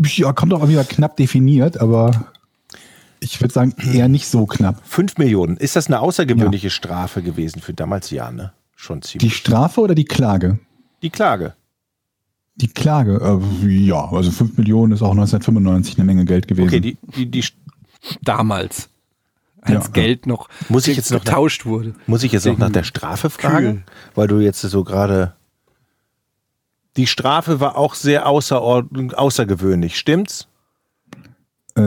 ja, kommt auch wieder knapp definiert, aber ich würde sagen, eher nicht so knapp. Fünf Millionen. Ist das eine außergewöhnliche Strafe gewesen für damals? Ja, ne? Schon Die ziemlich. Strafe oder die Klage? Die Klage. Die Klage, äh, ja, also 5 Millionen ist auch 1995 eine Menge Geld gewesen. Okay, die, die, die, Damals. Als Ja. Geld noch Muss ich jetzt noch- getauscht wurde. muss ich jetzt noch nach der Strafe fragen? Weil du jetzt so gerade. Die Strafe war auch sehr außerordn- außergewöhnlich, stimmt's? äh,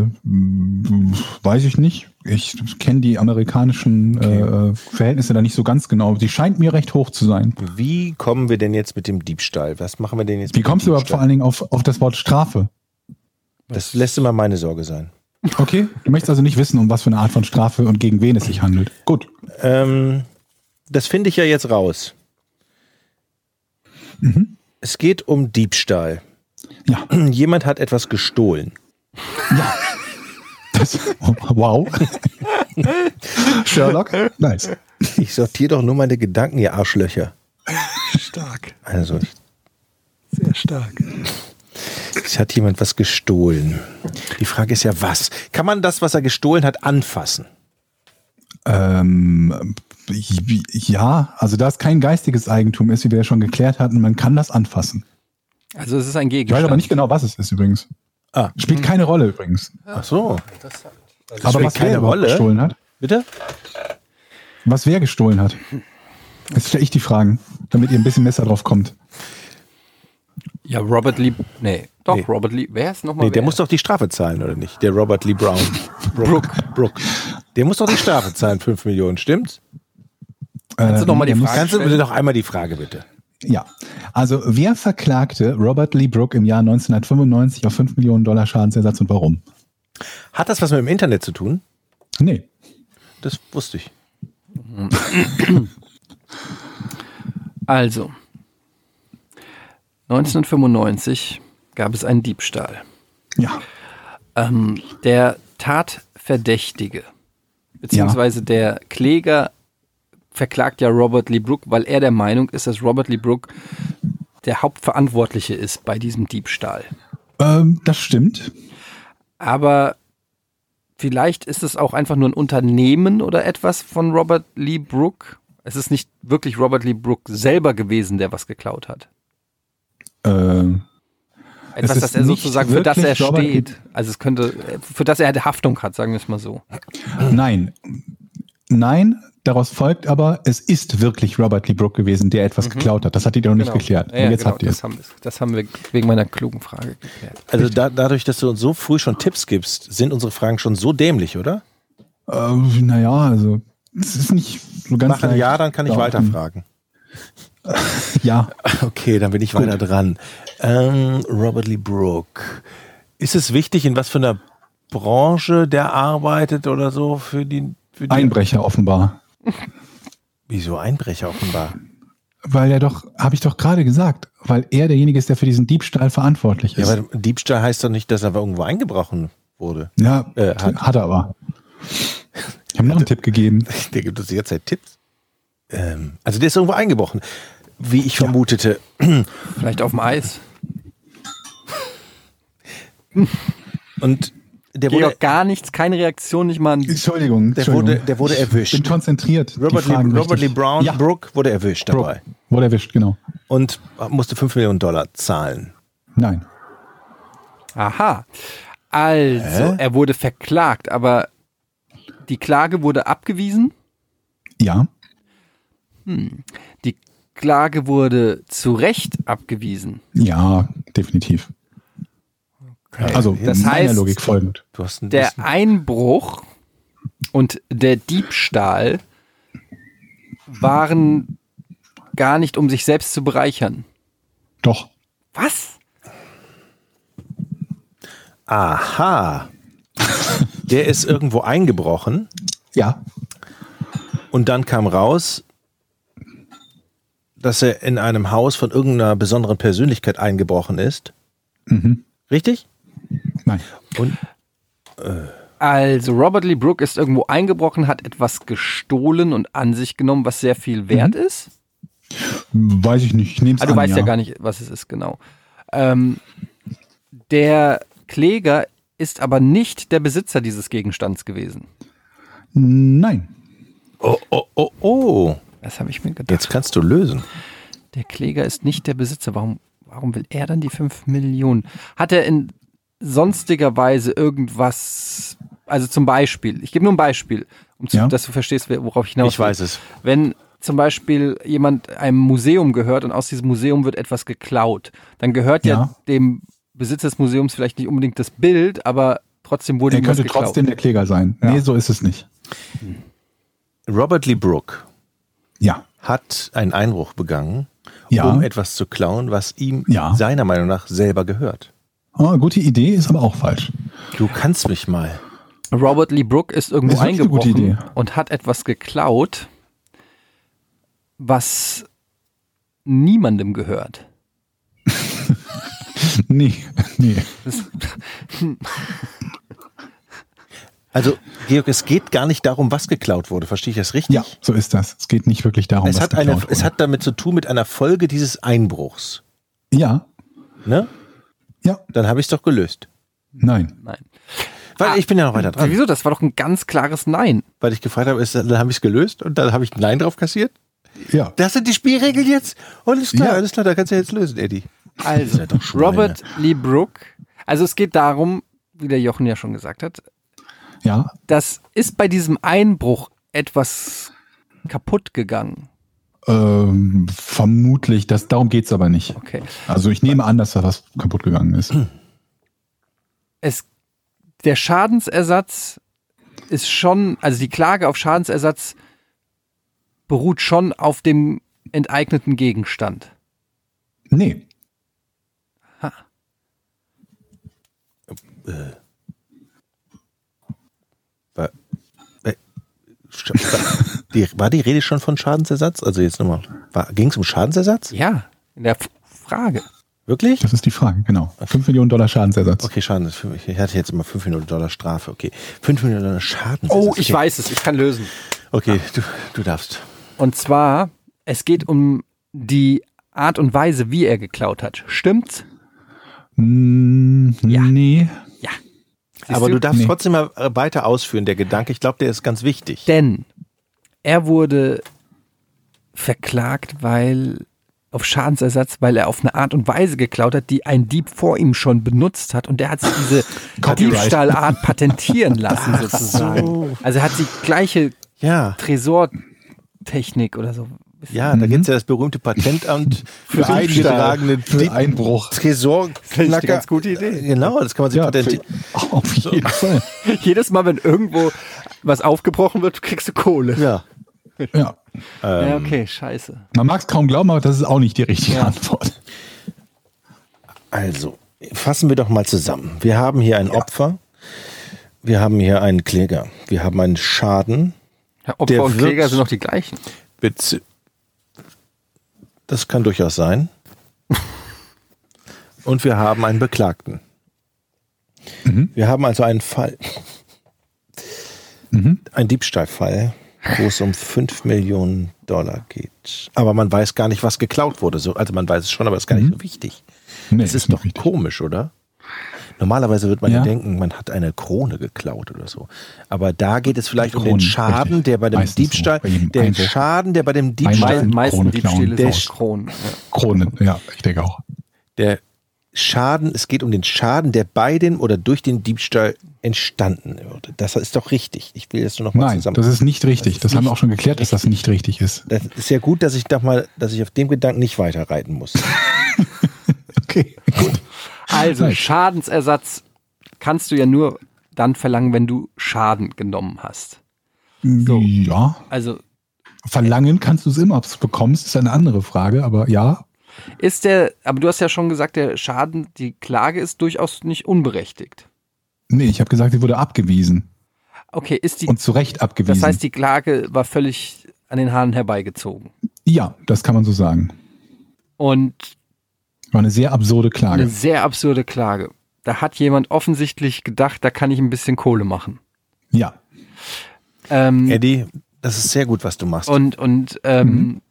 m- weiß ich nicht. Ich kenne die amerikanischen äh, Verhältnisse da nicht so ganz genau. Die scheint mir recht hoch zu sein. Wie kommen wir denn jetzt mit dem Diebstahl? Was machen wir denn jetzt Wie mit kommst du dem überhaupt vor allen Dingen auf, auf das Wort Strafe? Das lässt immer meine Sorge sein. Okay, du möchtest also nicht wissen, um was für eine Art von Strafe und gegen wen es sich handelt. Gut. Ähm, das finde ich ja jetzt raus. Es geht um Diebstahl. [clears throat] Ja. Jemand hat etwas gestohlen. Das, wow. [laughs] Sherlock? Nice. Ich sortiere doch nur meine Gedanken, ihr Arschlöcher. Stark, Also, ich, sehr stark. es hat jemand was gestohlen. Die Frage ist ja, was? Kann man das, was er gestohlen hat, anfassen? Ähm, ja, also da es kein geistiges Eigentum ist, wie wir ja schon geklärt hatten, man kann das anfassen. Also es ist ein Ich weiß Gegenstand. aber nicht genau, was es ist übrigens. Ah. Spielt keine Rolle übrigens. Ach so. aber spielt was keine wer überhaupt Rolle. gestohlen hat? Bitte? Was wer gestohlen hat? Jetzt stelle ich die Fragen, damit ihr ein bisschen besser drauf kommt. ja, Robert Lee. Nee, doch, Nee. Robert Lee. Wer ist nochmal? Nee, der wer? muss doch die Strafe zahlen, oder nicht? Der Robert Lee Brown. [laughs] Brooke. Brooke. Der muss doch die Strafe zahlen, 5 Millionen, stimmt's? Kannst du noch mal die der muss- Frage- Kannst du bitte noch einmal die Frage, bitte? Äh, Ja. Also, wer verklagte Robert Lee Brooke im Jahr 1995 auf 5 Millionen Dollar Schadensersatz und warum? Hat das was mit dem Internet zu tun? Nee. Das wusste ich. Also, 1995 gab es einen Diebstahl. Ja. Ähm, der Tatverdächtige, beziehungsweise der Kläger, verklagt ja Robert Lee Brook, weil er der Meinung ist, dass Robert Lee Brook der Hauptverantwortliche ist bei diesem Diebstahl. Ähm, das stimmt. Aber vielleicht ist es auch einfach nur ein Unternehmen oder etwas von Robert Lee Brook. Es ist nicht wirklich Robert Lee Brook selber gewesen, der was geklaut hat. Ähm, Es Etwas, ist das er nicht sozusagen, für das er wirklich Robert Lee- steht. Also es könnte, für das er Haftung hat, sagen wir es mal so. Nein. Nein, daraus folgt aber, es ist wirklich Robert Lee Brook gewesen, der Mhm. etwas geklaut hat. Das hat ihr doch nicht geklärt. Ja, Und ja, jetzt genau, habt ihr das es. haben, das haben wir wegen meiner klugen Frage geklärt. Also da, dadurch, dass du uns so früh schon Tipps gibst, sind unsere Fragen schon so dämlich, oder? Ähm, naja, also, es ist nicht so ganz Mach ein leicht. Ja, dann kann ich Ja, weiterfragen. Ja, Okay, dann bin ich weiter dran. Ähm, Robert Lee Brook. Ist es wichtig, in was für einer Branche der arbeitet oder so für die, für die Einbrecher offenbar. Wieso Einbrecher offenbar? Weil er doch, habe ich doch gerade gesagt, weil er derjenige ist, der für diesen Diebstahl verantwortlich Ja, ist. aber Diebstahl heißt doch nicht, dass er irgendwo eingebrochen wurde. [laughs] Ja, Äh, t- hat- hat. er aber. Ich habe noch einen [laughs] Tipp gegeben. Der gibt uns die ganze Zeit Tipps. Ähm, also der ist irgendwo eingebrochen, wie ich vermutete. Vielleicht auf dem Eis. Und der wurde, Georg, gar nichts, keine Reaktion, nicht mal ein Entschuldigung. der wurde, Entschuldigung. der wurde ich bin erwischt. konzentriert. die Robert, Fragen Lee, Robert Lee richtig. Brown Ja, Brook wurde erwischt dabei wurde erwischt, genau. und musste 5 Millionen Dollar zahlen. Nein. Aha. Also, Hä? er wurde verklagt, aber die Klage wurde abgewiesen. Ja. Die Klage wurde zu Recht abgewiesen. Ja, definitiv. Äh, Also Das meiner heißt- Logik folgend. Du hast ein Der bisschen- Einbruch und der Diebstahl waren gar nicht, um sich selbst zu bereichern. Doch. Was? Aha. Der ist irgendwo eingebrochen Ja. und dann kam raus, dass er in einem Haus von irgendeiner besonderen Persönlichkeit eingebrochen ist. Mhm. Richtig? Nein. Und Also, Robert Lee Brook ist irgendwo eingebrochen, hat etwas gestohlen und an sich genommen, was sehr viel wert ist. Weiß ich nicht. Ich nehme es Ah, Also du weißt Mhm. ja. gar nicht, was es ist, genau. Ähm, der Kläger ist aber nicht der Besitzer dieses Gegenstands gewesen. Nein. oh, oh, oh, oh. Das habe ich mir gedacht. Jetzt kannst du lösen. Der Kläger ist nicht der Besitzer. Warum, warum will er dann die 5 Millionen? Hat er in sonstiger Weise irgendwas, also zum Beispiel, ich gebe nur ein Beispiel, um zu, Ja. dass du verstehst, wer- worauf ich hinaus Ich weiß es. Wenn zum Beispiel jemand einem Museum gehört und aus diesem Museum wird etwas geklaut, dann gehört ja, Ja. dem Besitzer des Museums vielleicht nicht unbedingt das Bild, aber trotzdem wurde Er ihm was könnte geklaut. trotzdem der Kläger sein. Nee, so ist es nicht. Robert Lee Brook Ja. hat einen Einbruch begangen, Ja. um etwas zu klauen, was ihm Ja. seiner Meinung nach selber gehört. Ah, gute Idee, ist aber auch falsch. Du kannst mich mal. Robert Lee Brook ist irgendwo Das ist wirklich eine gute eingebrochen Idee. und hat etwas geklaut, was niemandem gehört. [laughs] Nee, nee. [laughs] Also, Georg, es geht gar nicht darum, was geklaut wurde. Verstehe ich das richtig? Ja, so ist das. Es geht nicht wirklich darum, Es was hat, eine, geklaut es wurde. hat damit zu tun mit einer Folge dieses Einbruchs. Ja, Ne? ja, Dann habe ich es doch gelöst. nein. Nein. Weil Ah. ich bin ja noch weiter dran. Wieso? Das war doch ein ganz klares Nein. Weil ich gefragt habe, ist, dann habe ich es gelöst und dann habe ich ein Nein drauf kassiert. Ja. Das sind die Spielregeln jetzt. Und ist klar, Ja. alles klar, da kannst du jetzt lösen, Eddie. Also, doch Schweine. Robert Lee Brook, also es geht darum, wie der Jochen ja schon gesagt hat, Ja, das ist bei diesem Einbruch etwas kaputt gegangen. ähm, vermutlich. Das, darum geht es aber nicht. Okay. Also ich nehme an, dass da was kaputt [clears throat] gegangen ist. Es, der Schadensersatz ist schon, also die Klage auf Schadensersatz beruht schon auf dem enteigneten Gegenstand. Nee. Sch- war- äh, [laughs] Die, war die Rede schon von Schadensersatz? Also jetzt nochmal. Ging es um Schadensersatz? Ja, in der F Frage. Wirklich? Das ist die Frage, genau. 5 Millionen Dollar Schadensersatz. Okay, Schaden. Ich hatte jetzt immer 5 Millionen Dollar Strafe. Okay. 5 Millionen Dollar Schadensersatz. Oh, okay. ich weiß Ah. es, ich kann lösen. Okay, du, du darfst. Und zwar, es geht um die Art und Weise, wie er geklaut hat. Stimmt's? Mm, Ja. Nee. Ja. Aber du? du darfst Nee. trotzdem mal äh, weiter ausführen, der Gedanke. Ich glaube, der ist ganz wichtig. Denn er wurde verklagt, weil auf Schadensersatz, weil er auf eine Art und Weise geklaut hat, die ein Dieb vor ihm schon benutzt hat. Und der hat sich [laughs] diese Copyright. Diebstahlart patentieren lassen, sozusagen. Also er hat die gleiche ja, Tresortechnik oder so. ja, Mhm. da gibt es ja das [laughs] berühmte Patentamt für Diebstahl, eingetragene für Einbruch. Tresorknacker. ganz gute Idee. Genau, das kann man sich Ja, für, patentieren. auf jeden Fall. [laughs] Jedes Mal, wenn irgendwo was aufgebrochen wird, kriegst du Kohle. Ja. Ja. Ähm, ja, okay, scheiße. Man mag es kaum glauben, aber das ist auch nicht die richtige Antwort. Also, fassen wir doch mal zusammen. Wir haben hier ein Opfer, wir haben hier einen Kläger, wir haben einen Schaden. Herr Der Opfer und wird- Kläger sind noch die gleichen. Bez- Das kann durchaus sein. Und wir haben einen Beklagten. Wir haben also einen Fall. Ein Diebstahlfall, wo es um 5 Millionen Dollar geht. Aber man weiß gar nicht, was geklaut wurde. So, Also man weiß es schon, aber es ist gar nicht so wichtig. Nee, Das ist doch nicht richtig. komisch, oder? Normalerweise wird man Ja. ja. denken, man hat eine Krone geklaut oder so. Aber da geht es vielleicht um den Kronen, Schaden, richtig. der bei dem Meistens so, Diebstahl, bei jedem der Einbruch. Schaden, der bei dem Mei- Diebstahl, Einbruch. meisten Krone Diebstähle klauen. sind Der auch Sch- Kronen. Ja. Krone. Ja, ich denke auch. der Schaden, es geht um den Schaden, der bei dem oder durch den Diebstahl entstanden würde. Das ist doch richtig. Ich will das nur nochmal Nein, zusammen. das ist nicht richtig. Das, haben wir auch schon geklärt, dass das nicht richtig ist. Das ist ja gut, dass ich doch mal, dass ich auf dem Gedanken nicht weiterreiten [laughs] muss. Okay. Also Nice. Schadensersatz kannst du ja nur dann verlangen, wenn du Schaden genommen hast. So. Ja. Also Verlangen kannst du es immer, ob du es bekommst, ist eine andere Frage, aber ja. ist der, aber du hast ja schon gesagt, der Schaden, die Klage ist durchaus nicht unberechtigt. Nee, ich habe gesagt, sie wurde abgewiesen. Okay, ist die, Und zu Recht abgewiesen. das heißt, die Klage war völlig an den Haaren herbeigezogen. ja, das kann man so sagen. Und War eine sehr absurde eine Klage. sehr absurde Klage. Da hat jemand offensichtlich gedacht, da kann ich ein bisschen Kohle machen. Ja. Ähm, Eddie, das ist sehr gut, was du machst. Und, und ähm, Mhm.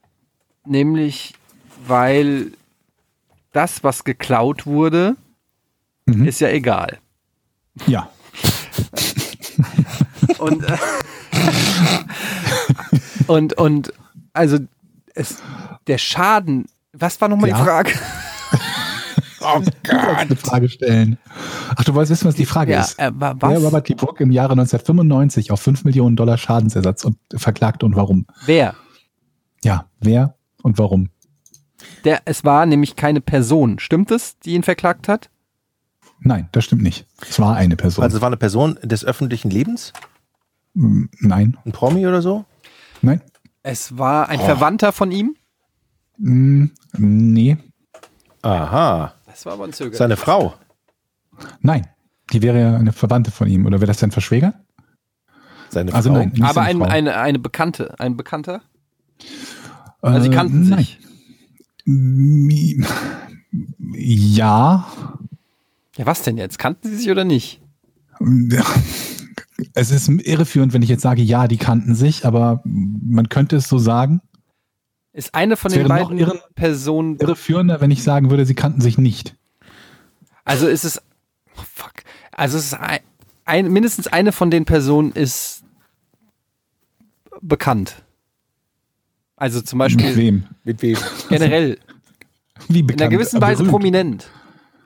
nämlich, weil das, was geklaut wurde, Mhm. ist ja egal. Ja. Und, äh, [laughs] und, und also es, der Schaden, was war nochmal die Ja. Frage? Also, Du sollst eine Frage stellen. Ach, du wolltest wissen, was die Frage Ja, ist. äh, wa- Wer was? Robert T. Brooke im Jahre 1995 auf 5 Millionen Dollar Schadensersatz und verklagt und warum? Wer? Ja, wer und warum? Der, es war nämlich keine Person, stimmt es, die ihn verklagt hat? Nein, das stimmt nicht. Es war eine Person. Also es war eine Person des öffentlichen Lebens, Mm, Nein, ein Promi oder so? nein, Es war ein Verwandter von ihm? Mm, nee, Aha, Das war aber ein Zögern. seine Frau. nein. Die wäre ja eine Verwandte von ihm. Oder wäre das sein Verschwäger? Seine Also Frau. nein. nicht Aber seine ein, Frau. eine, eine Bekannte, ein Bekannter? Also sie Äh, kannten nein. sich. Mi- Ja. Ja, was denn jetzt? Kannten sie sich oder nicht? Es ist irreführend, wenn ich jetzt sage, ja, die kannten sich, aber man könnte es so sagen. Ist eine von Es den wäre noch beiden irren- Personen. Irreführender, wenn ich sagen würde, sie kannten sich nicht. Also ist es. Oh fuck. Also es ist ein, ein, mindestens eine von den Personen ist bekannt. Also zum Mit Beispiel wem? Mit wem? [laughs] generell, Wie in einer gewissen Weise prominent.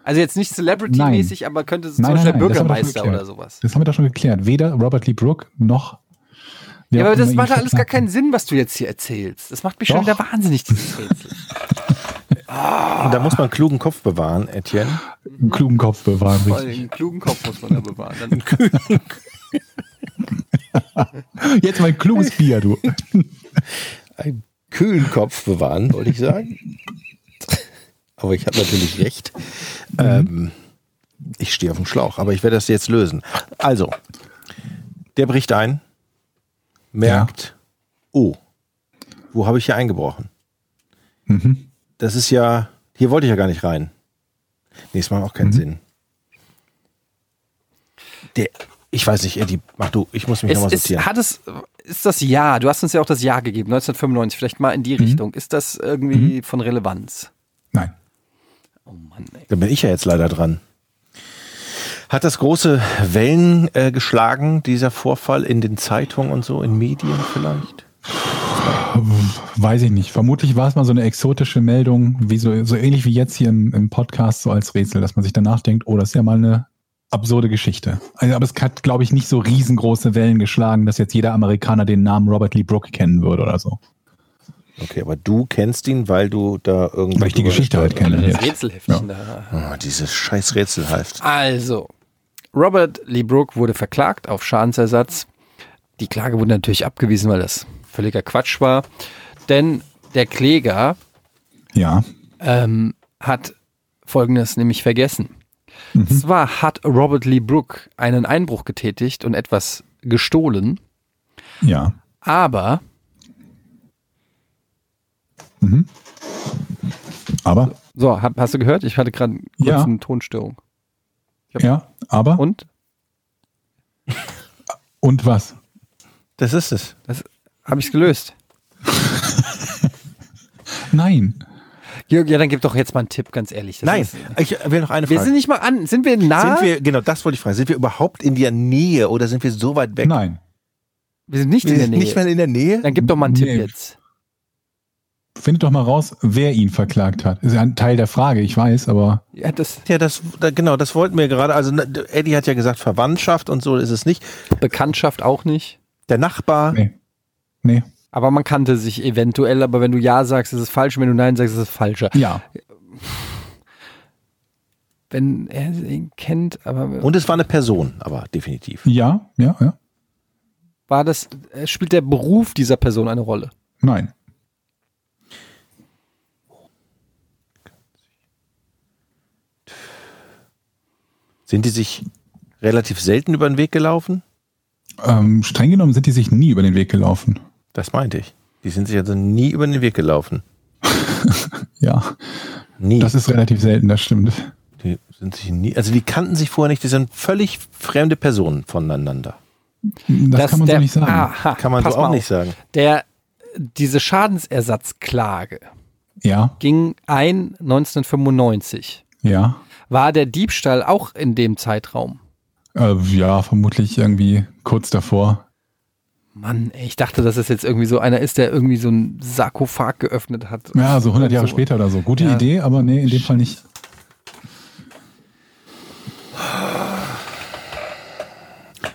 Also jetzt nicht Celebrity-mäßig, aber könnte so zum Nein, nein, Beispiel nein, der das haben wir Bürgermeister schon geklärt. oder sowas. Das haben wir doch schon geklärt. Weder Robert Lee Brooke noch. wer Ja, aber auch das immer macht ihn alles gar verklagt hat. keinen Sinn, was du jetzt hier erzählst. Das macht mich schon Doch. wieder wahnsinnig, dieses [laughs] Rätsel. Und da muss man einen klugen Kopf bewahren, Etienne. Einen klugen Kopf bewahren. Vor allem richtig. einen klugen Kopf muss man da bewahren. Dann Jetzt mal ein kluges Bier, du. einen kühlen Kopf bewahren, wollte ich sagen. Aber ich habe natürlich recht. Ähm, ich stehe auf dem Schlauch, aber ich werde das jetzt lösen. Also, der bricht ein, merkt, oh, wo habe ich hier eingebrochen? Mhm. Das ist ja, hier wollte ich ja gar nicht rein. Nächstes Mal auch keinen Sinn. Der, ich weiß nicht, Eddie, mach du, ich muss mich Ist, nochmal ist, sortieren. hat es, ist das Jahr, du hast uns ja auch das Jahr gegeben, 1995, vielleicht mal in die Richtung. Ist das irgendwie von Relevanz? Nein. Oh Mann, ey. Dann bin ich ja jetzt leider dran. Hat das große Wellen äh, geschlagen, dieser Vorfall in den Zeitungen und so, in Medien vielleicht? Weiß ich nicht. Vermutlich war es mal so eine exotische Meldung, wie so, so ähnlich wie jetzt hier im, im Podcast, so als Rätsel, dass man sich danach denkt, oh, das ist ja mal eine absurde Geschichte. Also, aber es hat, glaube ich, nicht so riesengroße Wellen geschlagen, dass jetzt jeder Amerikaner den Namen Robert Lee Brooke kennen würde oder so. Okay, aber du kennst ihn, weil du da irgendwie. Weil ich die drüber Geschichte halt gestolpert kenne. Das Ja. Rätselheftchen da. bist. Oh, dieses scheiß Rätselhaft. Also, Robert Lee Brooke wurde verklagt auf Schadensersatz. Die Klage wurde natürlich abgewiesen, weil das völliger Quatsch war. Denn der Kläger Ja. ähm, hat Folgendes nämlich vergessen. Zwar hat Robert Lee Brooke einen Einbruch getätigt und etwas gestohlen, Ja. aber Aber. So, hab, hast du gehört? Ich hatte gerade kurz Ja. eine Tonstörung. Ja. Aber. Und, Und? was? Das ist es. Das habe ich gelöst. Nein. Jörg, ja, dann gib doch jetzt mal einen Tipp, ganz ehrlich. Das Nein, Ist, ich äh, will noch eine Frage. wir sind nicht mal an. Sind wir nah? Sind wir, genau, das wollte ich fragen. Sind wir überhaupt in der Nähe oder sind wir so weit weg? Nein. Wir sind nicht wir in der sind Nähe. nicht mal in der Nähe. dann gib doch mal einen Tipp Nee. jetzt. Findet doch mal raus, wer ihn verklagt hat. Ist ja ein Teil der Frage, ich weiß, aber. Ja, das Ja, das, da, genau, das wollten wir gerade. Also, na, Eddie hat ja gesagt, Verwandtschaft und so ist es nicht. Bekanntschaft auch nicht. Der Nachbar, Nee. Nee. Aber man kannte sich eventuell. Aber wenn du Ja sagst, ist es falsch. Wenn du Nein sagst, ist es falscher. Ja. Wenn er ihn kennt, aber Und es war eine Person, aber definitiv. Ja. Ja. Ja. war das, äh, spielt der Beruf dieser Person eine Rolle? Nein. Sind die sich relativ selten über den Weg gelaufen? Ähm, streng genommen sind die sich nie über den Weg gelaufen. Das meinte ich. Die sind sich also nie über den Weg gelaufen. Ja. Nie. Das ist relativ selten, das stimmt. die sind sich nie, also die kannten sich vorher nicht, die sind völlig fremde Personen voneinander. Dass Das, kann man der, Ah. so nicht sagen. Aha, Kann man pass so auch mal nicht auf. sagen. Der, diese Schadensersatzklage Ja, ging ein 1995. ja. War der Diebstahl auch in dem Zeitraum? Äh, ja, vermutlich irgendwie kurz davor. Mann, ey, ich dachte, dass es jetzt irgendwie so einer ist, der irgendwie so einen Sarkophag geöffnet hat. Also, Ja, so 100 Jahre So. später oder so. Gute Ja. Idee, aber nee, in dem Fall nicht.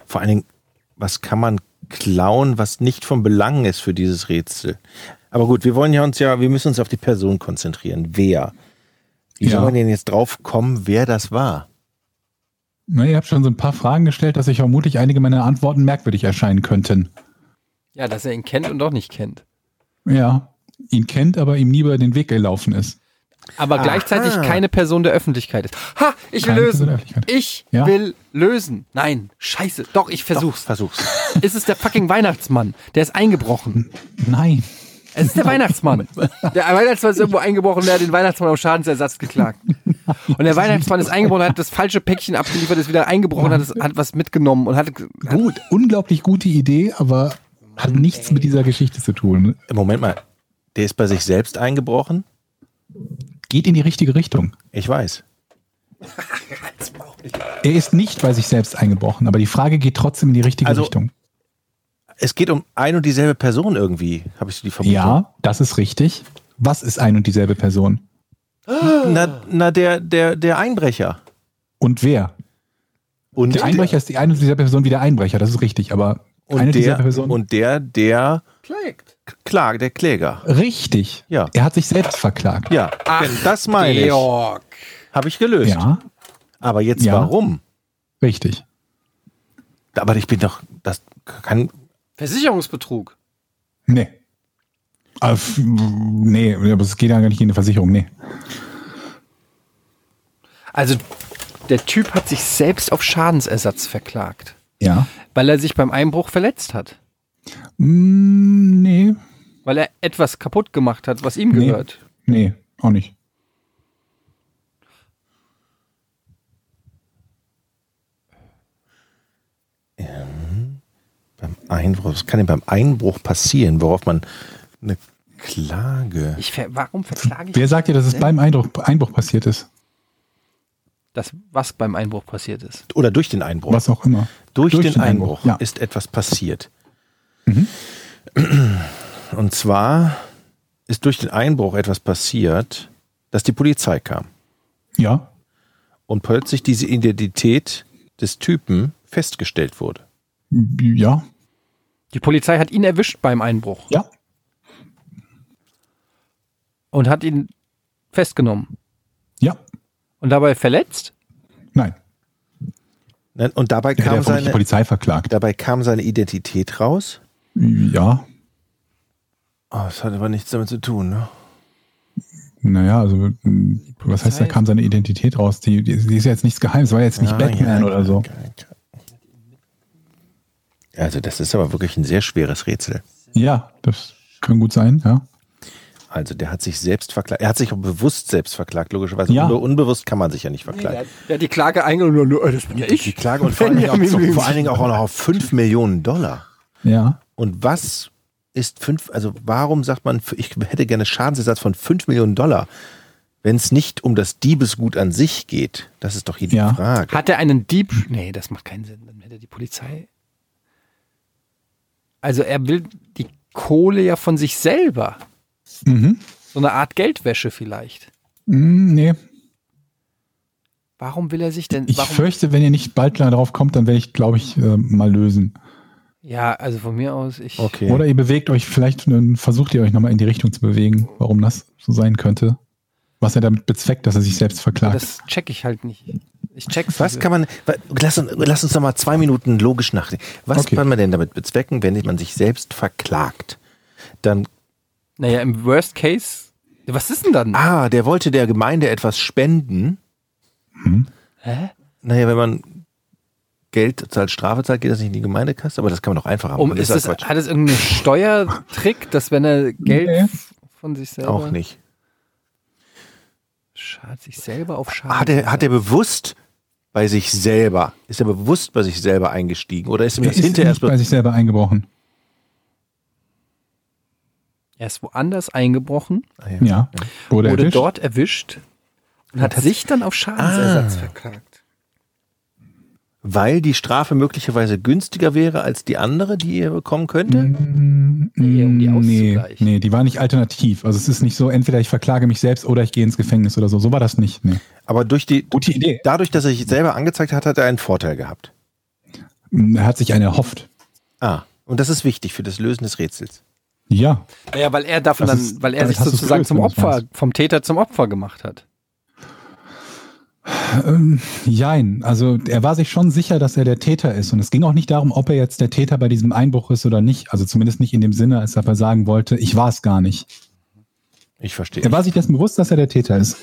Vor allen Dingen, was kann man klauen, was nicht von Belang ist für dieses Rätsel? Aber gut, wir wollen ja uns ja, wir müssen uns auf die Person konzentrieren. Wer? Wie Ja. soll man denn jetzt drauf kommen, wer das war? Na, ihr habt schon so ein paar Fragen gestellt, dass sich vermutlich einige meiner Antworten merkwürdig erscheinen könnten. Ja, dass er ihn kennt und auch nicht kennt. Ja, ihn kennt, aber ihm nie über den Weg gelaufen ist. Aber gleichzeitig keine Person der Öffentlichkeit ist. Ha, ich will Keine Person der lösen. Öffentlichkeit. Ich Ja. will lösen. Nein, scheiße. Doch, ich versuch's. Versuch's. Ist es der fucking Weihnachtsmann? Der ist eingebrochen. Nein. Es ist der Weihnachtsmann. Genau. Der Weihnachtsmann ist irgendwo eingebrochen und der hat den Weihnachtsmann auf Schadensersatz geklagt. Und der Weihnachtsmann ist eingebrochen, hat das falsche Päckchen abgeliefert, ist wieder eingebrochen, hat, das, hat was mitgenommen und hat. Gut, unglaublich gute Idee, aber hat nichts mit dieser Geschichte zu tun. Moment mal, der ist bei sich selbst eingebrochen? Geht in die richtige Richtung. Ich weiß. Er ist nicht bei sich selbst eingebrochen, aber die Frage geht trotzdem in die richtige Also, Richtung. Es geht um ein und dieselbe Person irgendwie, habe ich so die Vermutung. Ja, das ist richtig. Was ist ein und dieselbe Person? Na, na der, der, der Einbrecher. Und wer? Und Der Einbrecher ist die eine und dieselbe Person wie der Einbrecher, das ist richtig, aber und eine der, dieser Personen. Und der, der Klagt. Klage, der Kläger. richtig. Ja. Er hat sich selbst verklagt. Ja, denn das meine ich. Georg. Habe ich gelöst. Ja, Aber jetzt Ja. warum? richtig. Aber ich bin doch, das kann, Versicherungsbetrug. Nee. Ah, f- Nee, aber es geht ja gar nicht in eine Versicherung. Nee. Also, der Typ hat sich selbst auf Schadensersatz verklagt, Ja. weil er sich beim Einbruch verletzt hat. Mm, nee. Weil er etwas kaputt gemacht hat, was ihm Nee. gehört. Nee, auch nicht. beim Einbruch, was kann denn beim Einbruch passieren, worauf man eine Klage. Ich ver warum verklage ich Wer sagt dir, dass es beim Einbruch, Einbruch passiert ist? das, was beim Einbruch passiert ist. Oder durch den Einbruch. was auch immer. Durch, den, Einbruch, ja. Mhm. ist etwas passiert. [clears throat] Und zwar ist durch den Einbruch etwas passiert, dass die Polizei kam Ja, und plötzlich diese Identität des Typen festgestellt wurde. ja, Die Polizei hat ihn erwischt beim Einbruch ja. und hat ihn festgenommen Ja, und dabei verletzt. nein. Ne? Und dabei Er Äh, hat ja kam, vermutlich die seine, Polizei verklagt. dabei kam seine Identität raus. Ja, Oh, das hat aber nichts damit zu tun. Ne? naja, also mh, was heißt, da heißt- kam seine Identität raus. Die, die, die ist ja jetzt nichts Geheimes, war jetzt nicht Ah, Batman ja, oder so. ja, ja. Also das ist aber wirklich ein sehr schweres Rätsel. Ja, das kann gut sein, ja. Also der hat sich selbst verklagt. Er hat sich auch bewusst selbst verklagt, logischerweise. Ja. Unbe unbewusst kann man sich ja nicht verklagen. Der hat die Klage eingenommen, nur, das bin ja äh, Die Klage [laughs] und vor allen, Dingen auch, zu- vor allen Dingen auch noch auf 5 Millionen Dollar. Ja, Und was ist 5, also warum sagt man, ich hätte gerne Schadensersatz von 5 Millionen Dollar, wenn es nicht um das Diebesgut an sich geht? Das ist doch hier die Ja. Frage. Hat er einen Dieb? Nee, das macht keinen Sinn. Dann hätte die Polizei. Also er will die Kohle ja von sich selber. Mhm. So eine Art Geldwäsche vielleicht. Mh, nee. Warum will er sich denn? Ich warum, fürchte, wenn ihr nicht bald klar drauf kommt, dann werde ich, glaube ich, äh, mal lösen. ja, also von mir aus, ich. Okay. Oder ihr bewegt euch, vielleicht äh, versucht ihr euch nochmal in die Richtung zu bewegen, warum das so sein könnte. Was er damit bezweckt, dass er sich selbst verklagt. Das check ich halt nicht. Ich check's. was kann man, wa- lass uns, lass uns noch mal zwei Minuten logisch nachdenken. Was Okay. kann man denn damit bezwecken, wenn man sich selbst verklagt? Dann Naja, im Worst Case. Was ist denn dann? Ah, der wollte der Gemeinde etwas spenden. Hä? Naja, wenn man Geld als Strafe zahlt, geht das nicht in die Gemeindekasse, aber Oh, das kann man doch einfach haben. Um, ist das, ja Quatsch. hat das irgendeinen Steuertrick, dass wenn er Geld Nee. von sich selber. auch nicht. Schad, sich selber auf Schaden. Hat er, hat er bewusst bei sich selber, ist er bewusst bei sich selber eingestiegen oder ist ihm Er das ist hinterher nicht erst bei sich selber eingebrochen. er ist woanders eingebrochen. Ah, ja. Ja. Wurde, wurde erwischt. dort erwischt und hat sich dann auf Schadensersatz Ah. verklagt. Weil die Strafe möglicherweise günstiger wäre als die andere, die er bekommen könnte? Mhm. Nee, um die Mm, Nee, auszugleichen. nee, die war nicht alternativ. Also es ist nicht so, entweder ich verklage mich selbst oder ich gehe ins Gefängnis oder so. So war das nicht. Nee. Aber durch die, Gute Idee. dadurch, dass er sich selber angezeigt hat, hat er einen Vorteil gehabt. Er Hm, hat sich einen erhofft. Ah, und das ist wichtig für das Lösen des Rätsels. Ja. Naja, weil er davon Das dann, ist- weil er damit sich hast du's sozusagen gelöst, zum wenn du's Opfer, meinst. vom Täter zum Opfer gemacht hat. Ähm, jein. Also er war sich schon sicher, dass er der Täter ist. Und es ging auch nicht darum, ob er jetzt der Täter bei diesem Einbruch ist oder nicht. Also zumindest nicht in dem Sinne, als er sagen wollte, ich war es gar nicht. Ich verstehe. Er war sich dessen bewusst, dass er der Täter ist.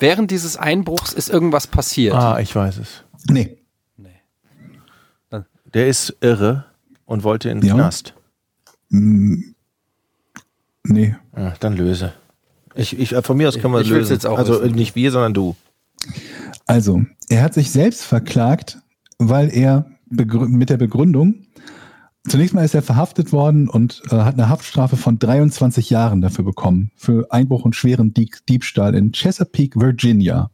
Während dieses Einbruchs ist irgendwas passiert. ah, ich weiß es. Nee. Der ist irre und wollte in den Ah. Ja. Knast. Mm. Nee. Ja, Ah, dann löse. Ich, ich, von mir aus können wir Ich will's lösen. jetzt auch also wissen. nicht wir, sondern du. Also, er hat sich selbst verklagt, weil er begrü- mit der Begründung, zunächst mal ist er verhaftet worden und äh, hat eine Haftstrafe von 23 Jahren dafür bekommen, für Einbruch und schweren Dieb Diebstahl in Chesapeake, Virginia.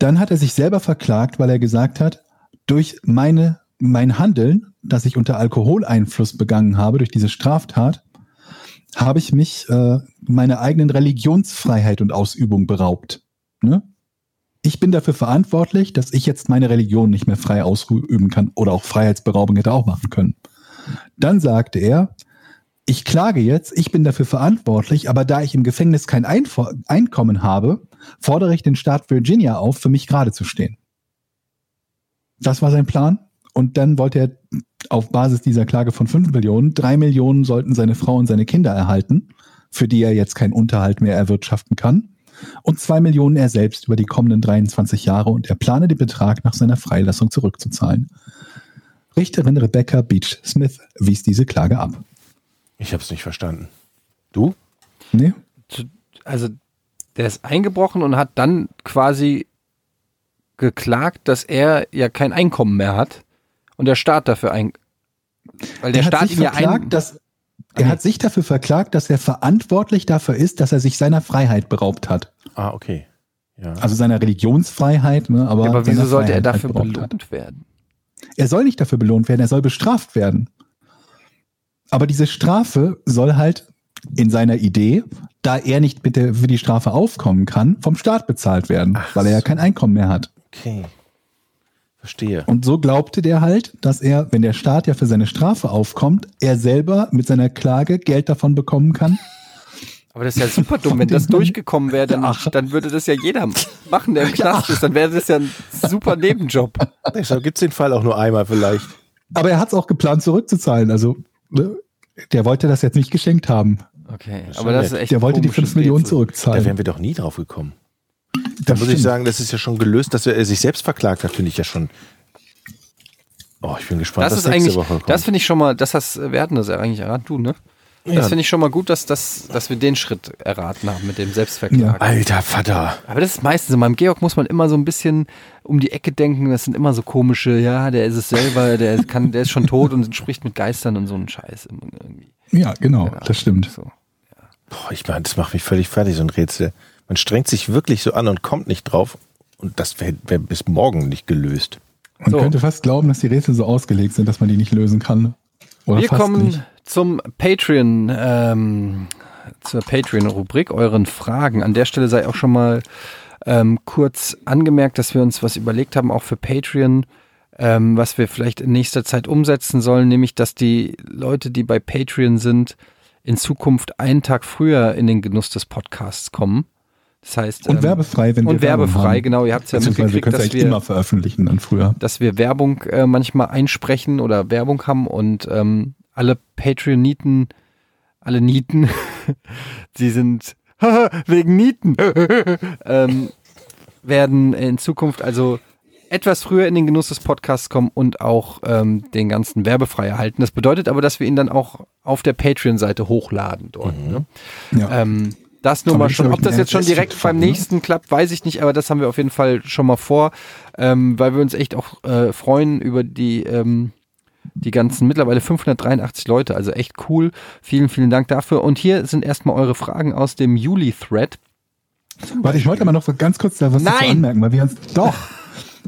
Dann hat er sich selber verklagt, weil er gesagt hat, durch meine, mein Handeln, das ich unter Alkoholeinfluss begangen habe, durch diese Straftat, habe ich mich äh, meiner eigenen Religionsfreiheit und Ausübung beraubt. Ne? ich bin dafür verantwortlich, dass ich jetzt meine Religion nicht mehr frei ausüben kann oder auch Freiheitsberaubung hätte er auch machen können. Dann sagte er, ich klage jetzt, ich bin dafür verantwortlich, aber da ich im Gefängnis kein Einfor Einkommen habe, fordere ich den Staat Virginia auf, für mich gerade zu stehen. Das war sein Plan. Und dann wollte er auf Basis dieser Klage von 5 Millionen, 3 Millionen sollten seine Frau und seine Kinder erhalten, für die er jetzt keinen Unterhalt mehr erwirtschaften kann und 2 Millionen er selbst über die kommenden 23 Jahre und er plane den Betrag nach seiner Freilassung zurückzuzahlen. Richterin Rebecca Beach Smith wies diese Klage ab. Ich habe es nicht verstanden. Du? Nee? Also der ist eingebrochen und hat dann quasi geklagt, dass er ja kein Einkommen mehr hat und der Staat dafür ein, weil der Er hat Staat sich ihn ja Ah, verklagt, ein, dass er hat sich dafür verklagt, dass er verantwortlich dafür ist, dass er sich seiner Freiheit beraubt hat. Ah, okay. Ja. Also seiner Religionsfreiheit, ne? aber, Ja, aber seiner wieso sollte er Freiheit halt dafür beraubt hat. belohnt werden? Er soll nicht dafür belohnt werden, er soll bestraft werden. Aber diese Strafe soll halt in seiner Idee, da er nicht mit der, für die Strafe aufkommen kann, vom Staat bezahlt werden, Ach weil er ja so. kein Einkommen mehr hat. Okay. [laughs] Verstehe. Und so glaubte der halt, dass er, wenn der Staat ja für seine Strafe aufkommt, er selber mit seiner Klage Geld davon bekommen kann. Aber das ist ja super dumm. Wenn das durchgekommen wäre, dann, Ach. dann würde das ja jeder machen, der im Knast ist. Dann wäre das ja ein super Nebenjob. Deshalb gibt es den Fall auch nur einmal vielleicht. Aber er hat es auch geplant, zurückzuzahlen. Also ne, der wollte das jetzt nicht geschenkt haben. Okay, ist aber schon das ist echt. der ein wollte die komisches 5 Millionen Rätsel. Da zurückzahlen. wären wir doch nie drauf gekommen. Da Das muss ich stimmt. sagen, das ist ja schon gelöst, dass er sich selbst verklagt hat, finde ich ja schon. Oh, ich bin gespannt, Das was ist nächste eigentlich, Woche kommt. das finde ich schon mal, das hast, wir hatten das ja eigentlich erraten, du, ne? Das Ja. finde ich schon mal gut, dass, das, dass wir den Schritt erraten haben mit dem Selbstverklagen. Alter Vater. Aber das ist meistens, in meinem Georg muss man immer so ein bisschen um die Ecke denken, das sind immer so komische, ja, der ist es selber, der, kann, der ist schon tot und spricht mit Geistern und so einen Scheiß. Irgendwie. ja, genau, Keine Ahnung. das stimmt. So. Boah, ich meine, das macht mich völlig fertig, so ein Rätsel. Man strengt sich wirklich so an und kommt nicht drauf. Und das wäre wär bis morgen nicht gelöst. Man So. könnte fast glauben, dass die Rätsel so ausgelegt sind, dass man die nicht lösen kann. Oder Wir fast kommen nicht. zum Patreon, ähm, zur Patreon-Rubrik, euren Fragen. An der Stelle sei auch schon mal ähm, kurz angemerkt, dass wir uns was überlegt haben, auch für Patreon, ähm, was wir vielleicht in nächster Zeit umsetzen sollen, nämlich, dass die Leute, die bei Patreon sind, in Zukunft einen Tag früher in den Genuss des Podcasts kommen. Das heißt, Und ähm, werbefrei, wenn und wir Werbung werbefrei, haben. genau. Ihr habt es ja Beziehungsweise wir mitgekriegt, können es dass eigentlich wir immer veröffentlichen dann früher. dass wir Werbung äh, manchmal einsprechen oder Werbung haben und ähm, alle Patreoniten, alle Nieten, [laughs] die sind [laughs] wegen Nieten, [laughs] ähm, werden in Zukunft also etwas früher in den Genuss des Podcasts kommen und auch ähm, den ganzen werbefrei erhalten. Das bedeutet aber, dass wir ihn dann auch auf der Patreon-Seite hochladen dort. Ne? Ja. Ähm, das nur mal Aber das ist, schon. glaub ich, Ob das ein jetzt schon direkt RSS beim ne? nächsten klappt, weiß ich nicht, aber das haben wir auf jeden Fall schon mal vor, ähm, weil wir uns echt auch äh, freuen über die, ähm, die ganzen mittlerweile 583 Leute. Also echt cool. Vielen, vielen Dank dafür. Und hier sind erstmal eure Fragen aus dem Juli-Thread. Warte, ich wollte aber noch ganz kurz da was dazu Nein! anmerken, weil wir uns doch,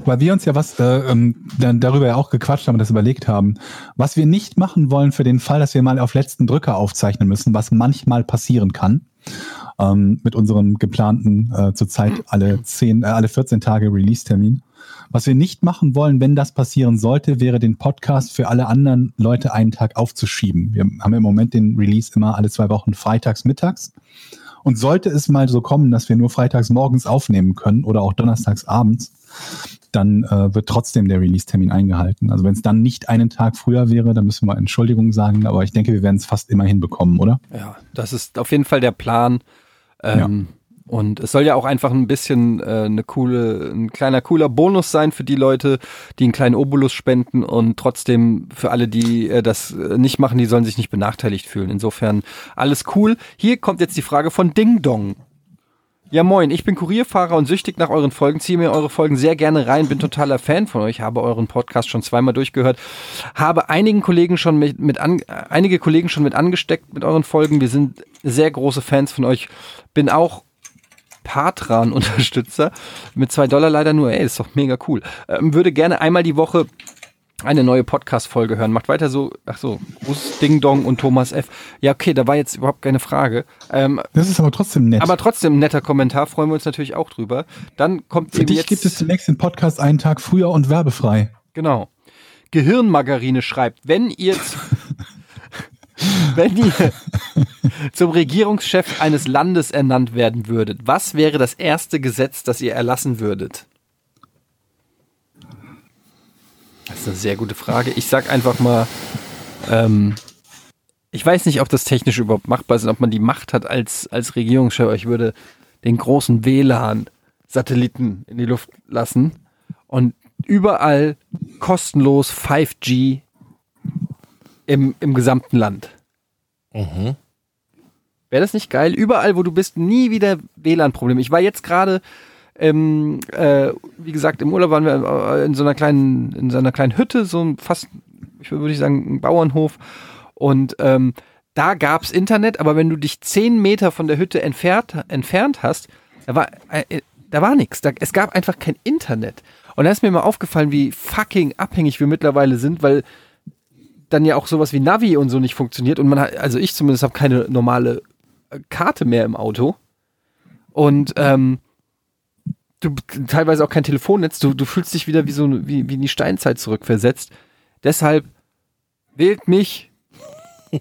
weil wir uns ja was äh, ähm, dann darüber ja auch gequatscht haben und das überlegt haben, was wir nicht machen wollen für den Fall, dass wir mal auf letzten Drücker aufzeichnen müssen, was manchmal passieren kann. Ähm, mit unserem geplanten äh, zurzeit alle 10, äh, alle 14 Tage Release-Termin. Was wir nicht machen wollen, wenn das passieren sollte, wäre den Podcast für alle anderen Leute einen Tag aufzuschieben. Wir haben im Moment den Release immer alle zwei Wochen freitags mittags. Und sollte es mal so kommen, dass wir nur freitags morgens aufnehmen können oder auch donnerstags abends, dann äh, wird trotzdem der Release-Termin eingehalten. Also wenn es dann nicht einen Tag früher wäre, dann müssen wir Entschuldigung sagen, aber ich denke, wir werden es fast immer hinbekommen, oder? Ja, das ist auf jeden Fall der Plan. Ähm, Und es soll ja auch einfach ein bisschen äh, eine coole, ein kleiner cooler Bonus sein für die Leute, die einen kleinen Obolus spenden und trotzdem für alle, die äh, das äh, nicht machen, die sollen sich nicht benachteiligt fühlen. Insofern alles cool. Hier kommt jetzt die Frage von Ding Dong. Ja moin, ich bin Kurierfahrer und süchtig nach euren Folgen, ziehe mir eure Folgen sehr gerne rein, bin totaler Fan von euch, habe euren Podcast schon zweimal durchgehört, habe einigen Kollegen schon mit, mit an, äh, einige Kollegen schon mit angesteckt mit euren Folgen. Wir sind sehr große Fans von euch. Bin auch Patran-Unterstützer mit zwei Dollar leider nur. Ey, ist doch mega cool. Ähm, würde gerne einmal die Woche eine neue Podcast-Folge hören. Macht weiter so. Ach so, Gruß Ding Dong und Thomas F. Ja, okay, da war jetzt überhaupt keine Frage. Ähm, Das ist aber trotzdem nett. aber trotzdem ein netter Kommentar, freuen wir uns natürlich auch drüber. Dann kommt Für eben dich jetzt, gibt es zunächst den Podcast einen Tag früher und werbefrei. genau. Gehirnmargarine schreibt, wenn ihr zu- wenn ihr zum Regierungschef eines Landes ernannt werden würdet, was wäre das erste Gesetz, das ihr erlassen würdet? Das ist eine sehr gute Frage. Ich sag einfach mal, ähm, ich weiß nicht, ob das technisch überhaupt machbar ist und ob man die Macht hat als, als Regierungschef. aber Ich würde den großen WLAN-Satelliten in die Luft lassen und überall kostenlos 5G im, im gesamten Land. Wäre das nicht geil? Überall, wo du bist, nie wieder WLAN-Probleme. Ich war jetzt gerade, ähm, äh, wie gesagt, im Urlaub waren wir äh, in so einer kleinen, in so einer kleinen Hütte, so ein fast, ich würde würde ich sagen, ein Bauernhof. Und ähm, da gab's Internet, aber wenn du dich zehn Meter von der Hütte entfernt, entfernt hast, da war äh, äh, Da war nichts. Da, es gab einfach kein Internet. Und da ist mir mal aufgefallen, wie fucking abhängig wir mittlerweile sind, weil dann ja auch sowas wie Navi und so nicht funktioniert. Und man hat, also ich zumindest habe keine normale äh, Karte mehr im Auto. Und ähm, du teilweise auch kein Telefonnetz. Du, du fühlst dich wieder wie so ein- wie, wie in die Steinzeit zurückversetzt. Deshalb wählt mich,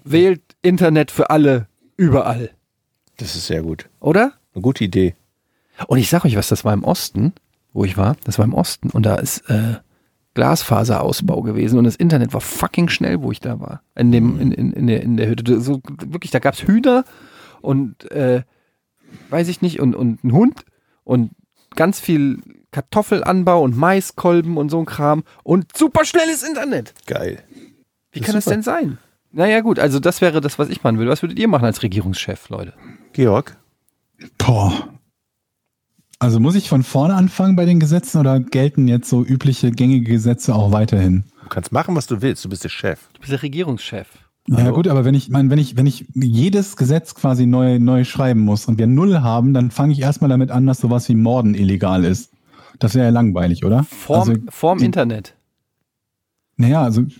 wählt Internet für alle überall, Das ist sehr gut. oder? Eine gute Idee. Und ich sag euch was, das war im Osten, wo ich war. Das war im Osten und da ist äh, Glasfaserausbau gewesen und das Internet war fucking schnell, wo ich da war. In dem Mhm. in, in, in der in der Hütte, so wirklich, da gab's Hühner und äh, weiß ich nicht und und ein Hund und ganz viel Kartoffelanbau und Maiskolben und so ein Kram und super schnelles Internet. Geil. Wie Das kann ist das denn sein? Naja gut, also das wäre das, was ich machen würde. Was würdet ihr machen als Regierungschef, Leute? Georg? Boah. Also muss ich von vorne anfangen bei den Gesetzen oder gelten jetzt so übliche gängige Gesetze auch weiterhin? Du kannst machen, was du willst. Du bist der Chef. Du bist der Regierungschef. Ja gut, aber wenn ich mein, wenn ich wenn ich jedes Gesetz quasi neu neu schreiben muss und wir null haben, dann fange ich erstmal damit an, dass sowas wie Morden illegal ist. Das wäre ja langweilig, oder? Vorm, Also- vorm Internet. Naja, also b-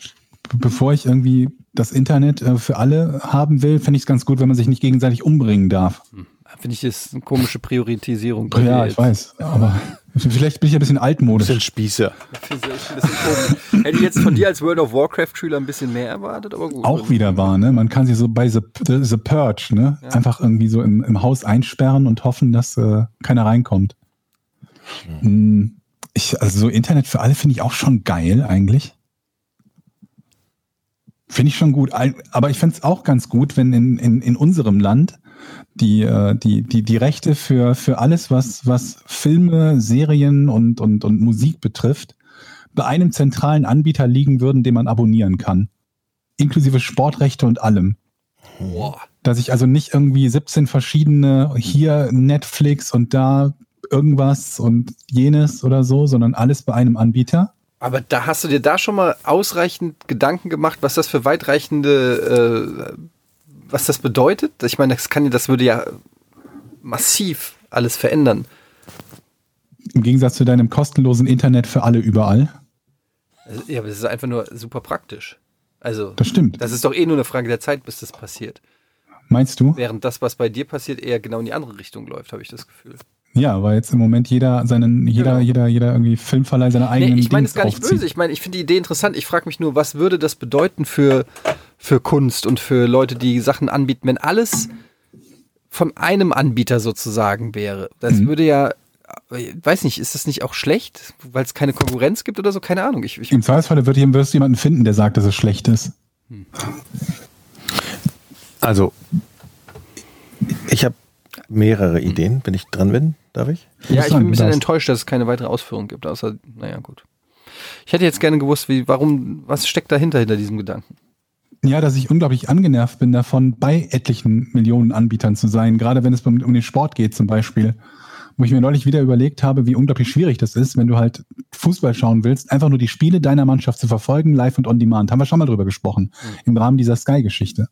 bevor ich irgendwie das Internet äh, für alle haben will, fände ich es ganz gut, wenn man sich nicht gegenseitig umbringen darf. Finde ich, das ist eine komische Priorisierung. Ja, ich weiß. Aber [laughs] vielleicht bin ich ein bisschen altmodisch. Spießer. Hätte ich jetzt von dir als World of Warcraft-Schüler ein bisschen mehr erwartet, aber gut. auch wieder war, ne? Man kann sie so bei The, The, The Purge, ne? Einfach irgendwie so im, im Haus einsperren und hoffen, dass äh, keiner reinkommt. Hm, Ich, also so Internet für alle finde ich auch schon geil eigentlich. Finde ich schon gut. Ein- Aber ich fände es auch ganz gut, wenn in, in, in unserem Land die, äh, die, die, die Rechte für, für alles, was, was Filme, Serien und, und, und Musik betrifft, bei einem zentralen Anbieter liegen würden, den man abonnieren kann inklusive Sportrechte und allem. Dass ich also nicht irgendwie 17 verschiedene hier Netflix und da irgendwas und jenes oder so, sondern alles bei einem Anbieter. Aber da hast du dir da schon mal ausreichend Gedanken gemacht, was das für weitreichende, äh, was das bedeutet? Ich meine, das kann ja- das würde ja massiv alles verändern. Im Gegensatz zu deinem kostenlosen Internet für alle überall. Also, Ja, aber das ist einfach nur super praktisch. Also, Das stimmt. das ist doch eh nur eine Frage der Zeit, bis das passiert. Meinst du? Während das, was bei dir passiert, eher genau in die andere Richtung läuft, habe ich das Gefühl. Ja, weil jetzt im Moment jeder seinen, jeder, Genau. jeder, jeder irgendwie Filmverleih seine eigenen Nee, ich meine Dings es gar nicht aufzieht. böse. Ich meine, ich finde die Idee interessant. Ich frage mich nur, was würde das bedeuten für, für Kunst und für Leute, die Sachen anbieten, wenn alles von einem Anbieter sozusagen wäre? Das Mhm. würde ja, äh, weiß nicht, ist das nicht auch schlecht, weil es keine Konkurrenz gibt oder so? Keine Ahnung. Ich, ich, Im Zweifelsfall wird, wirst du jemanden finden, der sagt, dass es schlecht ist. Also, ich habe mehrere Ideen, wenn ich dran bin. Darf ich? Du ja, bist ich bin dran, ein du bisschen darfst. enttäuscht, dass es keine weitere Ausführung gibt, außer, naja, gut. Ich hätte jetzt gerne gewusst, wie, warum, was steckt dahinter, hinter diesem Gedanken? Ja, dass ich unglaublich angenervt bin davon, bei etlichen Millionen Anbietern zu sein, gerade wenn es um, um den Sport geht zum Beispiel. Wo ich mir neulich wieder überlegt habe, wie unglaublich schwierig das ist, wenn du halt Fußball schauen willst, einfach nur die Spiele deiner Mannschaft zu verfolgen, live und on demand. Haben wir schon mal drüber gesprochen, im Rahmen dieser Sky-Geschichte.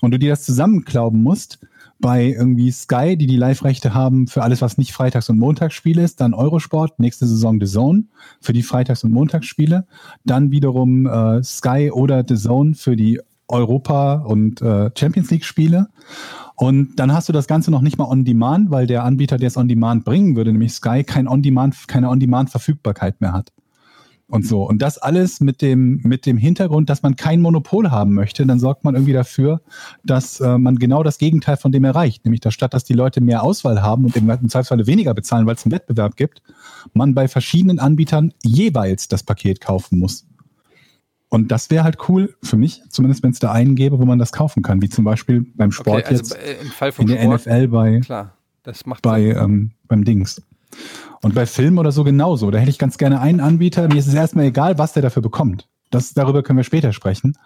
Und du dir das zusammenklauben musst bei irgendwie Sky, die die Live-Rechte haben für alles, was nicht Freitags- und Montagsspiele ist, dann Eurosport, nächste Saison The Zone für die Freitags- und Montagsspiele, dann wiederum äh, Sky oder The Zone für die Europa- und äh, Champions League-Spiele. Und dann hast du das Ganze noch nicht mal on demand, weil der Anbieter, der es on demand bringen würde, nämlich Sky, kein on demand, keine on demand Verfügbarkeit mehr hat. Und so. Und das alles mit dem, mit dem Hintergrund, dass man kein Monopol haben möchte, dann sorgt man irgendwie dafür, dass äh, man genau das Gegenteil von dem erreicht. Nämlich, dass statt dass die Leute mehr Auswahl haben und im, im Zweifelsfalle weniger bezahlen, weil es einen Wettbewerb gibt, man bei verschiedenen Anbietern jeweils das Paket kaufen muss. Und das wäre halt cool für mich, zumindest wenn es da einen gäbe, wo man das kaufen kann, wie zum Beispiel beim Sport okay, also jetzt bei- äh, im Fall in vom der Sport, NFL bei, klar, das macht bei ähm, beim Dings. Und bei Filmen oder so genauso. Da hätte ich ganz gerne einen Anbieter. Mir ist es erstmal egal, was der dafür bekommt. Das, darüber können wir später sprechen,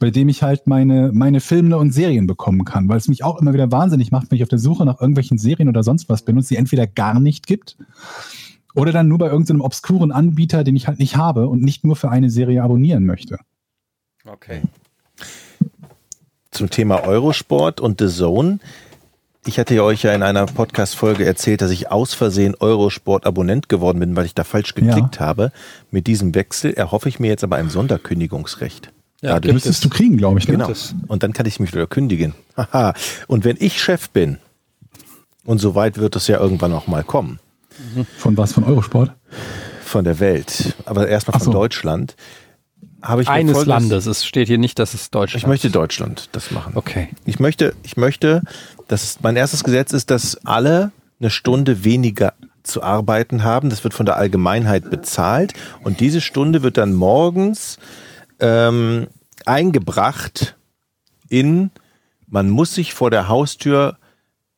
bei dem ich halt meine, meine Filme und Serien bekommen kann, weil es mich auch immer wieder wahnsinnig macht, wenn ich auf der Suche nach irgendwelchen Serien oder sonst was bin und es die entweder gar nicht gibt oder dann nur bei irgendeinem obskuren Anbieter, den ich halt nicht habe und nicht nur für eine Serie abonnieren möchte. Okay. Zum Thema Eurosport und The Zone. Ich hatte euch ja in einer Podcast-Folge erzählt, dass ich aus Versehen Eurosport-Abonnent geworden bin, weil ich da falsch geklickt habe. Mit diesem Wechsel erhoffe ich mir jetzt aber ein Sonderkündigungsrecht. Ja, Dadurch. Müsstest du kriegen, glaube ich. Ne? Genau. es. Und dann kann ich mich wieder kündigen. [laughs] Haha. Und wenn ich Chef bin, und so weit wird es ja irgendwann auch mal kommen, Von was? Von Eurosport? von der Welt, aber erstmal Ach von so. Deutschland, habe ich mir Eines folgendes- Landes. Es steht hier nicht, dass es Deutschland Ich möchte Deutschland das machen. Okay. Ich möchte, ich möchte, dass mein erstes Gesetz ist, dass alle eine Stunde weniger zu arbeiten haben. Das wird von der Allgemeinheit bezahlt und diese Stunde wird dann morgens ähm, eingebracht in, man muss sich vor der Haustür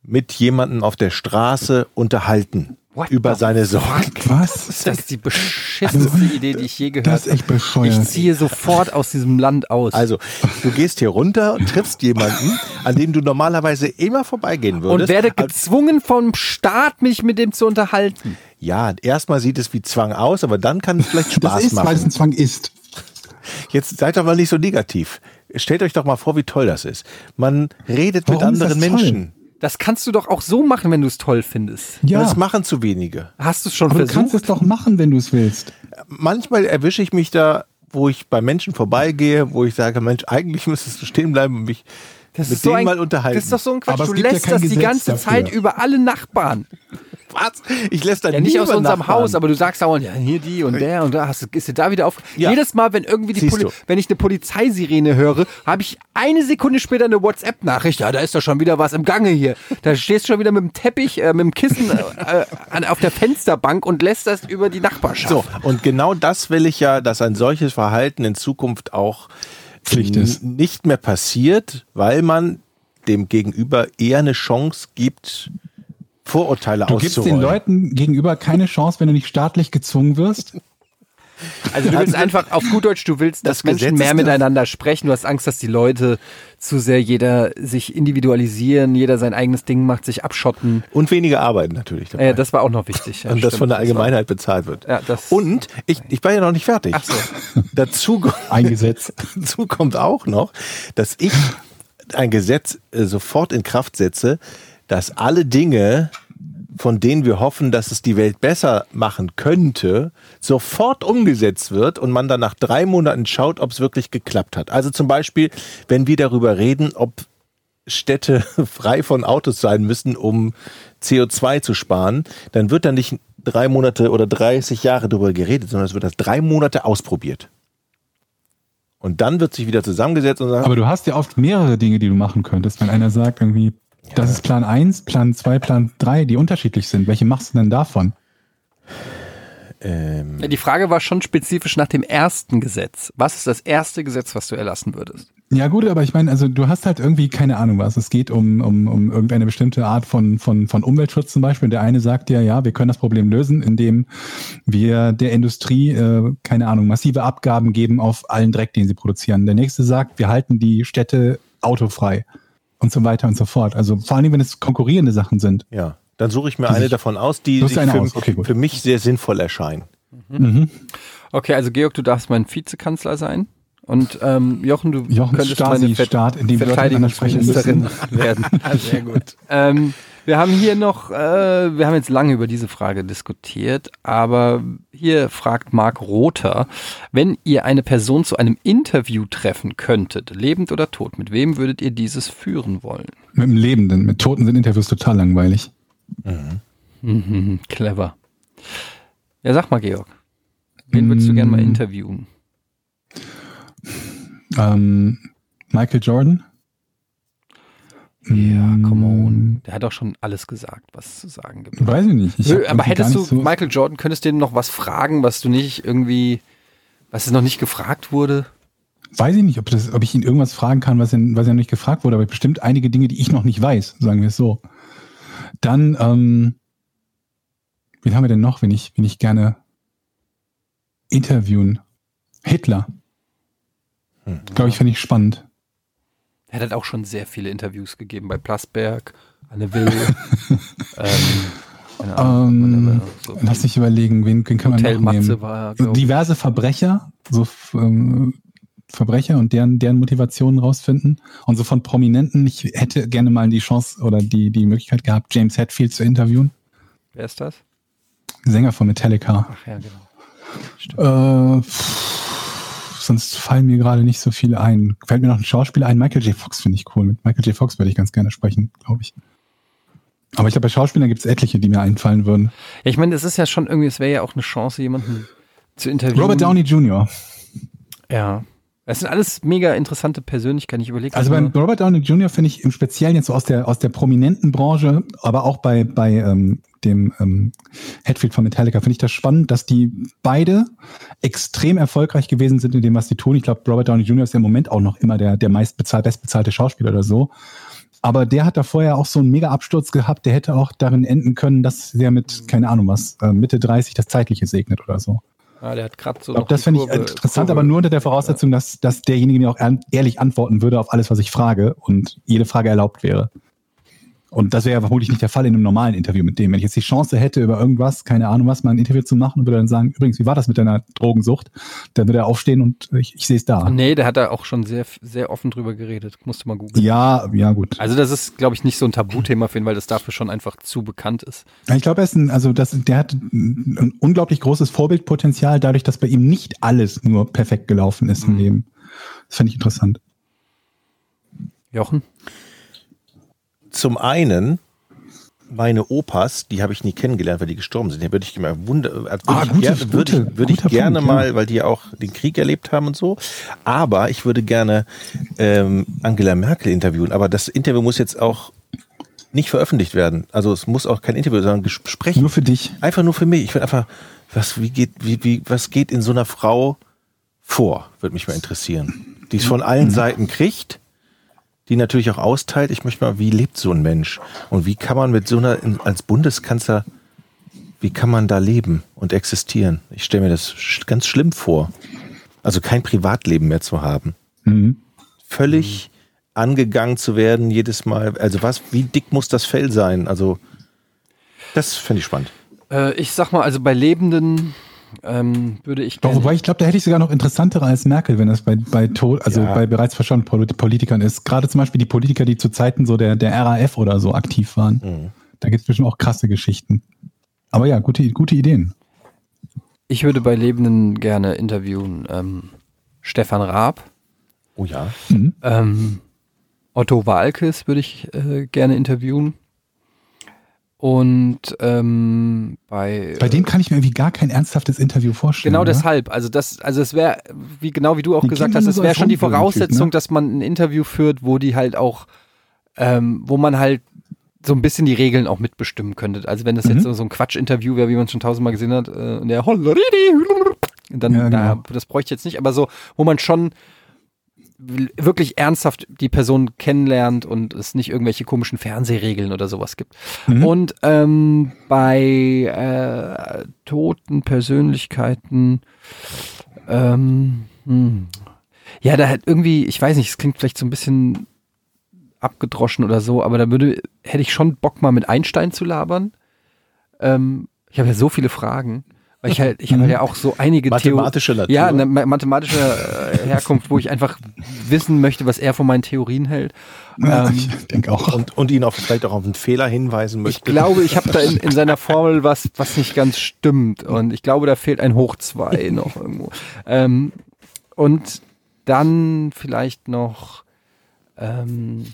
mit jemandem auf der Straße unterhalten What über the seine Sorgen. Was? Das ist die beschissenste Idee, die ich je gehört habe. Also, Das ist echt bescheuert. Ich ziehe sofort aus diesem Land aus. Also, du gehst hier runter und triffst jemanden, an dem du normalerweise immer vorbeigehen und würdest. werde gezwungen vom Staat, mich mit dem zu unterhalten. Ja, erstmal sieht es wie Zwang aus, aber dann kann [laughs] es vielleicht Das Spaß ist, weil es ein machen. Zwang ist. Jetzt seid doch mal nicht so negativ. Stellt euch doch mal vor, wie toll das ist. Man redet mit Warum ist anderen das toll? Menschen. Das kannst du doch auch so machen, wenn du es toll findest. Ja. Ja, Das machen zu wenige. Hast du es schon aber du kannst versucht? es doch machen, wenn du es willst. Manchmal erwische ich mich da, wo ich bei Menschen vorbeigehe, wo ich sage, Mensch, eigentlich müsstest du stehen bleiben und mich Das mit ist, so denen ein, mal unterhalten. das ist doch so ein Quatsch. Aber es Du gibt ja lässt kein das die Gesetz ganze dafür. Zeit über alle Nachbarn. Was? Ich lässt da Ja, nicht aus unserem Haus, aber du sagst dauernd, ja, hier die und der und da hast du, ist dir da wieder auf. Ja. Jedes Mal, wenn irgendwie die Siehst Poli du. wenn ich eine Polizeisirene höre, habe ich eine Sekunde später eine WhatsApp-Nachricht. Ja, da ist doch schon wieder was im Gange hier. Da stehst du schon wieder mit dem Teppich, äh, mit dem Kissen äh, an, auf der Fensterbank und lässt das über die Nachbarschaft. So, und genau das will ich ja, dass ein solches Verhalten in Zukunft auch Pflicht n- ist. nicht mehr passiert, weil man dem Gegenüber eher eine Chance gibt, Vorurteile Du gibst den auszuräumen. Leuten gegenüber keine Chance, wenn du nicht staatlich gezwungen wirst. Also du willst einfach, auf gut Deutsch, du willst, dass Das Menschen Gesetz mehr ist- miteinander sprechen. Du hast Angst, dass die Leute zu sehr jeder sich individualisieren, jeder sein eigenes Ding macht, sich abschotten. und weniger arbeiten natürlich. dabei. Äh, das war auch noch wichtig. Ja, und das stimmt. von der Allgemeinheit bezahlt wird. Ja, das- und ich, ich war ja noch nicht fertig. Ach so. [laughs] Dazu, Eingesetzt. dazu kommt auch noch, dass ich ein Gesetz äh, sofort in Kraft setze, dass alle Dinge, von denen wir hoffen, dass es die Welt besser machen könnte, sofort umgesetzt wird und man dann nach drei Monaten schaut, ob es wirklich geklappt hat. Also zum Beispiel, wenn wir darüber reden, ob Städte [laughs] frei von Autos sein müssen, um CO2 zu sparen, dann wird da nicht drei Monate oder 30 Jahre darüber geredet, sondern es wird das drei Monate ausprobiert. Und dann wird sich wieder zusammengesetzt und sagt, Aber du hast ja oft mehrere Dinge, die du machen könntest. Wenn einer sagt irgendwie, das ist Plan 1, Plan 2, Plan 3, die unterschiedlich sind. Welche machst du denn davon? ähm, Die Frage war schon spezifisch nach dem ersten Gesetz. Was ist das erste Gesetz, was du erlassen würdest? Ja gut, aber ich meine, also du hast halt irgendwie keine Ahnung was. Es geht um, um, um irgendeine bestimmte Art von, von, von Umweltschutz zum Beispiel. Der eine sagt ja, ja, wir können das Problem lösen, indem wir der Industrie, äh, keine Ahnung, massive Abgaben geben auf allen Dreck, den sie produzieren. Der nächste sagt, wir halten die Städte autofrei und so weiter und so fort. Also vor allen Dingen, wenn es konkurrierende Sachen sind. Ja, dann suche ich mir Die eine sich- davon aus, die Suchst sich eine für, aus, okay, gut. für mich sehr sinnvoll erscheinen. Okay, also Georg, du darfst mein Vizekanzler sein. Und ähm, Jochen, du Jochen könntest Stasi meine Ver Staat, in dem wir miteinander sprechen Verteidigungsministerin [laughs] werden. sehr gut. Ähm, wir haben hier noch, äh, wir haben jetzt lange über diese Frage diskutiert, aber hier fragt Marc Rother, wenn ihr eine Person zu einem Interview treffen könntet, lebend oder tot, mit wem würdet ihr dieses führen wollen? Mit dem Lebenden, mit Toten sind Interviews total langweilig. Mhm, clever. Ja, sag mal, Georg. Wen würdest Mm. du gerne mal interviewen? Ähm, Michael Jordan? Ja, come Mm, on. Der hat auch schon alles gesagt, was es zu sagen gibt. Weiß ich nicht. Ich hab aber irgendwie hättest gar du nicht so- Michael Jordan, könntest du dem noch was fragen, was du nicht irgendwie, was es noch nicht gefragt wurde? Weiß ich nicht, ob, das, ob ich ihn irgendwas fragen kann, was, ihn, was er noch nicht gefragt wurde, aber bestimmt einige Dinge, die ich noch nicht weiß, sagen wir es so. Dann, ähm, wen haben wir denn noch, wenn ich, wenn ich gerne interviewen? Hitler. Hm. Glaube ich, finde ich spannend. Er hat halt auch schon sehr viele Interviews gegeben bei Plasberg, Anne [laughs] Will. ähm, keine Ahnung, Ähm, whatever, so. Lass mich überlegen, wen, wen kann man Hotel noch nehmen? Matze war, glaub ich. diverse Verbrecher, so ähm, Verbrecher und deren, deren Motivationen rausfinden. Und so von Prominenten, ich hätte gerne mal die Chance oder die, die Möglichkeit gehabt, James Hetfield zu interviewen. Wer ist das? Sänger von Metallica. Ach ja, genau. Äh, pff, sonst fallen mir gerade nicht so viele ein. Fällt mir noch ein Schauspieler ein. Michael J. Fox finde ich cool. Mit Michael J. Fox würde ich ganz gerne sprechen, glaube ich. Aber ich glaube, bei Schauspielern gibt es etliche, die mir einfallen würden. Ja, ich meine, es ist ja schon irgendwie, es wäre ja auch eine Chance, jemanden zu interviewen. Robert Downey Jr. Ja. Es sind alles mega interessante Persönlichkeiten. Ich überlege Also beim Robert Downey Jr. finde ich im Speziellen jetzt so aus der, aus der prominenten Branche, aber auch bei, bei ähm, dem ähm, Hatfield von Metallica, finde ich das spannend, dass die beide extrem erfolgreich gewesen sind in dem, was sie tun. Ich glaube, Robert Downey Jr. ist ja im Moment auch noch immer der, der meistbezahlt, bestbezahlte Schauspieler oder so. Aber der hat da vorher auch so einen mega Absturz gehabt, der hätte auch darin enden können, dass der mit, keine Ahnung was, äh, Mitte 30 das Zeitliche segnet oder so. ah, der hat gerade so. Ich glaub, noch das die fände ich Kurve- interessant, Kurve. aber nur unter der Voraussetzung, dass, dass derjenige mir auch ehr- ehrlich antworten würde auf alles, was ich frage und jede Frage erlaubt wäre. Und das wäre ja vermutlich nicht der Fall in einem normalen Interview mit dem. Wenn ich jetzt die Chance hätte, über irgendwas, keine Ahnung was, mal ein Interview zu machen und würde dann sagen, übrigens, wie war das mit deiner Drogensucht? Dann würde er aufstehen und ich, ich sehe es da. Nee, der hat da auch schon sehr, sehr offen drüber geredet. Musste mal googeln. Ja, ja, gut. Also das ist, glaube ich, nicht so ein Tabuthema für ihn, weil das dafür schon einfach zu bekannt ist. Ich glaube, er ist ein, also das, der hat ein unglaublich großes Vorbildpotenzial, dadurch, dass bei ihm nicht alles nur perfekt gelaufen ist Mhm. im Leben. Das finde ich interessant. Jochen? Zum einen meine Opas, die habe ich nie kennengelernt, weil die gestorben sind. Die würde ich mal wunder, würde Ah, ich, gute- gerne- würde gute- ich, würde ich guter gerne Punkt, ja. mal, weil die ja auch den Krieg erlebt haben und so. Aber ich würde gerne ähm, Angela Merkel interviewen. Aber das Interview muss jetzt auch nicht veröffentlicht werden. Also es muss auch kein Interview, sondern Gespräch. Nur für dich. Einfach nur für mich. Ich will einfach, was, wie geht, wie, wie, was geht in so einer Frau vor, würde mich mal interessieren. Die es von allen Seiten kriegt, die natürlich auch austeilt. Ich möchte mal, wie lebt so ein Mensch? Und wie kann man mit so einer, in- als Bundeskanzler, wie kann man da leben und existieren? Ich stelle mir das sch- ganz schlimm vor. Also kein Privatleben mehr zu haben. Mhm. Völlig angegangen zu werden jedes Mal. Also was, wie dick muss das Fell sein? Also, das fände ich spannend. Äh, ich sag mal, also bei Lebenden ähm, würde ich Doch, gerne- wobei ich glaube, da hätte ich sogar noch interessantere als Merkel, wenn das bei, bei Tod, also Ja. bei bereits verstorbenen Polit- Politikern ist. Gerade zum Beispiel die Politiker, die zu Zeiten so der, der RAF oder so aktiv waren. Mhm. Da gibt es bestimmt auch krasse Geschichten. Aber ja, gute, gute Ideen. ich würde bei Lebenden gerne interviewen ähm, Stefan Raab, Oh ja. Mhm. ähm, Otto Walkes würde ich äh, gerne interviewen und ähm, bei Bei dem kann ich mir irgendwie gar kein ernsthaftes Interview vorstellen. Genau oder? deshalb. Also das, also es wäre, wie genau wie du auch Die gesagt klingen hast, so es als wäre schon die Rumpeltyp, Voraussetzung, ne? dass man ein Interview führt, wo die halt auch, ähm, wo man halt so ein bisschen die Regeln auch mitbestimmen könnte. Also wenn das jetzt so so ein Quatsch-Interview wäre, wie man es schon tausendmal gesehen hat, äh, und der Holleridi, dann Ja, genau. na, das bräuchte ich jetzt nicht, aber so, wo man schon wirklich ernsthaft die Person kennenlernt und es nicht irgendwelche komischen Fernsehregeln oder sowas gibt. Und ähm, bei äh, toten Persönlichkeiten, ähm, hm. ja, da hat irgendwie, ich weiß nicht, es klingt vielleicht so ein bisschen abgedroschen oder so, aber da würde, hätte ich schon Bock mal mit Einstein zu labern. Ähm, ich habe ja so viele Fragen, weil ich halt, ich habe ja auch so einige Theo- Mhm. Mathematische Natur. ja, eine ma- mathematische äh, Herkunft, wo ich einfach wissen möchte, was er von meinen Theorien hält. Ja, Ähm, ich denke auch. und, und ihn auch vielleicht auch auf einen Fehler hinweisen möchte. ich glaube, ich habe da in, in seiner Formel was, was nicht ganz stimmt. Und ich glaube, da fehlt ein Hoch 2 noch irgendwo. Ähm, und dann vielleicht noch ähm,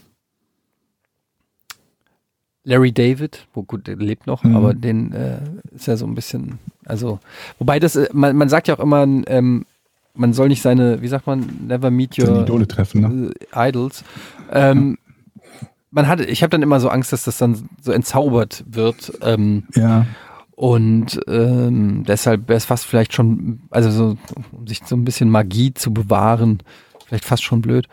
Larry David, wo gut, der lebt noch, Mhm. aber den äh, ist ja so ein bisschen, also, wobei das, äh, man, man sagt ja auch immer, ähm, man soll nicht seine, wie sagt man, never meet Seine your Idole treffen, ne? äh, Idols. Ähm, man hatte, ich habe dann immer so Angst, dass das dann so entzaubert wird. Ähm, Ja. und ähm, deshalb wäre es fast vielleicht schon, also so, um sich so ein bisschen Magie zu bewahren, vielleicht fast schon blöd.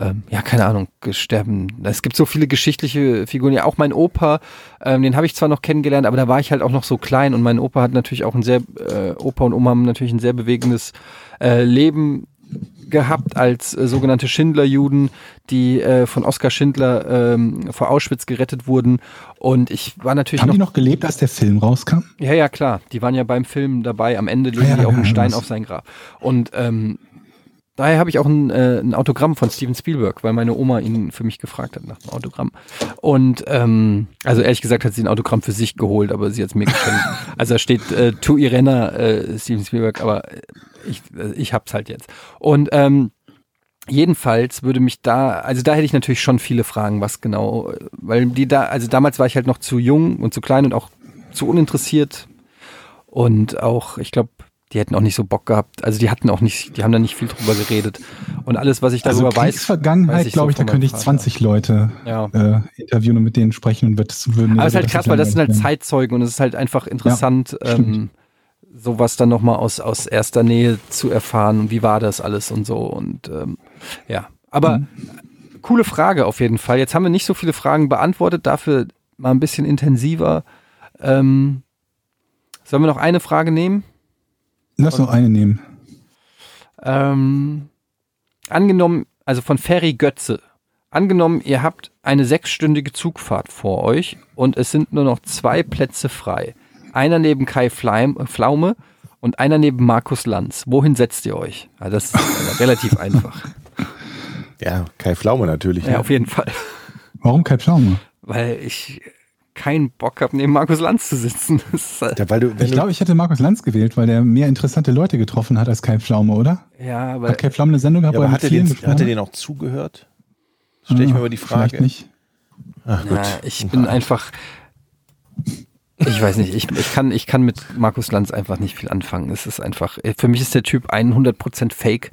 Ähm, ja, keine Ahnung, sterben. Es gibt so viele geschichtliche Figuren. Ja, auch mein Opa, ähm, den habe ich zwar noch kennengelernt, aber da war ich halt auch noch so klein und mein Opa hat natürlich auch ein sehr, äh, Opa und Oma haben natürlich ein sehr bewegendes äh, Leben gehabt als äh, sogenannte Schindlerjuden, die äh, von Oskar Schindler ähm, vor Auschwitz gerettet wurden. Und ich war natürlich Haben noch die noch gelebt, als der Film rauskam? ja, ja, klar. Die waren ja beim Film dabei. Am Ende legen Ja, die auch ja, einen Stein das- auf sein Grab. Und ähm, Daher habe ich auch ein, äh, ein Autogramm von Steven Spielberg, weil meine Oma ihn für mich gefragt hat nach einem Autogramm. Und ähm, also ehrlich gesagt hat sie ein Autogramm für sich geholt, aber sie hat es mir geschenkt. also da steht äh, To Irena äh, Steven Spielberg, aber äh, ich, äh, ich hab's halt jetzt. Und ähm, jedenfalls würde mich da, also da hätte ich natürlich schon viele Fragen, was genau, äh, weil die da, also damals war ich halt noch zu jung und zu klein und auch zu uninteressiert und auch, ich glaube, die hätten auch nicht so Bock gehabt. Also die hatten auch nicht, die haben da nicht viel drüber geredet. Und alles, was ich Also darüber weiß, weiß Kriegsvergangenheit, so glaube ich, da von meinem könnte ich Vater. 20 Leute Ja. äh, interviewen und mit denen sprechen und wird das würden. Aber es ist halt das krass, weil das sind halt langweilig Zeitzeugen und es ist halt einfach interessant, ähm, stimmt. sowas dann nochmal aus, aus erster Nähe zu erfahren und wie war das alles und so. Und ähm, ja, aber coole Frage auf jeden Fall. Jetzt haben wir nicht so viele Fragen beantwortet, dafür mal ein bisschen intensiver. Ähm, sollen wir noch eine Frage nehmen? werden. Lass noch eine nehmen. Ähm, angenommen, also von Ferry Götze. Angenommen, ihr habt eine sechsstündige Zugfahrt vor euch und es sind nur noch zwei Plätze frei. Einer neben Kai Fleim, äh, Pflaume und einer neben Markus Lanz. Wohin setzt ihr euch? Ah, das ist relativ einfach. Ja, Kai Pflaume natürlich. ne? Ja, auf jeden Fall. Warum Kai Pflaume? Weil ich keinen Bock habe, neben Markus Lanz zu sitzen. Das ist, äh, Ja, weil du, wenn Ich glaube, ich hätte Markus Lanz gewählt, weil der mehr interessante Leute getroffen hat als Kai Pflaume, oder? ja, aber Hat Kai Pflaume eine Sendung du, gehabt, ja, wo er aber mit hat, er vielen den, gesprochen hat er hat? den auch zugehört? Stelle ich mir mal die Vielleicht Frage. nicht. Ach gut. Na, ich bin einfach. Ich weiß nicht, ich, ich, kann, ich kann mit Markus Lanz einfach nicht viel anfangen. Es ist einfach, für mich ist der Typ 100% fake.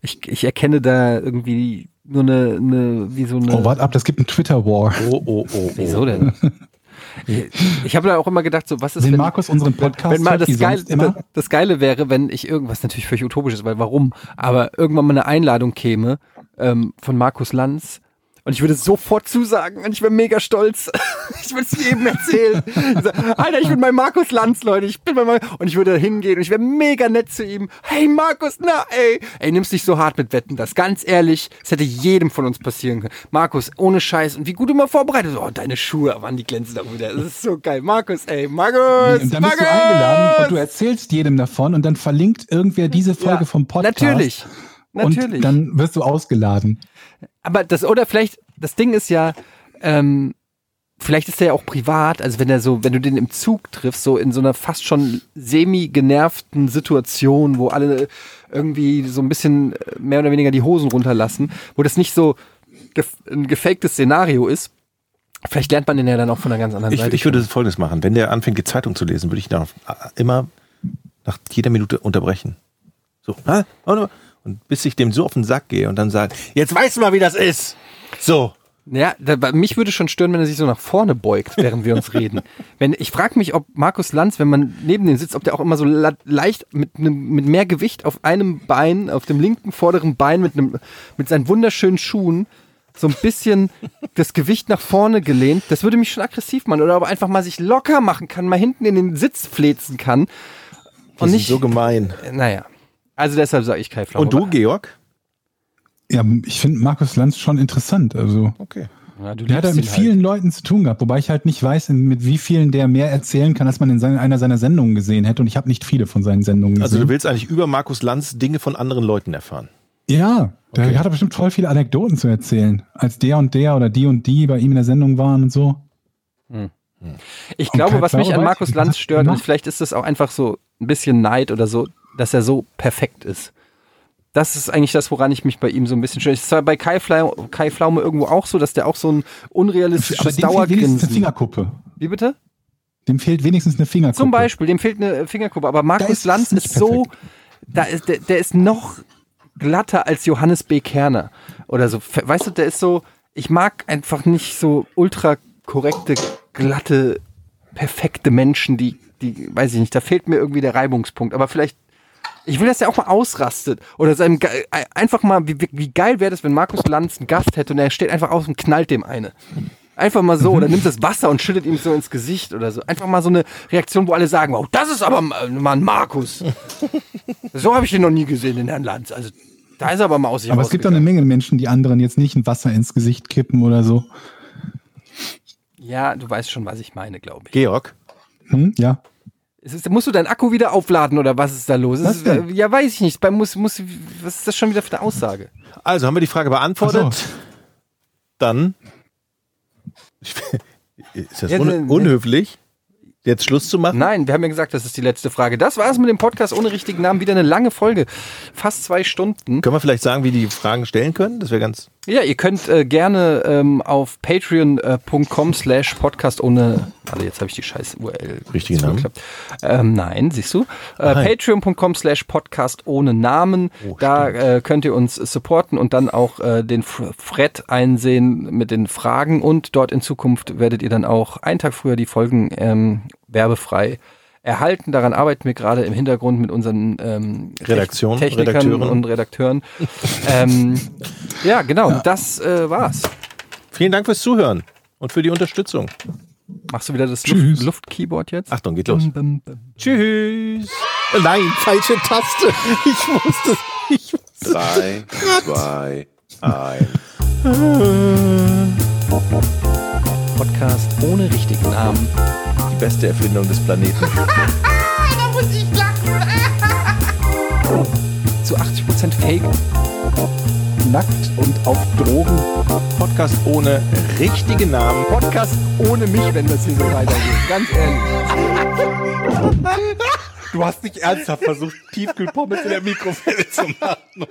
Ich, ich erkenne da irgendwie nur eine, eine wie so eine. Ne? Oh, wart ab, das gibt einen Twitter-War. Oh, oh, oh, oh. Wieso [laughs] denn? Ich habe da auch immer gedacht, so was ist Wenn wenn, Markus unseren Podcast wenn mal hört, das wie Geile, sonst immer, das, das Geile wäre, wenn ich irgendwas natürlich völlig utopisch ist, weil warum? Aber irgendwann mal eine Einladung käme ähm, von Markus Lanz und ich würde sofort zusagen und ich wäre mega stolz. [laughs] ich würde es jedem erzählen. Ich sag, Alter, ich bin bei Markus Lanz, Leute. Ich bin bei Mar und ich würde hingehen und ich wäre mega nett zu ihm. Hey Markus, na ey, ey, nimm's nicht so hart mit Wetten, das ganz ehrlich, es hätte jedem von uns passieren können. Markus, ohne Scheiß und wie gut du mal vorbereitet. bist. Oh, deine Schuhe, Mann, die glänzen auch wieder. Das ist so geil. Markus, ey, Markus, und dann Markus. bist du eingeladen und du erzählst jedem davon und dann verlinkt irgendwer diese Folge Ja, vom Podcast. Natürlich. Natürlich. Und dann wirst du ausgeladen. Aber das, oder vielleicht, das Ding ist ja, ähm, vielleicht ist er ja auch privat, also wenn er so, wenn du den im Zug triffst, so in so einer fast schon semi-genervten Situation, wo alle irgendwie so ein bisschen äh, mehr oder weniger die Hosen runterlassen, wo das nicht so gef ein gefaktes Szenario ist, vielleicht lernt man den ja dann auch von einer ganz anderen Ich, Seite. ich würde folgendes machen. Wenn der anfängt, die Zeitung zu lesen, würde ich nach, immer nach jeder Minute unterbrechen. So, hä? und bis ich dem so auf den Sack gehe und dann sage, jetzt weißt du mal, wie das ist. So. Ja, da, bei- mich würde schon stören, wenn er sich so nach vorne beugt, während wir uns reden. Wenn ich frage mich, ob Markus Lanz, wenn man neben dem sitzt, ob der auch immer so la- leicht mit einem mit mehr Gewicht auf einem Bein, auf dem linken vorderen Bein mit einem mit seinen wunderschönen Schuhen so ein bisschen das Gewicht nach vorne gelehnt. Das würde mich schon aggressiv machen oder ob er einfach mal sich locker machen kann, mal hinten in den Sitz flezen kann und nicht äh, so gemein. naja. Also deshalb sage ich Kai Pflaume. Und du, Georg? Ja, ich finde Markus Lanz schon interessant. Also, Okay. Ja, du der liebst hat halt mit ihn vielen Leuten zu tun gehabt, wobei ich halt nicht weiß, mit wie vielen der mehr erzählen kann, als man in seiner- einer seiner Sendungen gesehen hätte. Und ich habe nicht viele von seinen Sendungen gesehen. Also du willst eigentlich über Markus Lanz Dinge von anderen Leuten erfahren. Ja, der hat er bestimmt voll viele Anekdoten zu erzählen, als der und der oder die und die bei ihm in der Sendung waren und so. Ich Und glaube, Kai was mich Pflaume an weiß ne? Markus ich, Lanz was er stört, und macht. vielleicht ist das auch einfach so ein bisschen Neid oder so, dass er so perfekt ist. Das ist eigentlich das, woran ich mich bei ihm so ein bisschen störe. Es ist zwar bei Kai, Flau Kai Flaume irgendwo auch so, dass der auch so ein Aber unrealistisches dem fehlt wenigstens eine Dauergrinsen. Fingerkuppe. Wie bitte? Dem fehlt wenigstens eine Fingerkuppe. Zum Beispiel, dem fehlt eine äh, Fingerkuppe. Aber Markus ist es Lanz nicht ist so, da ist, der, der ist noch glatter als Johannes B. Kerner oder so. Fe- Weißt du, der ist so, ich mag einfach nicht so ultra korrekte, glatte, perfekte Menschen, die, die, weiß ich nicht, da fehlt mir irgendwie der Reibungspunkt. Aber vielleicht, ich will, dass er auch mal ausrastet oder seinem, Ge- äh, einfach mal, wie, wie- wie geil wäre das, wenn Markus Lanz einen Gast hätte und er steht einfach aus und knallt dem eine. Einfach mal so, oder Mhm. nimmt das Wasser und schüttet ihm so ins Gesicht oder so. Einfach mal so eine Reaktion, wo alle sagen, wow, das ist aber mal mal ein [laughs] Markus. So habe ich den noch nie gesehen, den Herrn Lanz. Also da ist er aber mal aus sich Aber es gibt doch eine Menge Menschen, die anderen jetzt nicht ein Wasser ins Gesicht kippen oder so. rausgegangen. Ja, du weißt schon, was ich meine, glaube ich. Georg? Hm? Ja. Es ist, musst du deinen Akku wieder aufladen oder was ist da los? Was es denn? ist, äh, ja, weiß ich nicht. Bei muss, muss, was ist das schon wieder für eine Aussage? Also, haben wir die Frage beantwortet? Ach Dann. Ist das Jetzt, äh, un unhöflich, jetzt Schluss zu machen? Nein, wir haben ja gesagt, das ist die letzte Frage. Das war's mit dem Podcast ohne richtigen Namen. Wieder eine lange Folge. Fast zwei Stunden. Können wir vielleicht sagen, wie die Fragen stellen können? Das wäre ganz. Ja, ihr könnt äh, gerne ähm, auf patreon.com slash podcast ohne. Warte, jetzt habe ich die scheiß URL. Richtigen Namen? zugeklappt. Ähm, nein, siehst du. Äh, Nein. Oh, Patreon.com slash podcast ohne Namen. da äh, könnt ihr uns supporten und dann auch äh, den F- Fred einsehen mit den Fragen und dort in Zukunft werdet ihr dann auch einen Tag früher die Folgen ähm, werbefrei erhalten. Daran arbeiten wir gerade im Hintergrund mit unseren ähm, Redaktion, Technikern Redakteuren. und Redakteuren. [laughs] ähm, ja, genau, das äh, war's. Vielen Dank fürs Zuhören und für die Unterstützung. Machst du wieder das Tschüss. Luft- Luft-Keyboard jetzt? Achtung, geht los. Bum, bum, bum. Tschüss. Nein, falsche Taste. Ich musste. Ich musste. Drei, zwei, eins. Podcast ohne richtigen Namen. Die beste Erfindung des Planeten. da muss ich lachen. Zu 80% Fake. Nackt und auf Drogen. Podcast ohne richtigen Namen. Podcast ohne mich, wenn das hier so weitergeht. Ganz ehrlich. Du hast nicht ernsthaft versucht, Tiefkühlpommes in der Mikrowelle zu machen.